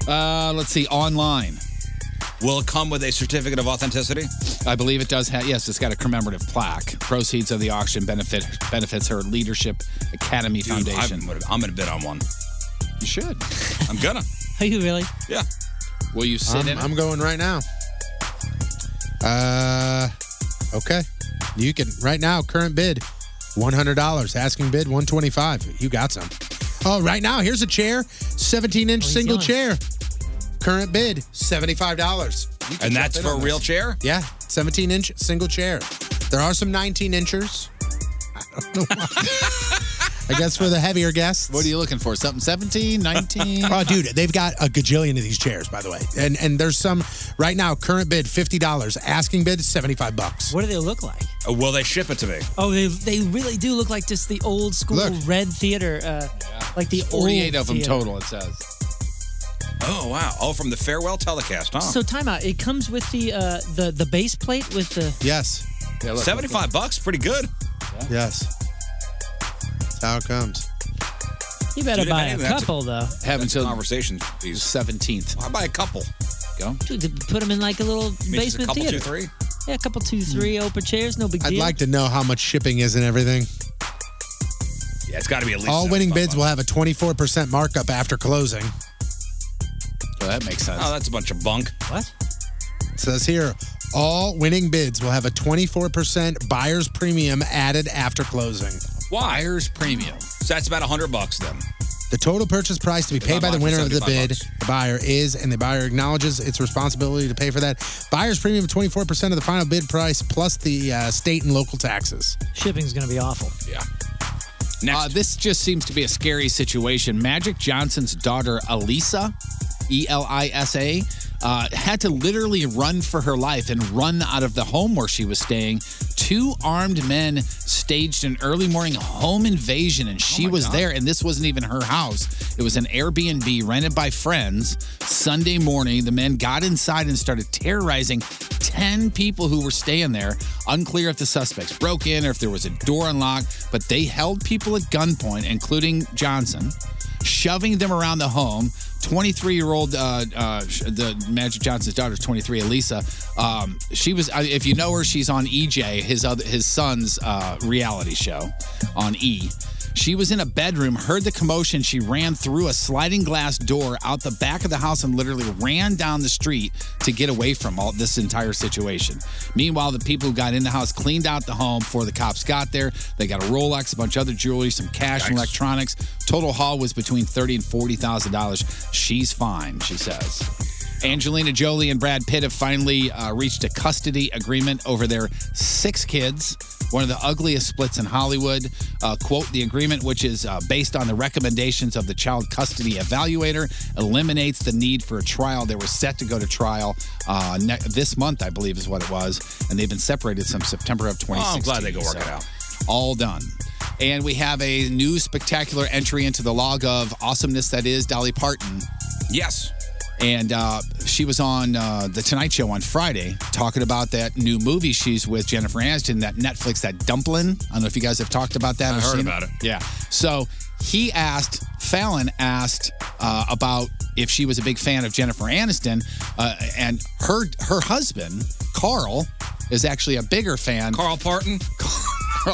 S5: Uh, let's see, online.
S6: Will it come with a certificate of authenticity?
S5: I believe it does have. Yes, it's got a commemorative plaque. Proceeds of the auction benefit benefits her Leadership Academy
S6: Dude,
S5: Foundation.
S6: I'm, I'm gonna bid on one.
S5: You should.
S6: [LAUGHS] I'm gonna.
S13: Are you really?
S6: Yeah.
S5: Will you sit
S10: I'm,
S5: in? it?
S10: I'm going right now. Uh, okay. You can right now. Current bid, one hundred dollars. Asking bid, one twenty-five. You got some. Oh, right now here's a chair, seventeen-inch single chair. Current bid, seventy-five dollars.
S6: And that's for a real chair?
S10: Yeah, seventeen-inch single chair. There are some nineteen-inchers. I don't know. why. I guess for the heavier guests. What are you looking for? Something 17, 19? [LAUGHS] oh, dude, they've got a gajillion of these chairs, by the way. And and there's some right now, current bid $50, asking bid 75 bucks.
S9: What do they look like?
S6: Uh, Will they ship it to me?
S9: Oh, they they really do look like just the old school red theater, uh, like the old theater.
S6: it says. Oh, wow. Oh, from the farewell telecast, huh?
S9: So timeout. It comes with the uh, the the base plate with the
S10: yes.
S6: 75 bucks, pretty good.
S10: Yes. That's how it comes.
S9: You better
S6: Dude, if
S9: buy
S6: anything,
S9: a
S6: that's
S9: couple though.
S6: Having some conversations, please.
S5: 17th.
S6: I buy a couple. Go.
S9: Dude, to put them in like a little
S6: mean just a
S9: basement
S6: couple, two,
S9: theater.
S6: three?
S9: Yeah, a couple two three open chairs, no big
S10: I'd
S9: deal.
S10: like to know how much shipping is and everything.
S6: Yeah, it's got to be at least.
S10: All winning bids will have a 24% markup after closing.
S6: Oh, that makes sense. Oh, that's a bunch of bunk.
S9: What?
S10: It says here, all winning bids will have a 24% buyer's premium added after closing.
S6: Why? Buyer's premium. So that's about 100 bucks then.
S10: The total purchase price to be paid by the
S6: I'm
S10: winner
S6: on
S10: of the
S6: 75
S10: bid, the buyer is, and the buyer acknowledges its responsibility to pay for that. Buyer's premium of 24% of the final bid price plus the uh, state and local taxes.
S9: Shipping's going to be awful.
S6: Yeah.
S5: Uh, this just seems to be a scary situation. Magic Johnson's daughter, Elisa, E L I S A, uh, had to literally run for her life and run out of the home where she was staying. Two armed men staged an early morning home invasion, and she was there. And this wasn't even her house, it was an Airbnb rented by friends. Sunday morning, the men got inside and started terrorizing 10 people who were staying there. Unclear if the suspects broke in or if there was a door unlocked, but they held people at gunpoint, including Johnson, shoving them around the home. 23 year old, uh, uh, sh- the Magic Johnson's daughter, 23, Elisa. Um, she was, I- if you know her, she's on EJ, his other, his son's uh, reality show on E. She was in a bedroom, heard the commotion. She ran through a sliding glass door out the back of the house and literally ran down the street to get away from all this entire situation. Meanwhile, the people who got in the house cleaned out the home before the cops got there. They got a Rolex, a bunch of other jewelry, some cash and electronics. Total haul was between thirty and forty thousand dollars. She's fine, she says. Angelina Jolie and Brad Pitt have finally uh, reached a custody agreement over their six kids, one of the ugliest splits in Hollywood. Uh, quote The agreement, which is uh, based on the recommendations of the child custody evaluator, eliminates the need for a trial. They were set to go to trial uh, ne- this month, I believe, is what it was. And they've been separated since September of 2016.
S6: Oh, I'm glad they could work it out.
S5: All done. And we have a new spectacular entry into the log of awesomeness that is Dolly Parton.
S6: Yes.
S5: And uh, she was on uh, The Tonight Show on Friday talking about that new movie she's with Jennifer Aniston, that Netflix, that Dumplin'. I don't know if you guys have talked about that.
S6: I
S5: or
S6: heard
S5: seen
S6: about it.
S5: Yeah. So he asked, Fallon asked uh, about if she was a big fan of Jennifer Aniston. Uh, and her, her husband, Carl, is actually a bigger fan.
S6: Carl Parton?
S5: [LAUGHS]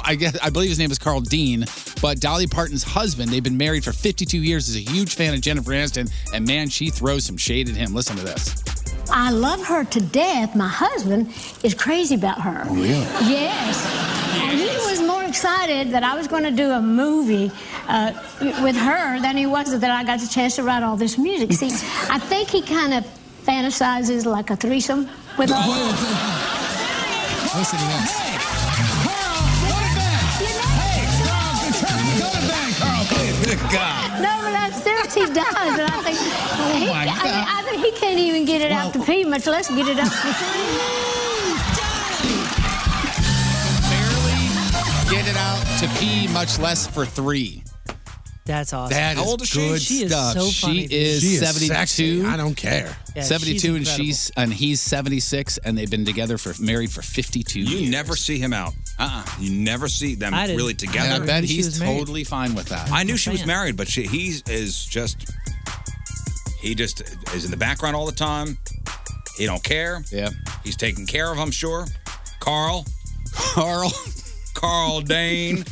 S5: I guess I believe his name is Carl Dean, but Dolly Parton's husband, they've been married for 52 years, is a huge fan of Jennifer Aniston, and man, she throws some shade at him. Listen to this.
S22: I love her to death. My husband is crazy about her.
S5: really?
S22: Yes. And he was more excited that I was going to do a movie uh, with her than he was that I got the chance to write all this music. See, I think he kind of fantasizes like a threesome with us.
S5: Listen to this.
S6: Good God.
S22: No, but I'm serious. He does, and I think he,
S14: my
S22: I, mean,
S14: God.
S22: I think he can't even get it out to pee, much less get it out.
S5: Get it out to pee, much less for three.
S9: That's awesome.
S5: That is good
S9: She is
S5: stuff.
S9: so funny.
S5: she is
S10: She is
S5: 72.
S10: sexy. I don't care. Yeah, she's
S5: 72 and
S10: incredible.
S9: [LAUGHS]
S5: she's and he's 76 and they've been together for married for 52
S6: You
S5: years.
S6: never see him out. Uh-uh. You never see them
S5: I didn't-
S6: really together.
S5: And I bet he's totally fine with that.
S6: I knew she was married, but she he is just he just is in the background all the time. He don't care.
S5: Yeah.
S6: He's taking care of, I'm sure. Carl.
S5: Carl. [LAUGHS]
S6: Carl Dane.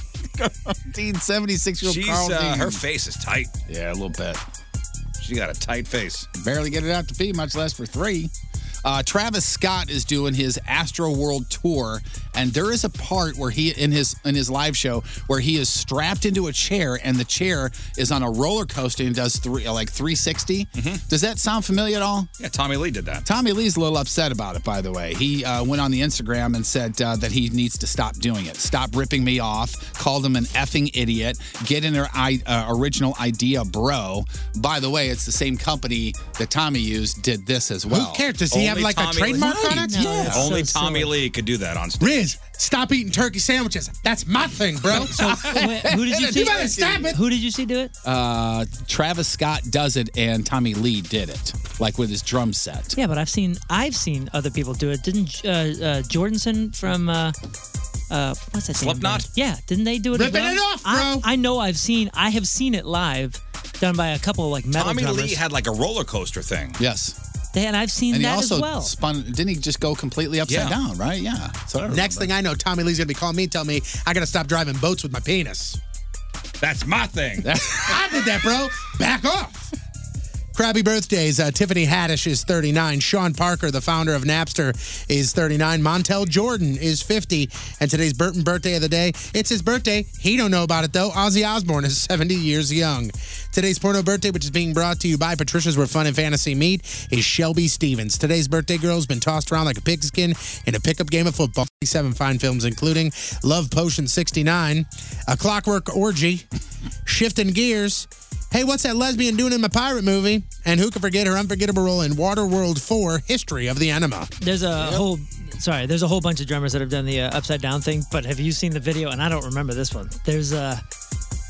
S5: 76 year old
S6: She's
S5: Carl
S6: uh,
S5: Dean.
S6: her face is tight.
S5: Yeah, a little bit.
S6: She got a tight face.
S5: Barely get it out to pee, much less for three. Uh, Travis Scott is doing his Astro World tour, and there is a part where he in his in his live show where he is strapped into a chair, and the chair is on a roller coaster and does three like 360. Does that sound familiar at all?
S6: Yeah, Tommy Lee did that.
S5: Oh. Tommy Lee's a little upset about it, by the way. He uh, went on the Instagram and said uh, that he needs to stop doing it. Stop ripping me off. Called him an effing idiot. Get in their I- uh, original idea, bro. By the way, it's the same company that Tommy used did this as well.
S10: Who cares? Does he have
S6: Only
S10: like
S6: Tommy
S10: a trademark
S6: Lee.
S10: on it?
S6: Yes. Only Tommy Lee could do that on stage.
S10: Riz, stop eating turkey sandwiches. That's my
S9: [LAUGHS]
S10: thing, bro.
S6: So-
S9: wait, who
S10: [LAUGHS]
S9: did you see?
S10: You better stop it.
S9: Who did you see do it?
S5: Uh, Travis Scott does it, and Tommy Lee did it, like with his drum set.
S9: Yeah, but I've seen I've seen other people do it. Didn't uh, uh, Jordanson from uh, uh, what's that? damn
S5: Slipknot?
S9: band? Yeah, didn't they do it? as
S6: Ripping
S9: well?
S6: it off,
S9: I, I know I've seen I have seen it live, done by a couple of like metal
S6: Tommy
S9: drummers.
S6: Lee had like a roller coaster thing.
S5: Yes.
S9: and I've seen
S5: And he
S9: that
S5: also
S9: as well.
S5: spun. Didn't he just go completely upside
S10: Yeah.
S5: down? Right? Yeah. So
S10: Next thing I know, Tommy Lee's gonna be calling me and tell me I gotta stop driving boats with my penis. [LAUGHS]
S6: That's
S5: [LAUGHS]
S6: my thing.
S10: I did that, bro. Back off. Crappy birthdays. Uh, Tiffany Haddish is 39. Sean Parker, the founder of Napster, is 39. Montel Jordan is 50. And today's Burton birthday of the day. It's his birthday. He don't know about it though. Ozzy Osbourne is 70 years young. Today's porno birthday, which is being brought to you by Patricia's Where Fun and Fantasy Meet, is Shelby Stevens. Today's birthday girl has been tossed around like a pigskin in a pickup game of football. 37 fine films, including Love Potion 69, A Clockwork Orgy, Shifting Gears. Hey, what's that lesbian doing in my pirate movie? And who can forget her unforgettable role in Waterworld 4 History of the Enema?
S9: There's a whole sorry. There's a whole bunch of drummers that have done the uh, upside down thing. But have you seen the video? And I don't remember this one. There's a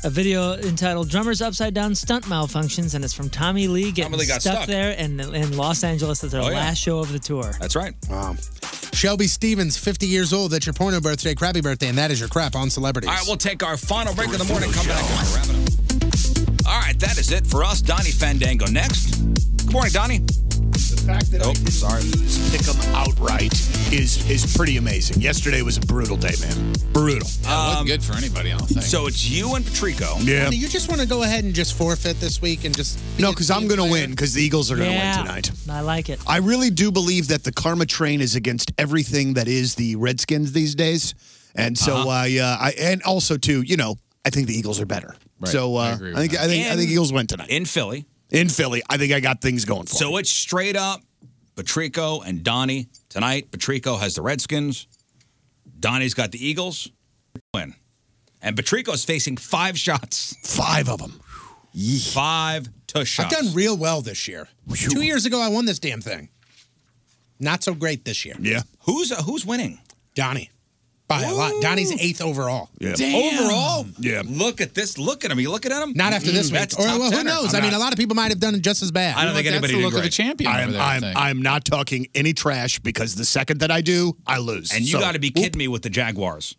S9: a video entitled "Drummers Upside Down Stunt Malfunctions," and it's from Tommy Lee getting
S10: Lee got
S9: stuck,
S10: stuck.
S9: there in in Los Angeles at their
S10: Oh, yeah.
S9: last show of the tour.
S6: That's right.
S10: Wow. Shelby Stevens, 50 years old. That's your porno birthday, crappy birthday, and that is your crap on celebrities.
S6: All right, we'll take our final break of the morning. Come back. and wrap it up. All right, that is it for us. Donnie Fandango next. Good morning, Donnie.
S3: The fact
S6: Oh,
S3: that I didn't sorry. pick them outright is is pretty amazing. Yesterday was a brutal day, man. Brutal.
S19: Uh,
S6: Um, good for anybody, I don't think. So it's you and Patrico.
S10: Do you just want to go ahead and just forfeit this week and just.
S3: No, because I'm going to win because the Eagles are going to win tonight.
S9: I like it.
S3: I really do believe that the karma train is against everything that is the Redskins these days, and so
S6: Uh-huh.
S3: I, uh, I and also too, you know, I think the Eagles are better.
S6: Right.
S3: So
S6: I
S3: uh, I,
S6: agree
S3: think
S6: with
S3: I think
S6: that.
S3: I
S6: And-
S3: think Eagles win tonight
S6: in Philly.
S3: in Philly. I think I got things going for.
S6: So it's straight up Patrico and Donnie tonight. Patrico has the Redskins. Donnie's got the Eagles. Win. And Patrico's facing five shots.
S3: Five of them.
S6: Five to
S10: I've
S6: shots.
S10: done real well this year. Two years ago, I won this damn thing. Not so great this year.
S3: Yeah.
S6: Who's uh, who's winning?
S10: Donnie. By a lot. Donnie's eighth overall.
S6: Damn. Overall,
S3: yeah.
S6: Look at this. Look at him. You looking at him?
S10: Not after this
S6: Mm,
S10: week.
S6: That's
S10: or
S6: top
S10: well, who
S6: tenner.
S10: knows?
S6: I'm
S10: I mean,
S6: not-
S10: a lot of people might have done just as bad.
S6: I don't think anybody did great.
S3: I am, I am, I am not talking any trash because the second that I do, I lose.
S6: And you
S3: So-
S6: got to be kidding me with the Jaguars.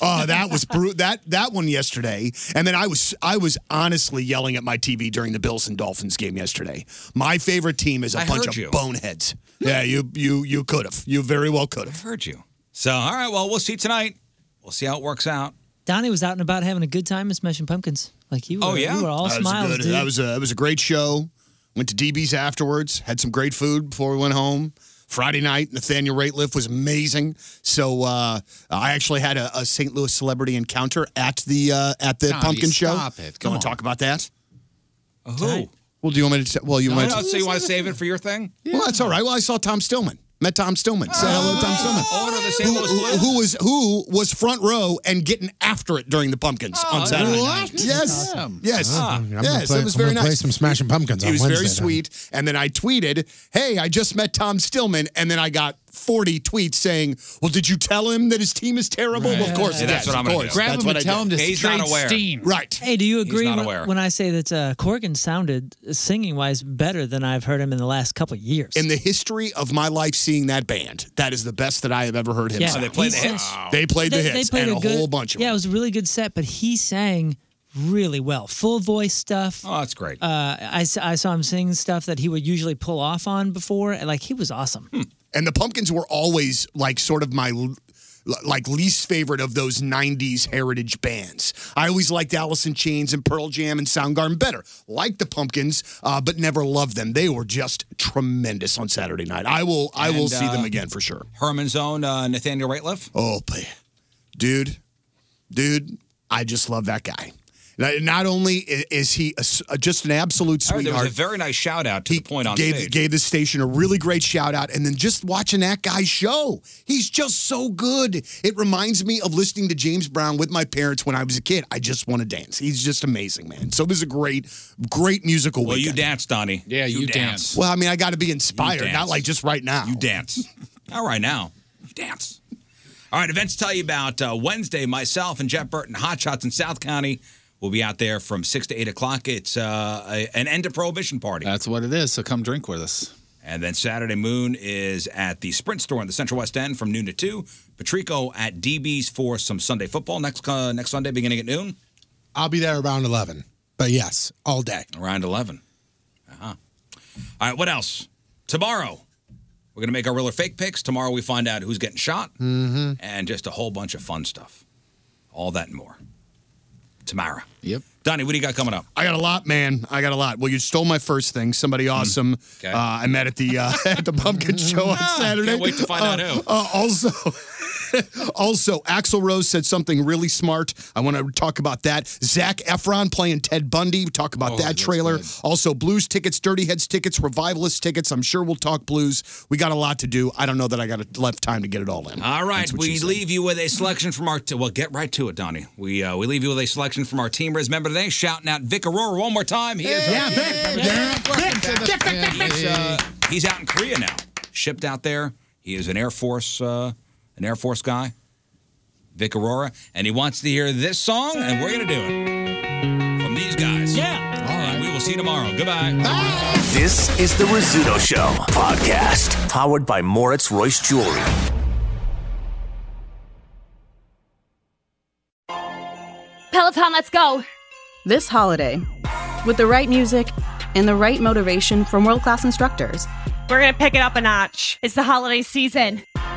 S3: Oh, that was brutal. That that one yesterday, and then I was I was honestly yelling at my TV during the Bills and Dolphins game yesterday. My favorite team is a
S6: I
S3: bunch
S6: heard
S3: of
S6: you.
S3: boneheads. Yeah, you you you could have. You very well could have.
S6: Heard you. So, all right. Well, we'll see tonight. We'll see how it works out.
S9: Donnie was out and about having a good time at Smashing Pumpkins. Like
S6: Oh,
S3: Oh,
S9: you were, you were all
S3: that
S9: smiles,
S3: Was good.
S9: dude.
S3: That was a that was a great show. Went to DB's afterwards. Had some great food before we went home. Friday night, Nathaniel Rateliff was amazing. So uh, I actually had a, a St. Louis celebrity encounter at the uh, at the
S6: Johnny,
S3: pumpkin show.
S6: stop it.
S3: Don't
S6: Come
S3: wanna
S6: on.
S3: talk about that.
S6: Who?
S3: Well, do you want me to? T- well, you
S6: No,
S3: might.
S6: no, so you want to save it for your thing?
S3: Well, that's all right. Well, I saw Tom Stillman. Met Tom Stillman. Say hello, Tom Stillman.
S6: Owner of the St.
S3: Who,
S6: Oh, Louis
S3: who-
S6: Blues.
S3: who was who was front row and getting after it during the pumpkins
S6: Oh,
S3: on Saturday night? Yes, yes,
S6: Ah.
S3: yes. it was very
S10: Play
S3: nice.
S10: some smashing pumpkins.
S3: He was very sweet. And then I tweeted, "Hey, I just met Tom Stillman," and then I got. 40 tweets saying, Well, did you tell him that his team is terrible? Well, of course,
S6: Yeah,
S3: yes,
S6: that's what I'm
S3: of
S6: gonna do.
S3: course.
S6: Grab
S3: That's
S6: him
S3: what
S6: and
S3: I
S6: tell
S3: did.
S6: him to He's not trade aware. steam.
S3: Right.
S9: Hey, do you
S6: He's
S9: agree
S6: not
S9: when,
S6: aware.
S9: when I say that uh, Corgan sounded singing wise better than I've heard him in the last couple of years?
S3: In the history of my life seeing that band, that is the best that I have ever heard him
S9: Yeah,
S3: sing.
S9: Oh, they played the he's- hits?
S3: They played the
S9: they
S3: hits
S9: played
S3: and a
S9: good-
S3: whole bunch of
S9: Yeah, it was a really good set, but he sang really well. Full voice stuff.
S6: Oh, that's great.
S9: Uh, I, s- I saw him sing stuff that he would usually pull off on before, and like he was awesome.
S3: and the pumpkins were always like sort of my l- l- like least favorite of those 90s heritage bands. I always liked Alice in Chains and Pearl Jam and Soundgarden better. Liked the Pumpkins, uh, but never loved them. They were just tremendous on Saturday night. I will I will
S6: And,
S3: see
S9: um,
S3: them
S6: uh,
S3: again for sure.
S6: Herman's own uh, Nathaniel Rateliff.
S3: Oh, man. dude, dude, I just love that guy. Not not only i- is he a s- a- just an absolute
S6: I heard there
S3: sweetheart,
S6: was a very nice shout out to the point on
S3: gave
S6: stage.
S3: gave the station a really great shout out, and then just watching that guy show, he's just so good. It reminds me of listening to James Brown with my parents when I was a kid. I just want to dance. He's just amazing, man. So this is a great, great musical
S6: well, you
S3: weekend.
S6: dance, Donnie. Yeah, you, dance.
S3: Well, I mean, I got to be inspired, not
S6: dance.
S3: like just right now. You
S6: dance. All right, now you dance. All right, events to tell you about uh, Wednesday. Myself and Jeff Burton, Hot Shots in South County, will be out there from six to eight o'clock. It's uh, a, an end to prohibition party.
S5: That's what it is. So come drink with us.
S6: And then Saturday Moon is at the Sprint Store in the Central West End from noon to two. Patrico at DB's for some Sunday football next uh, next Sunday beginning at noon.
S10: I'll be there around 11. But yes, all day.
S6: Around 11. Uh-huh. All right, what else? Tomorrow, we're going to make our real or fake picks. Tomorrow, we find out who's getting shot
S10: Mm-hmm.
S6: and just a whole bunch of fun stuff. All that and more. Tomorrow. Yep. Donnie, what do you got coming up?
S3: I got a lot, man. I got a lot. Well, you stole my first thing. Somebody
S6: Mm.
S3: awesome. Uh, I met at the uh, [LAUGHS] at the pumpkin show on
S6: Ah,
S3: Saturday.
S6: can't wait to find
S3: Uh,
S6: out who.
S3: Uh, also. [LAUGHS] Also, Axl Rose said something really smart. I want to talk about that. Zach Efron playing Ted Bundy. We Talk
S6: Oh,
S3: about that trailer. Also, blues tickets, Dirty Heads tickets, revivalist tickets. I'm sure we'll talk blues. We got a lot to do. I don't know that I got left time to get it all in.
S6: All right,
S3: That's what she
S6: we
S3: said.
S6: leave you with a selection from our. T- well, get right to it, Donnie. We uh, we leave you with a selection from our team Riz member today, shouting out Vic Aurora one more time. He is
S14: Yeah, Vic. Yeah, Vic. Vic, Vic, Vic, Vic.
S6: He's, uh, he's out in Korea now, shipped out there. He is an Air Force uh, an Air Force guy, Vic Aurora, and he wants to hear this song, and we're gonna do it from these guys. Yeah. All right. We will see you tomorrow. Goodbye.
S11: This is the Rizzuto Show podcast, powered by Moritz Royce Jewelry.
S18: [LAUGHS] Peloton, let's go!
S19: This holiday, with the right music and the right motivation from world class instructors,
S18: We're gonna pick it up a notch. It's the holiday season.